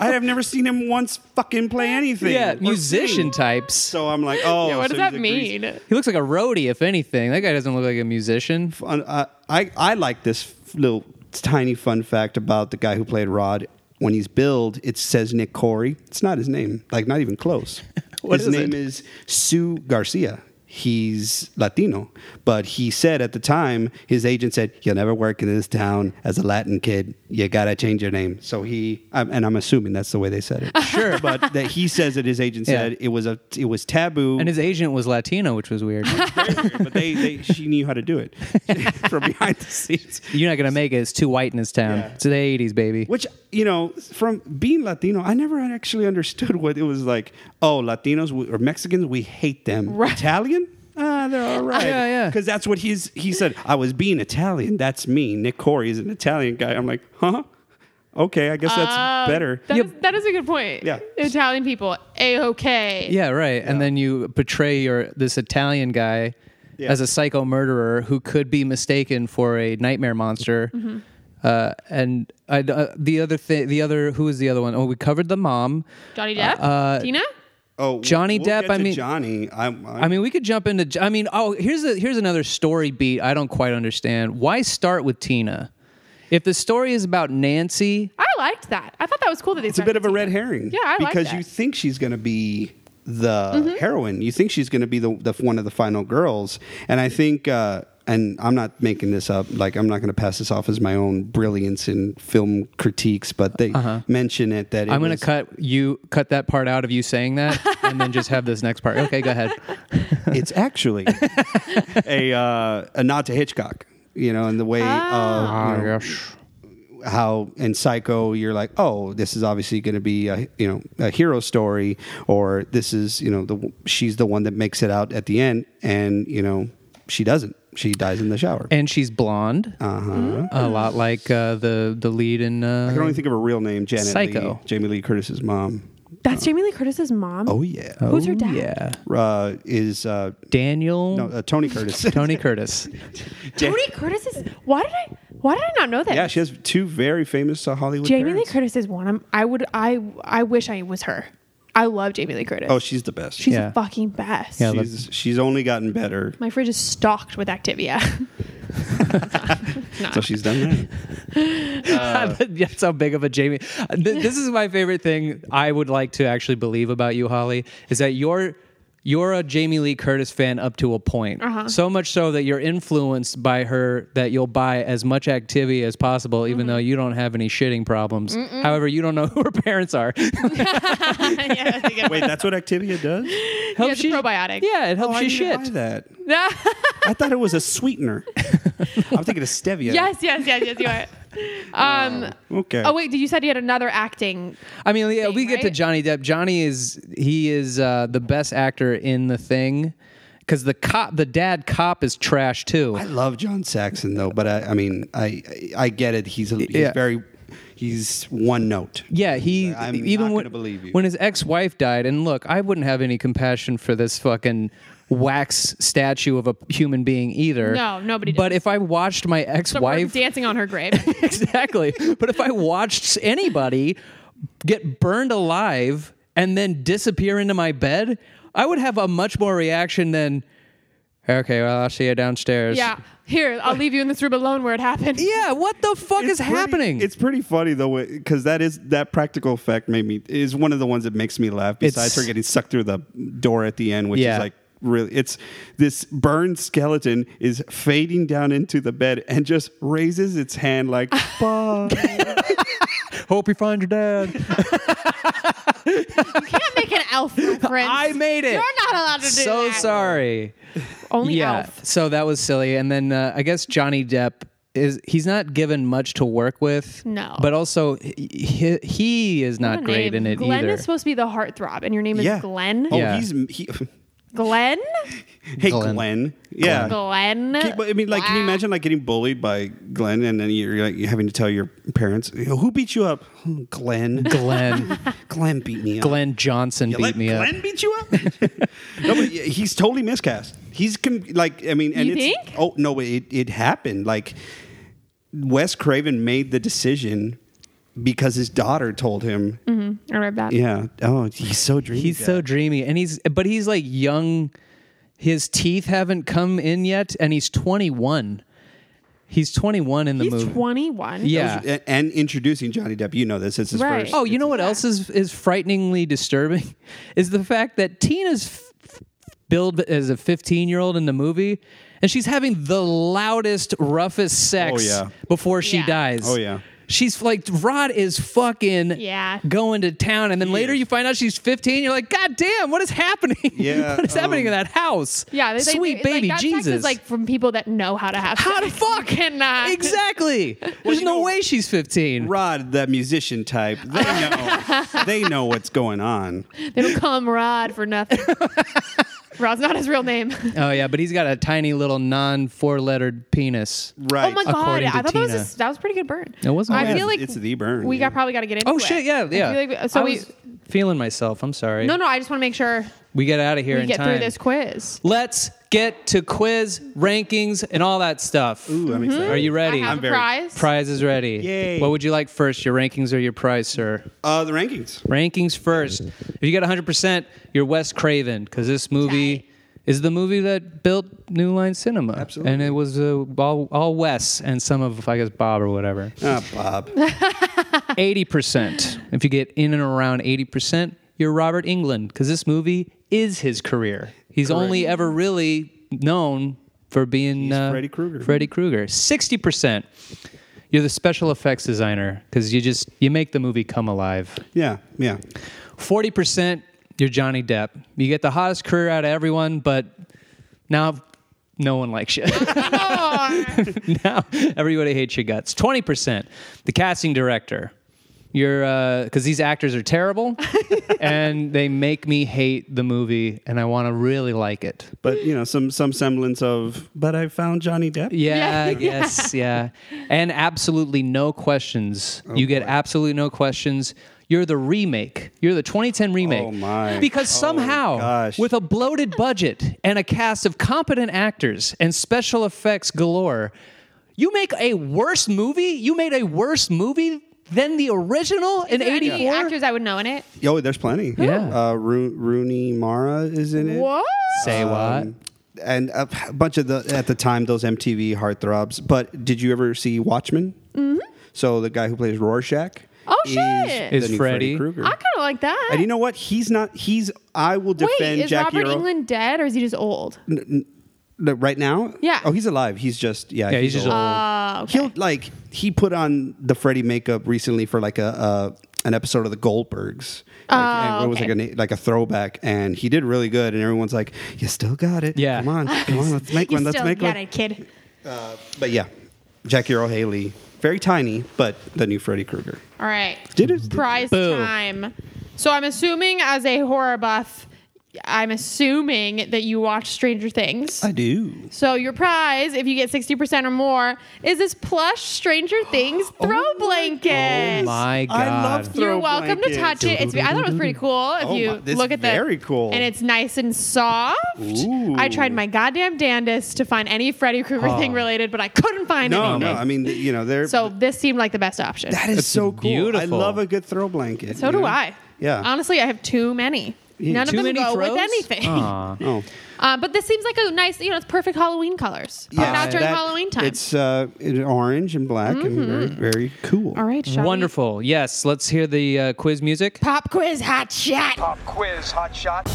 I have never seen him once fucking play anything.
yeah
or
musician
sing.
types
So I'm like, oh,
yeah what
so
does that
he's a greasy-
mean?
he looks like a roadie if anything that guy doesn't look like a musician
fun- uh, I, I like this f- little tiny fun fact about the guy who played Rod. When he's billed, it says Nick Corey. It's not his name, like not even close.
What
his
is
name
it?
is Sue Garcia. He's Latino, but he said at the time his agent said you'll never work in this town as a Latin kid. You gotta change your name. So he, I'm, and I'm assuming that's the way they said it. Sure, but that he says that his agent
Yeah.
said it was a it was taboo
And his agent was Latino, which was weird.
but they, they she knew how to do it from behind the scenes.
You're not gonna make it. It's too white in this town.
Yeah.
It's the '80s, baby.
Which you know, from being Latino, I never had actually understood what it was like. Oh, Latinos we- or Mexicans, we hate them.
Right.
Italian. Ah, they're all right.
Yeah, yeah.
Because that's what he's he said. I was being Italian. That's me. Nick Corey is an Italian guy. I'm like, huh? Okay, I guess that's
Um,
better.
Um, That, is, that is a good point.
Yeah.
Italian people, a okay.
Yeah, right. And then you portray your this Italian guy
Yeah.
as a psycho murderer who could be mistaken for a nightmare monster.
Mm-hmm.
Uh, and I, uh, the other thing, the other who was the other one? Oh, we covered the mom.
Johnny
Uh,
Depp, Tina.
Oh,
Johnny
we'll get
Depp, I
to
mean-
Johnny. I, I,
I mean, we could jump into. J- I mean, oh, here's a here's another story beat. I don't quite understand. Why start with Tina? If the story is about Nancy,
I liked that. I thought that was cool that they.
It's a bit of a red herring.
Yeah, I like
because
that. Mm-hmm.
you think she's going to be the heroine. You think she's going to be the, the one of the final girls, and I think. Uh, and I'm not making this up. Like I'm not going to pass this off as my own brilliance in film critiques, but they mention it that it
Uh-huh. I'm going
was-
to cut you cut that part out of you saying that, and then just have this next part. Okay, go ahead.
it's actually a uh, a nod to Hitchcock. You know, in the way
Ah.
of
Um,
you know, how in Psycho you're like, oh, this is obviously going to be a you know a hero story, or this is you know the she's the one that makes it out at the end, and you know she doesn't. She dies in the shower.
And she's blonde,
uh-huh.
a
Mm.
lot like uh, the the lead in. Uh,
I can only think of a real name, Janet.
Psycho.
Lee, Jamie Lee Curtis's mom.
That's Jamie Lee Curtis's mom.
Oh yeah,
Who's her
Oh,
dad?
Yeah,
uh, is uh,
Daniel
no uh, Tony Curtis.
Tony Curtis.
Tony Curtis is. Why did I? Why did I not know that?
yeah, she has two very famous uh, Hollywood.
Jamie
parents.
Lee Curtis is one. I'm, I would. I. I wish I was her. I love Jamie Lee Curtis.
Oh, she's the best.
she's
yeah.
the fucking best.
Yeah.
she's she's only gotten better.
My fridge is stocked with Activia.
So she's done that. Uh,
That's how big of a Jamie. Th- This is my favorite thing. I would like to actually believe about you, Holly, is that your you're a Jamie Lee Curtis fan up to a point.
Uh-huh.
So much so that you're influenced by her that you'll buy as much activity as possible, even
Mm-hmm.
though you don't have any shitting problems. However, you don't know who her parents are.
yeah, that's a good
Wait, that's what Activia does?
Helps
it's a
she-
probiotic.
Yeah, it
Oh,
helps
I
you
didn't
shit.
buy that.
one.
I thought it was a sweetener. I'm thinking of stevia.
yes, yes, yes, yes, you are. Um,
Okay.
Oh wait, you said you had another acting.
I mean, yeah, we
thing,
get to
right?
Johnny Depp. Johnny is he is uh, the best actor in the thing because the cop, the dad cop, is trash too.
I love John Saxon though, but I, I mean, I, I I get it. He's a, he's
Yeah.
very he's one note.
yeah, he
I'm
even
not
when
gonna believe you.
when his ex-wife died, and look, I wouldn't have any compassion for this fucking wax statue of a human being either.
No, nobody
But
does.
if I watched my
So
ex-wife,
we're dancing on her grave.
exactly. But if I watched anybody get burned alive and then disappear into my bed, I would have a much more reaction than, okay, well, I'll see you downstairs.
yeah. Here, I'll leave you in this room alone where it happened.
Yeah, what the fuck is
pretty-
happening?
It's pretty funny though, because that is that practical effect made me is one of the ones that makes me laugh. Besides
It's-
her getting sucked through the door at the end, which
Yeah.
is like really, it's this burned skeleton is fading down into the bed and just raises its hand like, "Bye."
Hope you find your dad.
You can't make an elf reference.
I made it.
You're not allowed to do
so
that.
sorry.
Only
yeah.
elf.
So that was silly. And then uh, I guess Johnny Depp is he's not given much to work with.
No.
But also he, he is not great in it
Glenn
either.
is supposed to be the heartthrob, and your name is
yeah,
Glenn.
Oh,
Yeah.
he's he,
Glenn.
hey
Glenn.
Glenn. Yeah,
Glenn.
Can- but I mean, like, can you
Wow.
imagine like getting bullied by Glenn, and then you're like having to tell your parents, you know, "Who beat you up?" "Hmm, Glenn.
Glenn.
Glenn beat me up.
Glenn Johnson
You
beat
let
me up.
Glenn beat you up. no, but yeah, he's totally miscast. He's com- like, I mean, and
You
it's
think?
oh no, but it it happened. Like, Wes Craven made the decision because his daughter told him.
I read that.
Yeah. Oh, he's so dreamy.
He's
guy.
so dreamy, and he's but he's like young. His teeth haven't come in yet, and he's 21. He's 21 in the
He's
movie.
21.
yeah.
And- And introducing Johnny Depp, you know this. It's his
Right.
first.
Oh, you know what else is is frighteningly disturbing is the fact that Tina's f- billed as a 15 year old in the movie, and she's having the loudest, roughest sex
Oh, yeah.
before she
Yeah.
dies.
Oh, yeah.
She's like Rod is fucking
Yeah.
going to town, and then later
is.
you find out she's 15. You're like, God damn, what is happening?
Yeah, um,
what is happening in that house?
Yeah, they, they-
sweet
they-
baby
like, that
Jesus.
Sex is like from people that know how to have
how to
sex.
fuck?
and uh,
exactly. There's
you
no
know-
way she's 15.
Rod, the musician type, they know. they know what's going on.
They don't call him Rod for nothing. Rod's not his real name.
Oh yeah, but he's got a tiny little non-four-lettered penis.
Right.
oh my god!
According
I
to
thought that was
Tina.
a, that was a pretty good burn.
It was
I
bad.
feel like
it's the burn.
we
yeah.
got probably got to get into
Oh
it.
shit! Yeah,
I
yeah.
feel like- so
I
we
was feeling myself. I'm sorry.
no no. I just want to make sure
We get out of here
we
in
get
time.
through this quiz.
Let's get to quiz rankings and all that stuff.
Ooh,
Mm-hmm.
I'm excited.
Are you ready?
I have
I'm
a
very-
prize.
Prize is ready.
Yay.
What would you like first, your rankings or your prize, sir?
Uh, the rankings.
Rankings first. If you get 100%, you're Wes Craven because this movie
Tight.
is the movie that built New Line Cinema.
Absolutely.
And it was uh, all, all Wes and some of, I guess, Bob or whatever.
Ah, Bob.
80%. If you get in and around 80%, you're Robert England because this movie is his career. He's only ever really known for being uh,
Freddy Krueger.
Freddy Krueger. 60%. You're the special effects designer because you just you make the movie come alive.
Yeah, yeah.
Forty percent, you're Johnny Depp. You get the hottest career out of everyone, but now no one likes you. now everybody hates your guts. Twenty percent, the casting director. You're because these actors are terrible, and they make me hate the movie, and I want to really like it.
But you know, some some semblance of. But I found Johnny Depp.
Yeah,
Yeah.
yes, yeah. And absolutely no questions.
Oh,
you get absolutely no questions. You're the remake. You're the 2010 remake.
Oh, my.
Because somehow,
gosh.
with a bloated budget and a cast of competent actors and special effects galore, you make a worse movie. You made a worse movie than the original in
Any
84.
actors I would know in it.
Oh, there's plenty.
Yeah.
Uh, Ro- Rooney Mara is in it.
What?
Say what?
Um, and a p- bunch of the at the time those MTV heartthrobs. But did you ever see Watchmen? Mm-hmm. So the guy who plays Rorschach.
Oh,
Oh, shit.
Is
the new
Freddy-
Krueger.
I kind of like that.
And you know what? He's not. He's. I will defend
Wait, is
Jackie
Robert
Earl.
England dead or is he just old?
No, right now?
Yeah.
Oh, he's alive. He's just yeah.
Yeah, he's just old.
Uh, okay.
He'll like he put on the Freddy makeup recently for like a uh, an episode of the Goldbergs. Like, and
Oh,
it was
okay.
like a na- like a throwback, and he did really good. And everyone's like, "You still got it?
Yeah.
come on, come on, let's make
you
one. Let's
still
make
got
one." Uh,
it, kid.
But yeah, Jackie Earl Haley, very tiny, but the new Freddy Krueger.
All right.
Did it?
Prize
Boo.
time. So I'm assuming, as a horror buff, I'm assuming that you watch Stranger Things.
I do.
so your prize, if you get 60% or more, is this plush Stranger Things
Oh
throw blanket.
Oh my god!
I love
You're
Throw
welcome
blankets.
to touch it. It's, I thought it was pretty cool. If
Oh
you
my- this
look at the
very cool.
and it's nice and soft.
Ooh. Oh.
I tried my goddamn damnedest to find any Freddy Krueger thing related, but I couldn't find
No,
anything.
no. I mean, you know, they're
so this seemed like the best option.
that is so cool. I
beautiful.
love a good throw blanket.
So
you
do
know?
I.
Yeah.
Honestly, I have too many. None
Too
of them
many
go
throws?
with anything.
Aw.
Oh.
Uh, but this seems like a nice, you know, it's perfect Halloween colors.
Yeah,
Put it out during
that-
Halloween time. Mm-hmm.
It's uh, it- orange and black and very, very cool.
All right, shall we-
Wonderful. Yes, let's hear the uh, quiz music.
Pop quiz, hot shot.
Pop quiz, hot shot.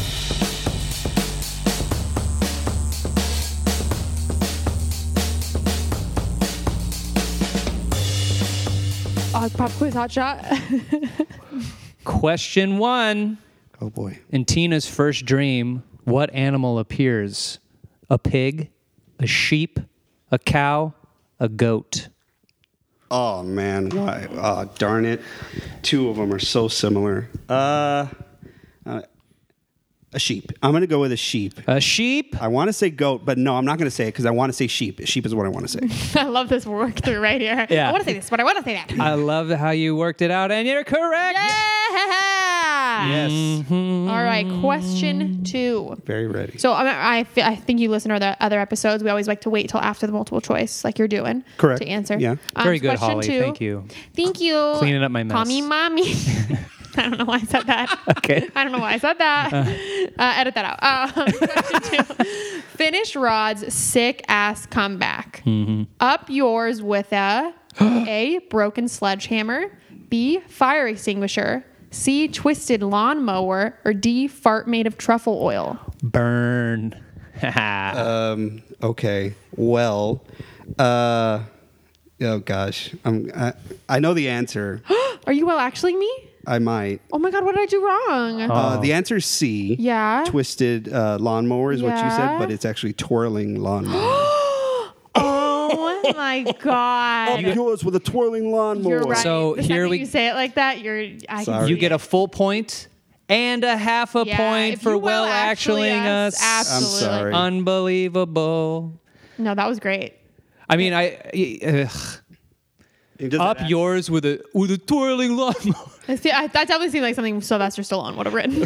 Oh, pop quiz, hot shot.
Question one:
Oh boy.
In Tina's first dream, what animal appears? A pig, a sheep, a cow, a goat.
Oh man, why? Oh darn it! Two of them are so similar. Uh, uh, a sheep. I'm gonna go with a sheep.
A sheep.
I want to say goat, but no, I'm not gonna say it because I want to say sheep. Sheep is what I want to say.
I love this work through right here.
Yeah.
I want to say this, but I want to say that.
I love how you worked it out, and you're correct.
Yeah.
yes. Mm-hmm.
All right, question two.
Very ready.
So um, I, fe- I think you listen to the other episodes. We always like to wait till after the multiple choice, like you're doing,
Correct.
To answer,
Yeah.
Very
so
good,
question
Holly. Thank you.
Thank you.
Cleaning up my
Call
mess.
me mommy. I don't know why I said that.
Okay. Uh-huh.
I don't know why I said that. Uh, edit that out. Um, question two. Finish Rod's sick ass comeback.
Mm-hmm.
Up yours with a a broken sledgehammer, b fire extinguisher, c twisted lawnmower, or d fart made of truffle oil.
Burn.
Um. Okay. Well. Uh. Oh gosh. I'm. I, I know the answer.
Are you well actually me?
I might.
Oh my god, what did I do wrong?
Uh, the answer is C.
Yeah.
Twisted uh, lawnmower is what you
Yeah.
said, but it's actually twirling lawnmower.
oh my god.
yours with a twirling lawnmower.
You're right.
So
The
here
second
we-
you say it like that, you're I can
Sorry.
see
you get
it.
a full point and a half a
Yeah,
point
if
for
you will
well
actually
actuallying us.
Absolutely. Uh,
I'm sorry.
Unbelievable.
No, that was great.
I mean, I ugh.
He does
up
that.
yours with a with a twirling lawnmower.
I see- I- that definitely seemed like something Sylvester Stallone would have written.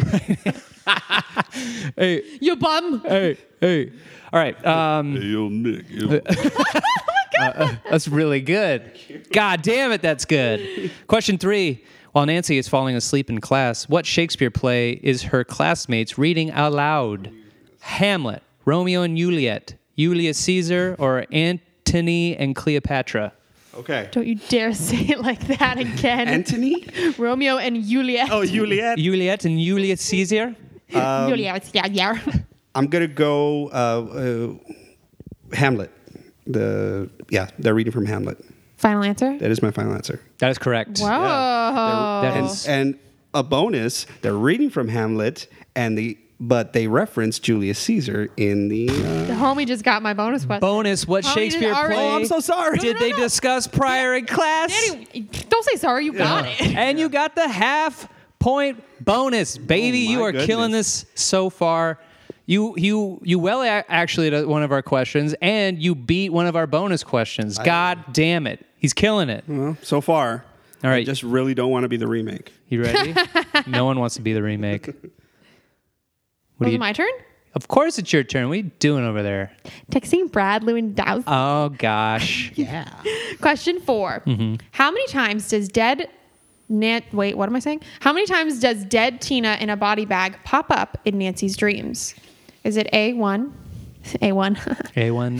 hey,
you bum.
hey, hey! All right, um,
Oh
Uh, that's really good. God damn it, that's good. Question three: While Nancy is falling asleep in class, what Shakespeare play is her classmates reading aloud? Hamlet, Romeo and Juliet, Julius Caesar, or Antony and Cleopatra?
Okay.
Don't you dare say it like that again.
Anthony?
Romeo and Juliet.
Oh, Juliet.
Juliet and Julius Caesar.
Juliet. Yeah, yeah.
I'm gonna go uh, uh, Hamlet. The yeah, they're reading from Hamlet.
Final answer.
That is my final answer.
That is correct.
Whoa.
That
And,
is
and a bonus, they're reading from Hamlet, and the but they reference Julius Caesar in the. Uh,
The homie just got my bonus question.
bonus. What
How many did
Shakespeare
I already-
play?
Oh, I'm so
sorry.
Did
no,
they
no.
discuss prior in class?
Anyway, don't say sorry. You got it.
and you got the half point bonus, baby.
Oh, my
you are killing
goodness.
this so far. You you you well a- actually did one of our questions, and you beat one of our bonus questions. God damn it, he's killing it.
well, so far.
All
I
right.
just really don't want to be the remake.
You ready? no one wants to be the remake. What
Was
do
it
you?
my turn?
Of course, it's your turn. What are you doing over there?
Texting Brad Lewandowski.
Oh gosh.
Question 4 How many times does dead Nan- wait, what am I saying? How many times does dead Tina in a body bag pop up in Nancy's dreams? Is it A1? A1.
A one.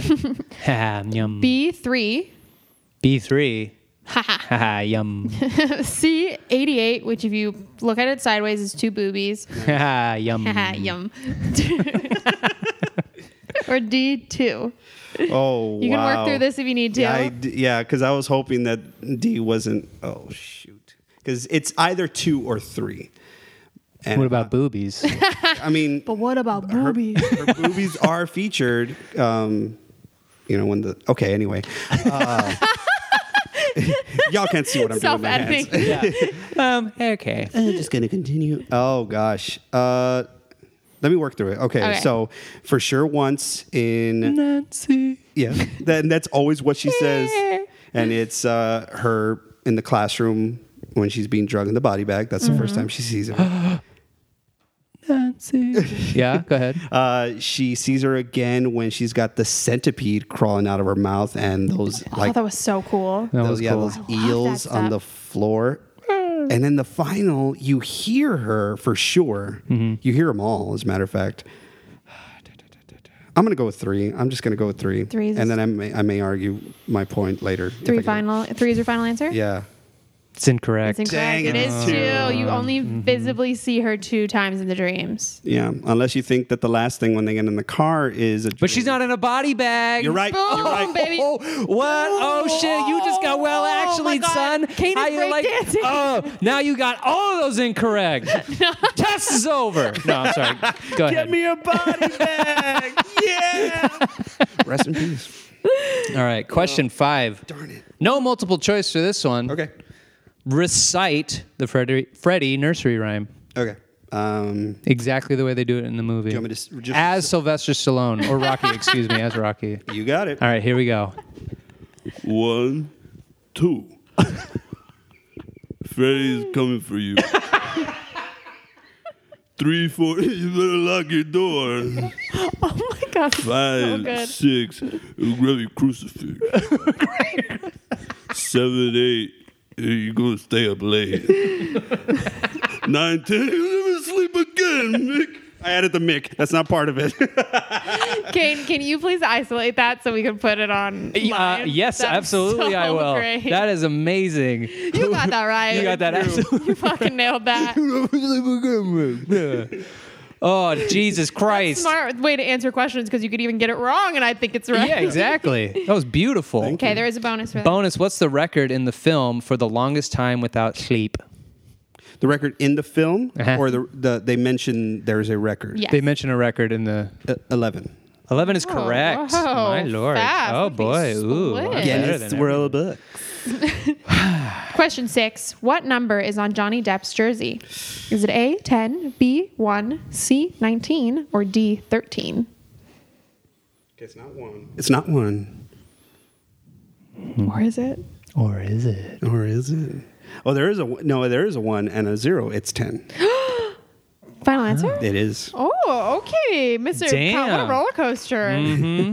Yum.
B3,
B three. Haha, yum.
C88, which if you look at it sideways is two boobies.
Haha, yum.
Yum. or D2.
Oh,
You can
wow.
work through this if you need to.
Yeah, I d- yeah, because I was hoping that D wasn't. Oh shoot, because it's either two or three. And
What about boobies?
I mean,
but what about
her,
boobies?
her boobies are featured. Um, you know when the okay. Anyway, uh, y'all can't see what I'm doing. with my hands.
Self-editing.
um, okay.
I'm just gonna continue.
Oh gosh. Uh, let me work through it. Okay,
Okay.
so for sure, once in
Nancy.
Yeah. Then that's always what she says. And it's uh, her in the classroom when she's being drugged in the body bag. That's the first time she sees her.
Nancy. yeah, go ahead.
Uh, she sees her again when she's got the centipede crawling out of her mouth and those
oh,
like
that was so cool.
That
those,
was
yeah,
cool.
those
that
eels on
stuff.
the floor. And then the final, you hear her for sure. You hear them all, as a matter of fact. I'm gonna go with three. I'm just gonna go with three.
Three's-
and then I may, I may argue my point later. if I
Three
can-
final. Three is your final answer.
Yeah.
It's incorrect.
It's
Dang
incorrect.
it.
it is two. You only visibly see her two times in the dreams.
Yeah, unless you think that the last thing when they get in the car is a.
but she's not in a body bag.
You're right.
Boom,
you're right.
baby.
Oh, what? Oh shit! You just got well,
Oh, my
actually,
God.
son.
Kate is
How you
break
like-
dancing.
Oh, now you got all of those incorrect. Test is over. No, I'm sorry. Go ahead.
Get me a body bag. yeah. Rest in peace.
all right. Question five.
Oh. Darn it.
No multiple choice for this one.
Okay.
Recite the Freddy, Freddy nursery rhyme
Okay. Um,
exactly the way they do it in the movie.
you want me to s- just-
as Sylvester Stallone or Rocky, excuse me, as Rocky.
you got it.
All right, here we go.
One, two. Freddy's coming for you. Three, four. You better lock your door.
Oh my god.
Five,
good.
six. Grab your crucifix. Seven, eight. You're gonna stay up late. Nine, ten. You never sleep again, Mick.
I added the Mick. That's not part of it.
Kane, can you please isolate that so we can put it on?
Uh, yes, absolutely, I will. That is amazing.
you got that right.
You got that absolutely.
You fucking nailed that.
Oh, Jesus Christ.
Smart way to answer questions because you could even get it wrong, and I think it's right.
Yeah, exactly. That was beautiful.
Okay, there is a bonus for that.
Bonus, what's the record in the film for the longest time without sleep?
the record in the film,
Uh-huh.
or the, the they mentioned there's a record.
Yes.
They mention a record in the
Uh, Eleven.
11 is
Whoa,
correct.
whoa,
My lord.
fast.
Oh
Look at
boy.
you
Ooh. I'm
split.
better
Guinness
than
World Book.
Question six What number is on Johnny Depp's jersey? Is it A, 10, B, 1, C, 19, or D, 13?
It's not one. It's not one,
Hmm.
Or is it?
everyone. Or is it?
or is it? Oh, there is a one- no. There is a one and a zero. It's ten.
Final answer?
It is.
Oh, okay.
Damn.
Mr.
Mm-hmm.
Pat, what a roller coaster.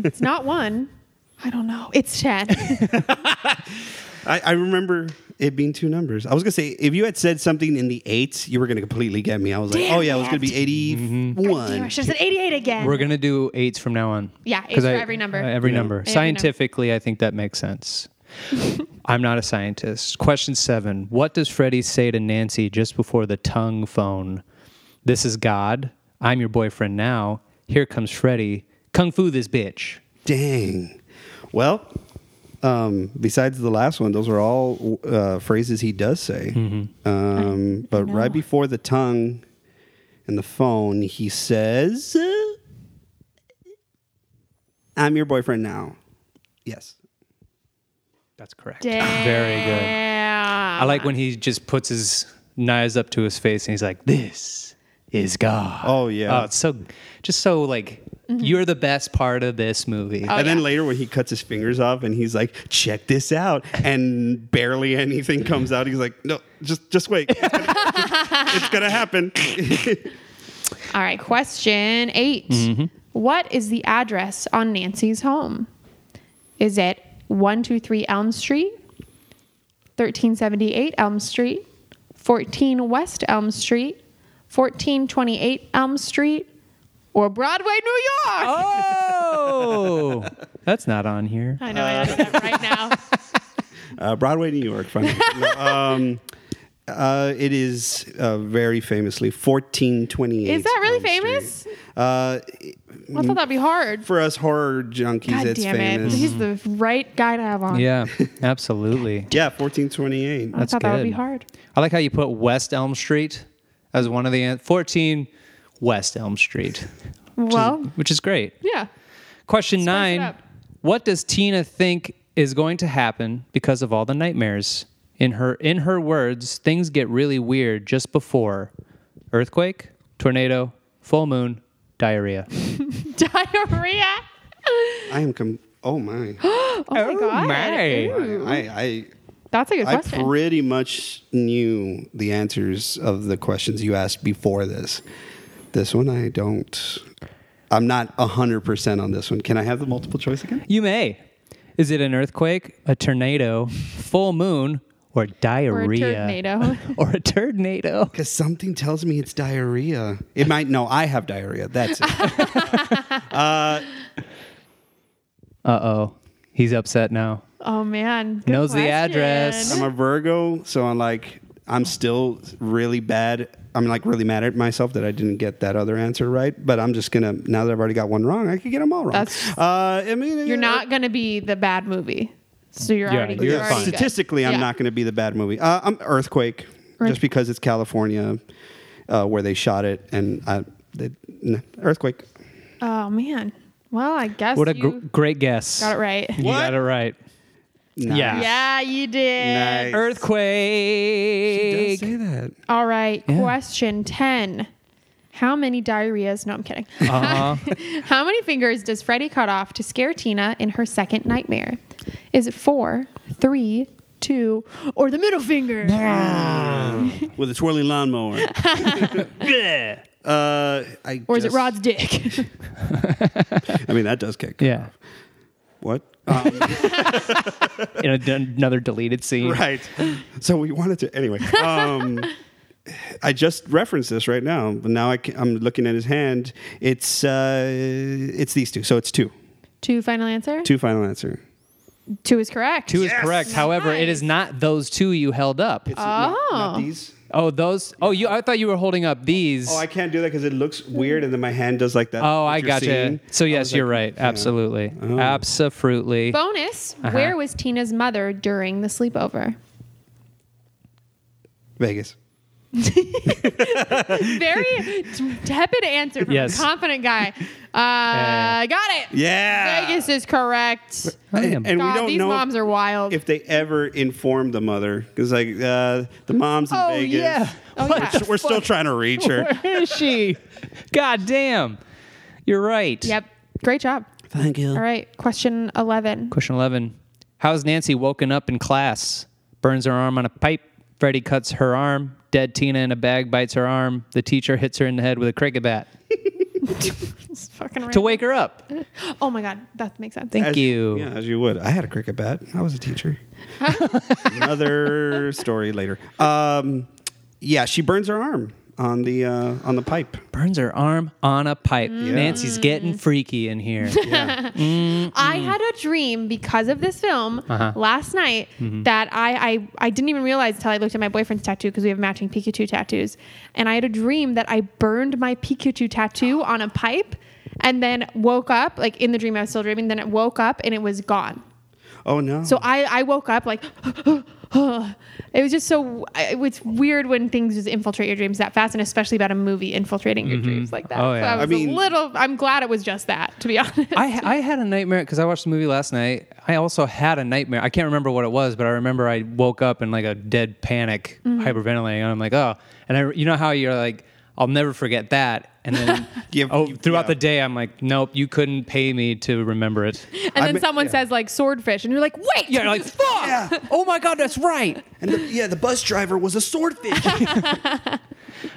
it's not one. I don't know. It's 10.
I, I remember it being two numbers. I was gonna say if you had said something in the eights, you were gonna completely get me. I was like,
Damn
oh yeah, it Mm-hmm. was gonna be
Damn, I
eighty-one.
should have said 88 again.
We're going to do eights from now on.
Yeah, eights
'Cause
for every number.
uh, every
Yeah.
number.
Every
Scientifically, I think that makes sense. I'm not a scientist. Question seven What does Freddie say to Nancy just before the tongue phone? This is God. I'm your boyfriend now. Here comes Freddie. Kung Fu this bitch.
Dang. Well, um, besides the last one, those are all uh, phrases he does say. Um, but right before the tongue and the phone, he says, "I'm your boyfriend now." Yes.
That's correct.
Damn.
Very good. I
I
like when he just puts his knives up to his face and he's like, "This is God."
Oh, yeah.
Oh, it's so just so like
Mm-hmm.
you're the best part of this movie.
Oh,
Oh,
and then
yeah.
later, when he cuts his fingers off, and he's like, "Check this out," and barely anything comes out, he's like, "No, just just wait, it's gonna, it's gonna happen."
All right, question 8
Mm-hmm.
What is the address on Nancy's home? Is it 123 Elm Street, 1378 Elm Street, 14 West Elm Street, 1428 Elm Street, or Broadway, New York?
Oh. that's not on here.
I know I added that right now.
Uh, Broadway, New York. Funny. No, um, uh, it is uh, very famously 1428.
Is that really
Elm Street.
famous?
Uh,
I thought that'd be hard.
for us horror junkies,
God
it's
damn
famous.
it. He's the right guy to have on.
Yeah, absolutely.
Yeah, 1428.
I
That's
thought that would
good.
be hard.
I like how you put West Elm Street as one of the an- 14 West Elm Street,
Well,
which is great.
yeah.
Question nine
up.
What does Tina think is going to happen because of all the nightmares? In her in her words, things get really weird just before earthquake, tornado, full moon, diarrhea.
Diarrhea.
I am. Com- oh my.
Oh, my god.
my.
Ooh.
I. I
That's a good
I
question.
pretty much knew the answers of the questions you asked before this. This one I don't. I'm not hundred percent on this one. Can I have the multiple choice again?
You may. Is it an earthquake, a tornado, full moon, or diarrhea?
tornado.
or a tornado.
Because something tells me it's diarrhea. It might. No, I have diarrhea. That's it.
Uh oh. He's upset now.
oh man. Good
Knows the
question.
address.
I'm a Virgo, so I'm like I'm still really bad. I'm like really mad at myself that I didn't get that other answer right. But I'm just gonna now that I've already got one wrong, I could get them all wrong.
That's-
uh, I mean,
You're not gonna be the bad movie. So you're
Yeah,
already
you're
you're,
Yeah,
already good.
statistically, I'm
Yeah.
not going to be the bad movie. Uh, I'm Earthquake,
Earth-
just because it's California, uh, where they shot it, and I, they, n- Earthquake.
Oh man. Well, I guess
What a
you
gr- great guess.
got it right.
You got it right.
Nah.
Yeah.
Yeah, you did.
Nice. Does
Earthquake.
say that.
All right. Question ten. How many diarrheas? No, I'm kidding.
Uh-huh.
How many fingers does Freddy cut off to scare Tina in her second nightmare? Is it four, three, two, or the middle finger?
with a twirling lawnmower.
Uh, I
Or is it
just-
Rod's dick?
I mean, that does kick.
Yeah.
What? Um,
In a d- another deleted scene.
right. So we wanted to anyway. Um, I just referenced this right now, but now I can, I'm looking at his hand. It's uh, it's these two, so it's two.
two final answer?
Two final answer.
Two is correct.
Two is correct. However, it is
Nice.
not those two you held up.
It's not- not
Oh.
these.
Oh, those. Oh, you. I thought you were holding up these.
Oh, I can't do that because it looks weird, and then my hand does like that.
Oh,
what
I
you're
gotcha.
seeing.
So
I
yes,
was like,
you're right.
yeah. Oh.
Absolutely. Absolutely.
Bonus.
Uh-huh.
Where was Tina's mother during the sleepover?
Vegas.
Very t- tepid answer from
Yes.
a confident guy. Uh, got it.
Yeah.
Vegas is correct.
I am.
And we
God,
don't
these
know
moms
if,
are wild.
if they ever informed the mother because like uh, the mom's in
Oh,
Vegas.
yeah.
Oh,
We're-
yeah.
We're, still trying to reach her.
Where is she? God damn. You're right.
yep. Great job.
Thank you.
All right. Question 11.
Question 11. How's Nancy woken up in class? Burns her arm on a pipe. Freddy cuts her arm. Dead Tina in a bag bites her arm. The teacher hits her in the head with a cricket bat
It's fucking
to
random.
wake her up.
Oh my God. That makes sense.
Thank
As-
you.
Yeah, as you would. I had a cricket bat. I was a teacher. Another story later. Um, yeah, she burns her arm on the uh, on the pipe.
Burns her arm on a pipe. Nancy's getting freaky in here. Mm-hmm.
I had a dream because of this film
Uh-huh.
last night
Mm-hmm.
that I, I I didn't even realize until I looked at my boyfriend's tattoo because we have matching Pikachu tattoos, and I had a dream that I burned my Pikachu tattoo on a pipe, and then woke up like in the dream I was still dreaming. Then it woke up and it was gone.
Oh no.
So I I woke up like. It was just so. I- It's weird when things just infiltrate your dreams that fast, and especially about a movie infiltrating your dreams like that.
Oh,
So
yeah.
I was
mean-
a little. I'm glad it was just that, to be honest.
I, I had a nightmare because I watched the movie last night. I also had a nightmare. I can't remember what it was, but I remember I woke up in like a dead panic, hyperventilating, and I'm like, oh. And I, you know how you're like, I'll never forget that. And then
Yeah,
oh,
you-
throughout the
yeah.
day, I'm like, nope, you couldn't pay me to remember it.
And then
mean-
someone
yeah.
says like swordfish, and you're like, wait,
You're like, fuck!
Yeah.
Oh my God, that's right.
and the, yeah, the bus driver was a swordfish.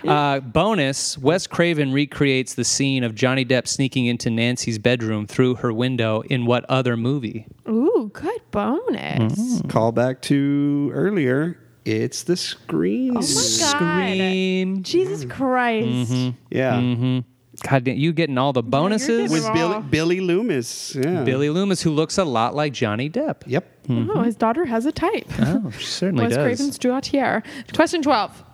Uh, bonus Wes Craven recreates the scene of Johnny Depp sneaking into Nancy's bedroom through her window in what other movie?
ooh, good bonus.
Call back to earlier. It's the screen.
Oh my god,
Scream.
Mm-hmm.
Jesus Christ!
Yeah.
Mm-hmm. God damn, you getting all the bonuses.
getting
with
Raw.
Billy, Billy Loomis. Yeah.
Billy Loomis, who looks a lot like Johnny Depp.
Yep.
Oh, his daughter has a type.
Oh, she certainly
Was
does.
Craven's Droitier. Question 12.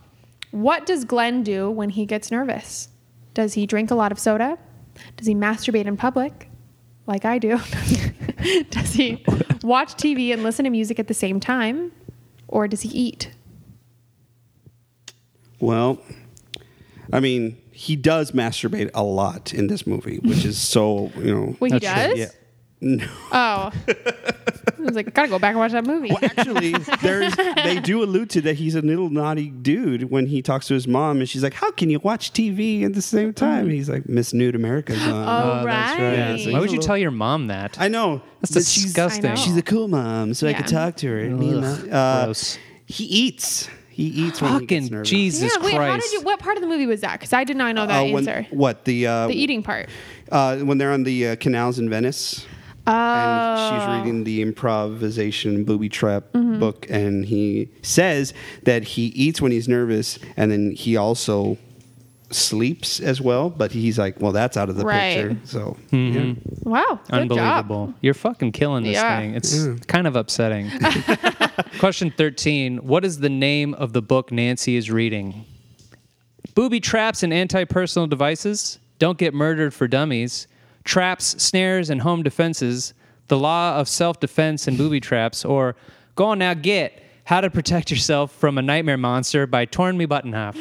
What does Glenn do when he gets nervous? Does he drink a lot of soda? Does he masturbate in public? Like I do. does he watch TV and listen to music at the same time? Or does he eat?
Well, I mean, he does masturbate a lot in this movie, which is so you know.
Well, he
That's
does?
yeah. No.
Oh. I was like, gotta go back and watch that movie.
Well, actually, there's they do allude to that he's a little naughty dude when he talks to his mom, and she's like, "How can you watch TV at the same time?" And he's like, "Miss Nude America's on."
Oh,
that's
right.
Why
Yeah, so he's
would
a
you
little-
tell your mom that?
I know.
That's
but she's-
disgusting.
I know.
She's a cool mom, so I
Yeah.
could talk to her. and, you know, uh,
gross.
He eats. He eats when he gets
Fucking
nervous.
Jesus
yeah, wait, how did
Christ.
you what part of the movie was that? Because I did not know that
Uh, when-
answer.
what the uh,
the eating part.
uh, when they're on the uh, canals in Venice. and she's
Oh. Mm-hmm.
reading the improvisation booby trap book, and he says that he eats when he's nervous, and then he also sleeps as well. But he's like, well, that's out of the
Right.
picture. So yeah.
Mm-hmm.
Wow. Good Job.
Unbelievable. You're fucking killing this
Yeah.
thing. It's kind of upsetting. Question 13 What is the name of the book Nancy is reading? Booby Traps and Anti Personal Devices, Don't Get Murdered for Dummies, Traps, Snares, and Home Defenses, The Law of Self Defense and Booby Traps, or Go on Now Get How to Protect Yourself from a Nightmare Monster by Torn Me Button Half.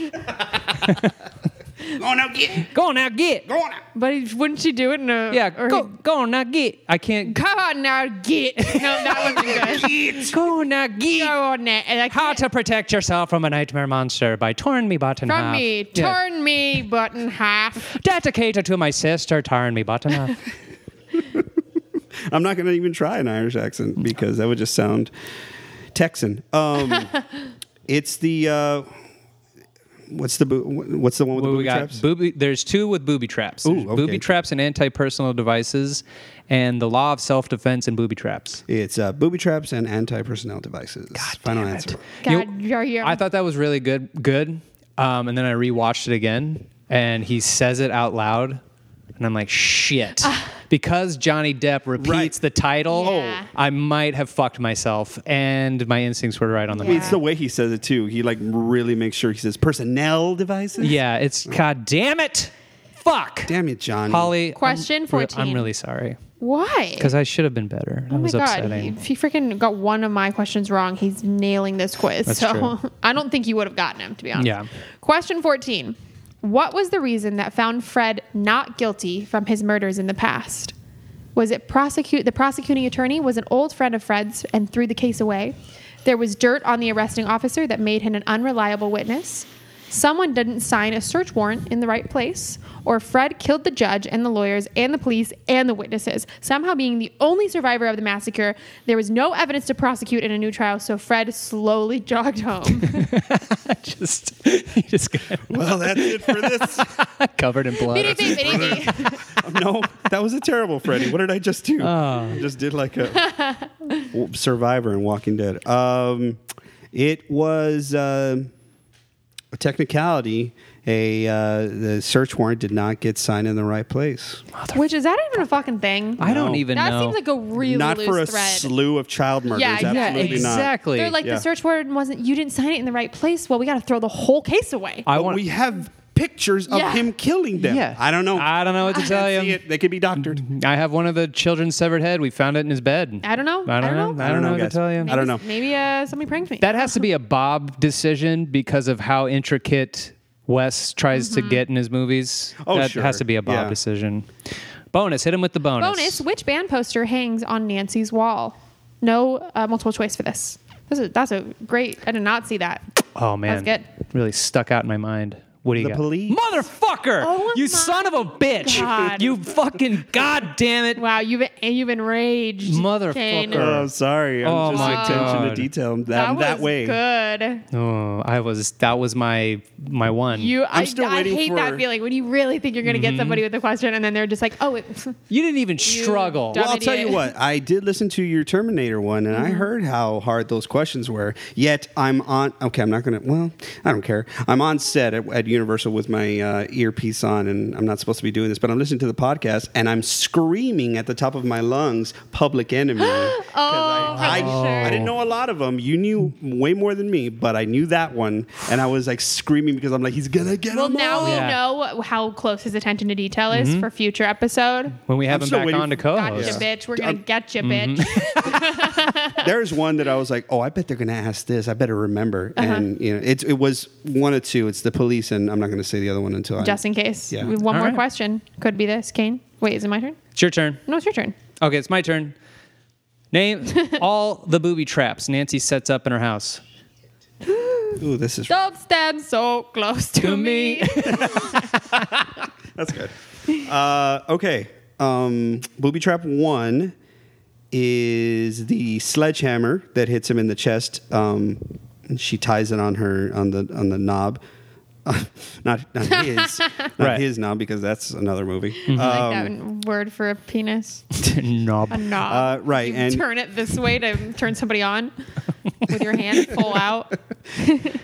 Go on now, Oh, get
Go on now, get.
go on. Now.
But he- wouldn't she do it in a
Yeah,
or
go, go on now, get. I can't.
Come on now, get. No, that wasn't good.
Go on now, get.
Go on now. And I
How
can't-
to protect yourself from a nightmare monster by torn me button
from
half.
me.
Yeah.
Turn me button half.
Dedicated to my sister, torn me button half.
I'm not going to even try an Irish accent because that would just sound Texan. Um, it's the uh, what's the boo- what's the one with
Well,
the
we
booby
got
traps?
booby. There's two with booby traps. There's
Ooh, okay.
Booby traps and anti-personal devices, and the law of self-defense and booby traps.
it's uh, booby traps and anti-personnel devices. Final answer.
God, you're here.
I thought that was really good. Good. Um, and then I rewatched it again, and he says it out loud, and I'm like, shit. because Johnny Depp repeats
Right.
the title,
Ah. Yeah.
I might have fucked myself, and my instincts were right on the
Yeah.
money.
It's the way he says it too. He like really makes sure he says personnel devices.
Yeah, it's god damn it. Fuck.
Damn it, John.
Holly. I'm
Question
re-
14.
I'm really sorry
Why?
because I should have been better. That
Oh my
was
god, he,
upsetting.
if he freaking got one of my questions wrong, he's nailing this quiz.
That's
so
true.
I don't think you would have gotten him, to be honest.
Yeah.
Question 14 What was the reason that found Fred not guilty from his murders in the past? Was it prosecute the prosecuting attorney was an old friend of Fred's and threw the case away? There was dirt on the arresting officer that made him an unreliable witness. Someone didn't sign a search warrant in the right place, or Fred killed the judge and the lawyers and the police and the witnesses. Somehow being the only survivor of the massacre, there was no evidence to prosecute in a new trial, so Fred slowly jogged home.
just, he just got
Well, that's it for this.
covered in blood.
Bitty, bitty, bitty.
no, that was a terrible Freddy. What did I just do?
Oh.
I just did like a survivor in Walking Dead. Um, it was uh, a technicality. A uh, the search warrant did not get signed in the right place.
Which is that even a fucking thing?
I don't
No.
even
that
know.
seems like a real
not
loose
for a
thread.
slew of child murders.
Yeah, yeah,
Absolutely
yeah,
not.
exactly.
They're like
Yeah.
the search warrant wasn't. You didn't sign it in the right place. Well, we got to throw the whole case away.
I
But
want.
we have pictures of
Yeah.
him killing them.
yeah.
I don't know.
I don't know what to tell Mm-hmm.
See
you.
it. They could be doctored.
I have one of the children's severed head. We found it in his bed.
I don't know.
I don't, know. I don't know what to
guys.
tell you.
I don't know.
Maybe uh, somebody pranked me.
That has to be a Bob decision because of how intricate Wes tries to
Mm-hmm.
get in his movies.
Oh,
that
sure.
has to be a Bob
Yeah.
decision. Bonus, hit him with the bonus.
Bonus: Which band poster hangs on Nancy's wall? No uh, multiple choice for this. This is that's a great. I did not see that.
Oh man,
That was
really stuck out in my mind. What do you
The
got?
police.
motherfucker!
Oh my
you son of a bitch!
God.
You fucking goddamn it!
Wow, you've you've enraged,
Motherfucker.
Kane.
Sure.
Oh, sorry. I'm
Oh
just
my
attention
God.
to detail. I'm
That
that,
was
way.
good.
Oh, I was that was my my one.
You, i
still
I,
waiting
hate that
for-
feeling when you really think you're going to
Mm-hmm.
get somebody with a question and then they're just like, oh, it,
You didn't even struggle.
dumb-
Well, I'll tell you
idiot.
what. I did listen to your Terminator one, and I
Mm-hmm.
heard how hard those questions were. Yet I'm on. Okay, I'm not gonna. Well, I don't care. I'm on set at, at Universal with my uh, earpiece on, and I'm not supposed to be doing this, but I'm listening to the podcast and I'm screaming at the top of my lungs, Public Enemy. 'cause I, I,
I'm Oh, sure.
I didn't know a lot of them. You knew way more than me, but I knew that one, and I was like screaming because I'm like, he's gonna get
Well,
him
now we
Yeah. Mm-hmm.
know how close his attention to detail is for future episode.
when we have
I'm
him
still
back
waiting
on to
for-
co-host.
Gotcha, bitch. We're gonna
Um,
get you,
Mm-hmm.
bitch.
there's one that I was like, oh, I bet they're going to ask this. I better remember. And you know, it, it was one of two. It's the police, and I'm not going to say the other one until
Just
I.
in case.
Yeah.
We have one
All
more
right.
question. Could be this, Kane. Wait, is it my turn?
It's your turn.
No, it's your turn.
Okay, it's my turn. Name all the booby traps Nancy sets up in her house.
Ooh, this is
Don't stand so close to,
To
me.
me.
that's good. Uh, okay, um, booby trap one is the sledgehammer that hits him in the chest. Um, and she ties it on her on the on the knob. not not his, not
Right.
his knob because that's another movie.
like
Uh,
Um,
that word for a penis.
Knob.
A knob.
uh, right,
You
and
turn it this way to turn somebody on with your hand full out.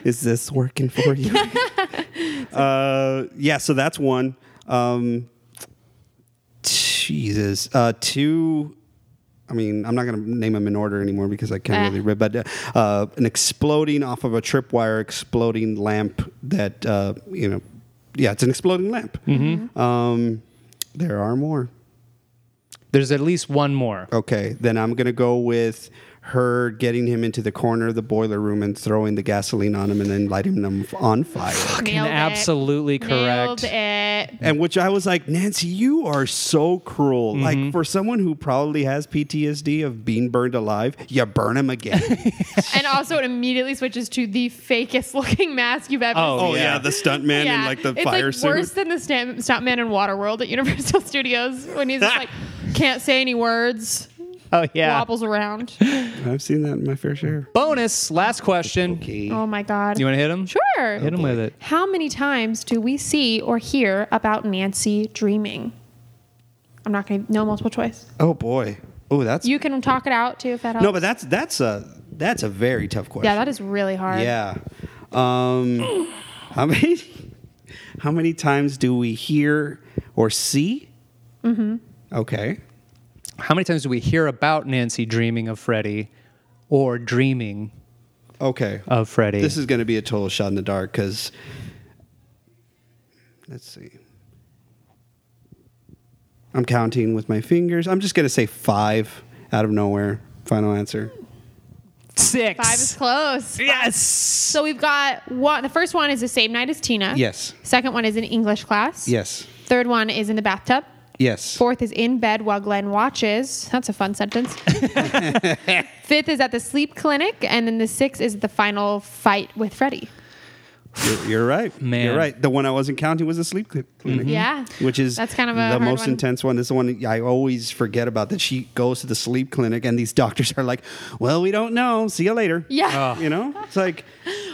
is this working for you? uh, yeah, so that's one. Um, Jesus, uh, two. I mean, I'm not going to name them in order anymore because I can't
Ah.
really. Re- but uh, an exploding off of a tripwire, exploding lamp that uh, you know, yeah, it's an exploding lamp. Um, there are more.
There's at least one more.
Okay, then I'm gonna go with her getting him into the corner of the boiler room and throwing the gasoline on him and then lighting him on fire.
Nailed it.
absolutely correct.
Nailed it.
And which I was like, Nancy, you are so cruel. Like for someone who probably has PTSD of being burned alive, you burn him again.
And also, it immediately switches to the fakest looking mask you've ever
Oh,
seen.
oh yeah, the stuntman in
Yeah.
like the
it's
fire
like
suit.
worse than the stunt, stuntman in Waterworld at Universal Studios when he's just like can't say any words,
Oh yeah.
wobbles around.
I've seen that in my fair share.
Bonus. Last question.
Oh my god!
You want to hit him?
sure.
Hit him with it.
How many times do we see or hear about Nancy dreaming? I'm not going to no multiple choice.
Oh boy. Oh, that's
You can talk it out too if that helps.
no, but that's that's a that's a very tough question.
yeah, that is really hard.
Yeah. Um, how many? How many times do we hear or see? Mm-hmm. Okay.
How many times do we hear about Nancy dreaming of Freddy or dreaming
Okay.
of Freddy?
This is going to be a total shot in the dark because. Let's see. I'm counting with my fingers. I'm just going to say five out of nowhere. Final answer.
six.
Five is close.
Yes.
So we've got one. The first one is the same night as Tina.
Yes.
Second one is in English class.
Yes.
Third one is in the bathtub.
Yes.
Fourth is in bed while Glenn watches. That's a fun sentence. Fifth is at the sleep clinic, and then the sixth is the final fight with Freddy.
You're, you're right.
Man.
You're right. The one I wasn't counting was the sleep cli- clinic.
Mm-hmm. Yeah.
which is
That's kind of a
the
hard
most
one.
intense one. This is the one I always forget about. That she goes to the sleep clinic, and these doctors are like, "Well, we don't know. See you later."
Yeah.
you know, it's like,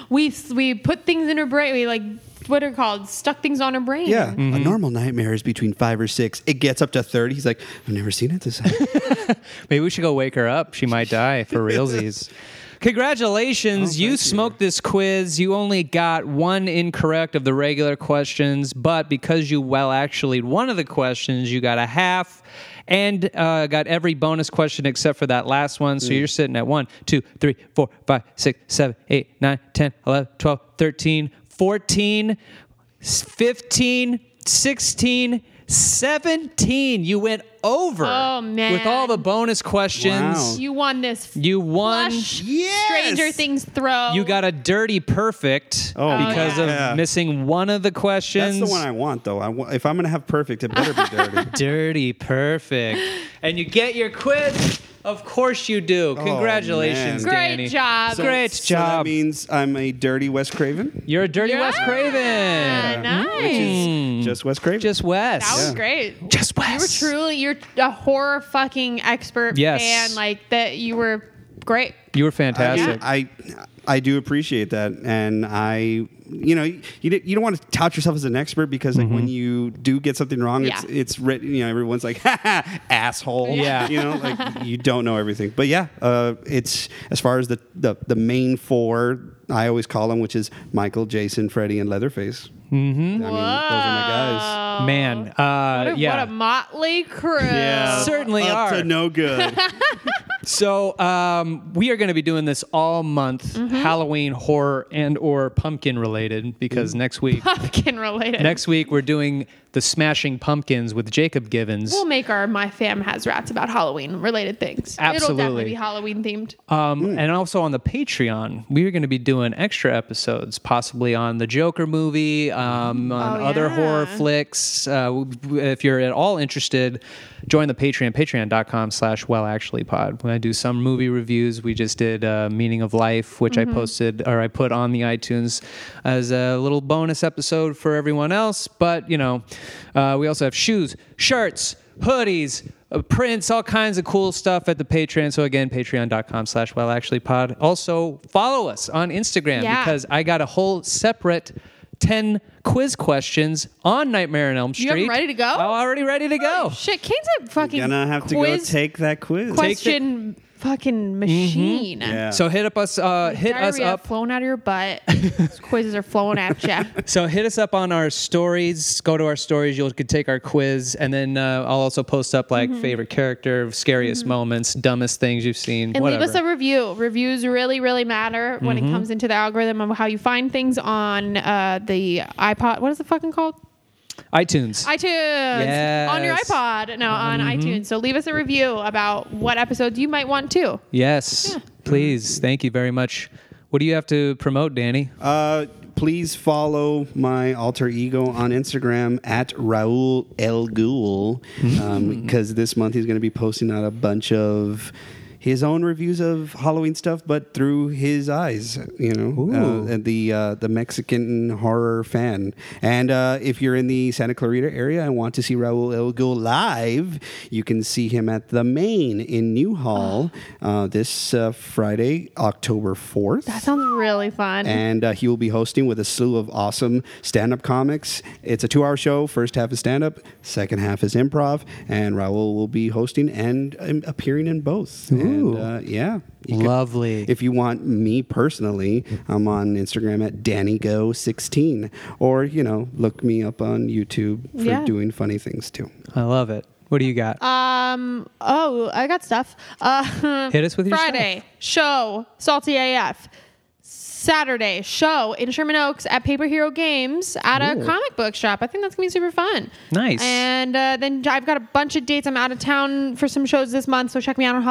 We we put things in her brain. We like what are called stuck things on her brain.
yeah,
Mm-hmm.
a normal nightmare is between five or six. It gets up to thirty. He's like, "I've never seen it this high."
Maybe we should go wake her up. She might die for realsies. Congratulations, you smoked this quiz. You only got one incorrect of the regular questions, but because you well actually one of the questions, you got a half and uh, got every bonus question except for that last one. So you're sitting at 1, 2, 3, 4, 5, 6, 7, 8, 9, 10, 11, 12, 13, 14, 15, 16, 17. You went over with
Oh,
all
man.
the bonus questions.
Wow.
You won this.
You won.
flush
Yes!
Stranger Things throw.
You got a dirty perfect
Oh,
because
yeah.
of
Yeah.
missing one of the
That's
questions.
the one I want, though. I want, if I'm gonna have perfect, it better be dirty.
dirty perfect. And you get your quiz. Of course you do. Congratulations,
Oh, man.
Great
Danny.
job. So-
Great
So
job.
that means I'm a dirty Wes Craven.
You're a dirty
Yeah,
West Craven.
Nice.
Hmm.
Just Wes Craven.
Just West.
that was great.
Just
You were
West.
truly you're a horror fucking expert
Yes.
fan like that you were great.
You were
I,
fantastic.
Yeah.
I I do appreciate that, and I you know you don't- you don't want to tout yourself as an expert because like
Mm-hmm.
when you do get something wrong, it's
Yeah.
it's written. You know, everyone's like, ha, ha, asshole.
Yeah.
you know, like you don't know everything. But yeah, uh, it's as far as the, the the main four. I always call them, which is Michael, Jason, Freddy, and Leatherface.
Mm-hmm.
I mean, those are my guys.
Man, uh,
Oh. What a,
yeah.
what a motley crew.
Yeah.
Certainly
Up
are.
to no good.
So um, we are going to be doing this all month, Halloween horror and or pumpkin related, because next week,
Pumpkin related.
next week we're doing the Smashing Pumpkins with Jacob Givens.
We'll make our My Fam Has Rats about Halloween related things. It'll
Absolutely.
definitely be Halloween themed.
Um,
Hmm.
And also on the Patreon, we're going to be doing extra episodes, possibly on the Joker movie, um, on
Oh,
other
yeah.
horror flicks. Uh, w- w- if you're at all interested, join the Patreon, patreon.com slash well actually pod. When I do some movie reviews, we just did uh, Meaning of Life, which
Mm-hmm.
I posted or I put on the iTunes as a little bonus episode for everyone else. But, you know, uh, we also have shoes, shirts, hoodies, uh, prints, all kinds of cool stuff at the Patreon. So again, patreon.com slash well actually pod. Also follow us on Instagram
Yeah.
because I got a whole separate 10 quiz questions on Nightmare on Elm Street.
You have 'em ready to go?
I'm already ready to go.
Shit, Kane's a fucking
Gonna have to go
quiz
take that quiz.
question fucking machine.
Yeah.
So hit up us uh, Mm-hmm. hit us
Diarrhea
up
flowing out of your butt. These quizzes are flowing at you.
So hit us up on our stories. Go to our stories. You'll could take our quiz, and then uh, I'll also post up like
Mm-hmm.
favorite character, scariest moments, dumbest things you've seen.
And
whatever. Mm-hmm.
leave us a review. Reviews really, really matter when it comes into the algorithm of how you find things on uh, the iPod. What is it fucking called?
iTunes.
iTunes on your
Yes. Mm-hmm.
iPod. No, on iTunes. So leave us a review about what episodes you might want too.
yes, please. Thank you very much. What do you have to promote, Danny?
Uh, please follow my alter ego on Instagram at Raul El Ghul because this month he's going to be posting out a bunch of his own reviews of Halloween stuff, but through his eyes, you know, uh, and the uh, the Mexican horror fan. And uh, if you're in the Santa Clarita area and want to see Raul El Ghul live, you can see him at the Main in Newhall uh, this uh, Friday, October fourth
That sounds really fun.
and uh, he will be hosting with a slew of awesome stand-up comics. It's a two-hour show. First half is stand-up, second half is improv, and Raul will be hosting and um, appearing in both. And,
Ooh.
uh, yeah, You could-
Lovely.
if you want me personally, I'm on Instagram at DannyGo16, or you know, look me up on YouTube for
Yeah.
doing funny things too.
I love it. What do you got?
Um. Oh, I got stuff. Uh,
Hit us with your
Friday show salty AF. Saturday show in Sherman Oaks at Paper Hero Games at a comic book shop. I think that's gonna be super fun.
Nice.
And uh, then I've got a bunch of dates. I'm out of town for some shows this month, so check me out on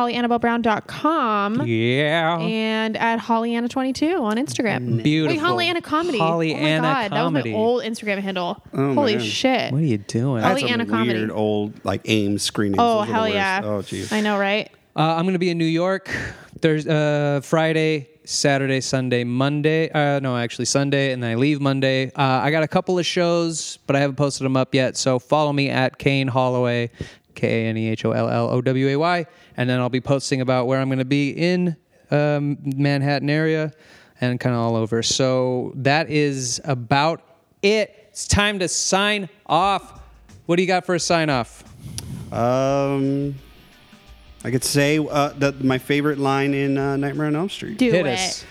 hollyannabellebrown.com
yeah.
and at hollyanna22 on Instagram.
Beautiful.
Wait, Holly Anna comedy.
Holly
oh my
Anna
God,
Comedy. Oh,
That was my old Instagram handle. Holy
man.
shit.
What are you doing?
Holly
That's some
Anna
weird
Oh, comedy.
old like AIM screenings.
Oh
Those are the
hell
worst.
yeah!
Oh geez.
I know, right?
Uh, I'm going to be in New York Thursday, uh, Friday, Saturday, Sunday, Monday. Uh, no, actually Sunday, and then I leave Monday. Uh, I got a couple of shows, but I haven't posted them up yet. So follow me at Kane Holloway, K A N E H O L L O W A Y, and then I'll be posting about where I'm going to be in um, Manhattan area and kind of all over. So that is about it. It's time to sign off. What do you got for a sign off?
Um, I could say uh, the, my favorite line in uh, Nightmare on Elm Street.
Do
Hit
it.
us.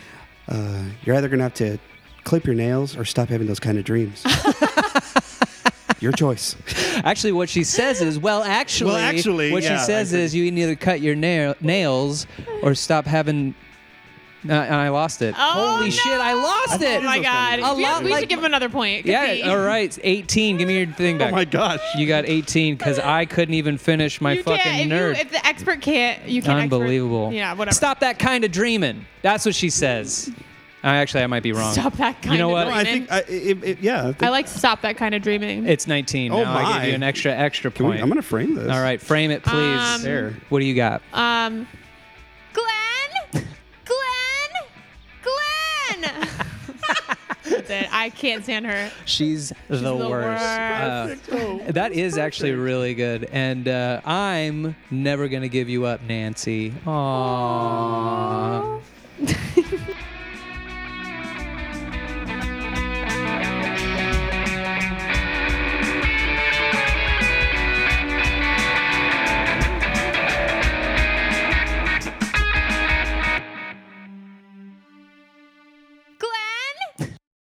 You're either gonna have to clip your nails or stop having those kind of dreams. your choice.
Actually, what she says is, well, actually,
Well, actually,
what
yeah,
she says
I agree.
is, you can either cut your nail- nails or stop having. Uh, and I lost it.
Oh,
Holy
no!
shit, I lost it.
Oh my god!
A
we
lot
we
like-
should give him another point. It could be-
Yeah, all right. 18. Give me your thing back.
Oh my gosh.
You got 18 because I couldn't even finish my
You
fucking
can't,
nerd.
If, you, if the expert can't, you can't. expert-
Unbelievable.
yeah, whatever.
Stop that kind of dreaming. That's what she says. I actually, I might be wrong.
Stop that kind
You know
of
what?
dreaming.
I think I, it, it, yeah. I think-
I like stop that kind of dreaming.
It's 19.
Oh
now I
my.
gave you an extra extra
Can we-
point.
I'm gonna frame this.
All right, frame it, please.
Um,
There.
What do you got?
um, Glenn, Glenn, Glenn. That's it. I can't stand her.
She's the,
the
worst.
worst.
Uh, that is actually really good. And uh, I'm never going to give you up, Nancy. Aww.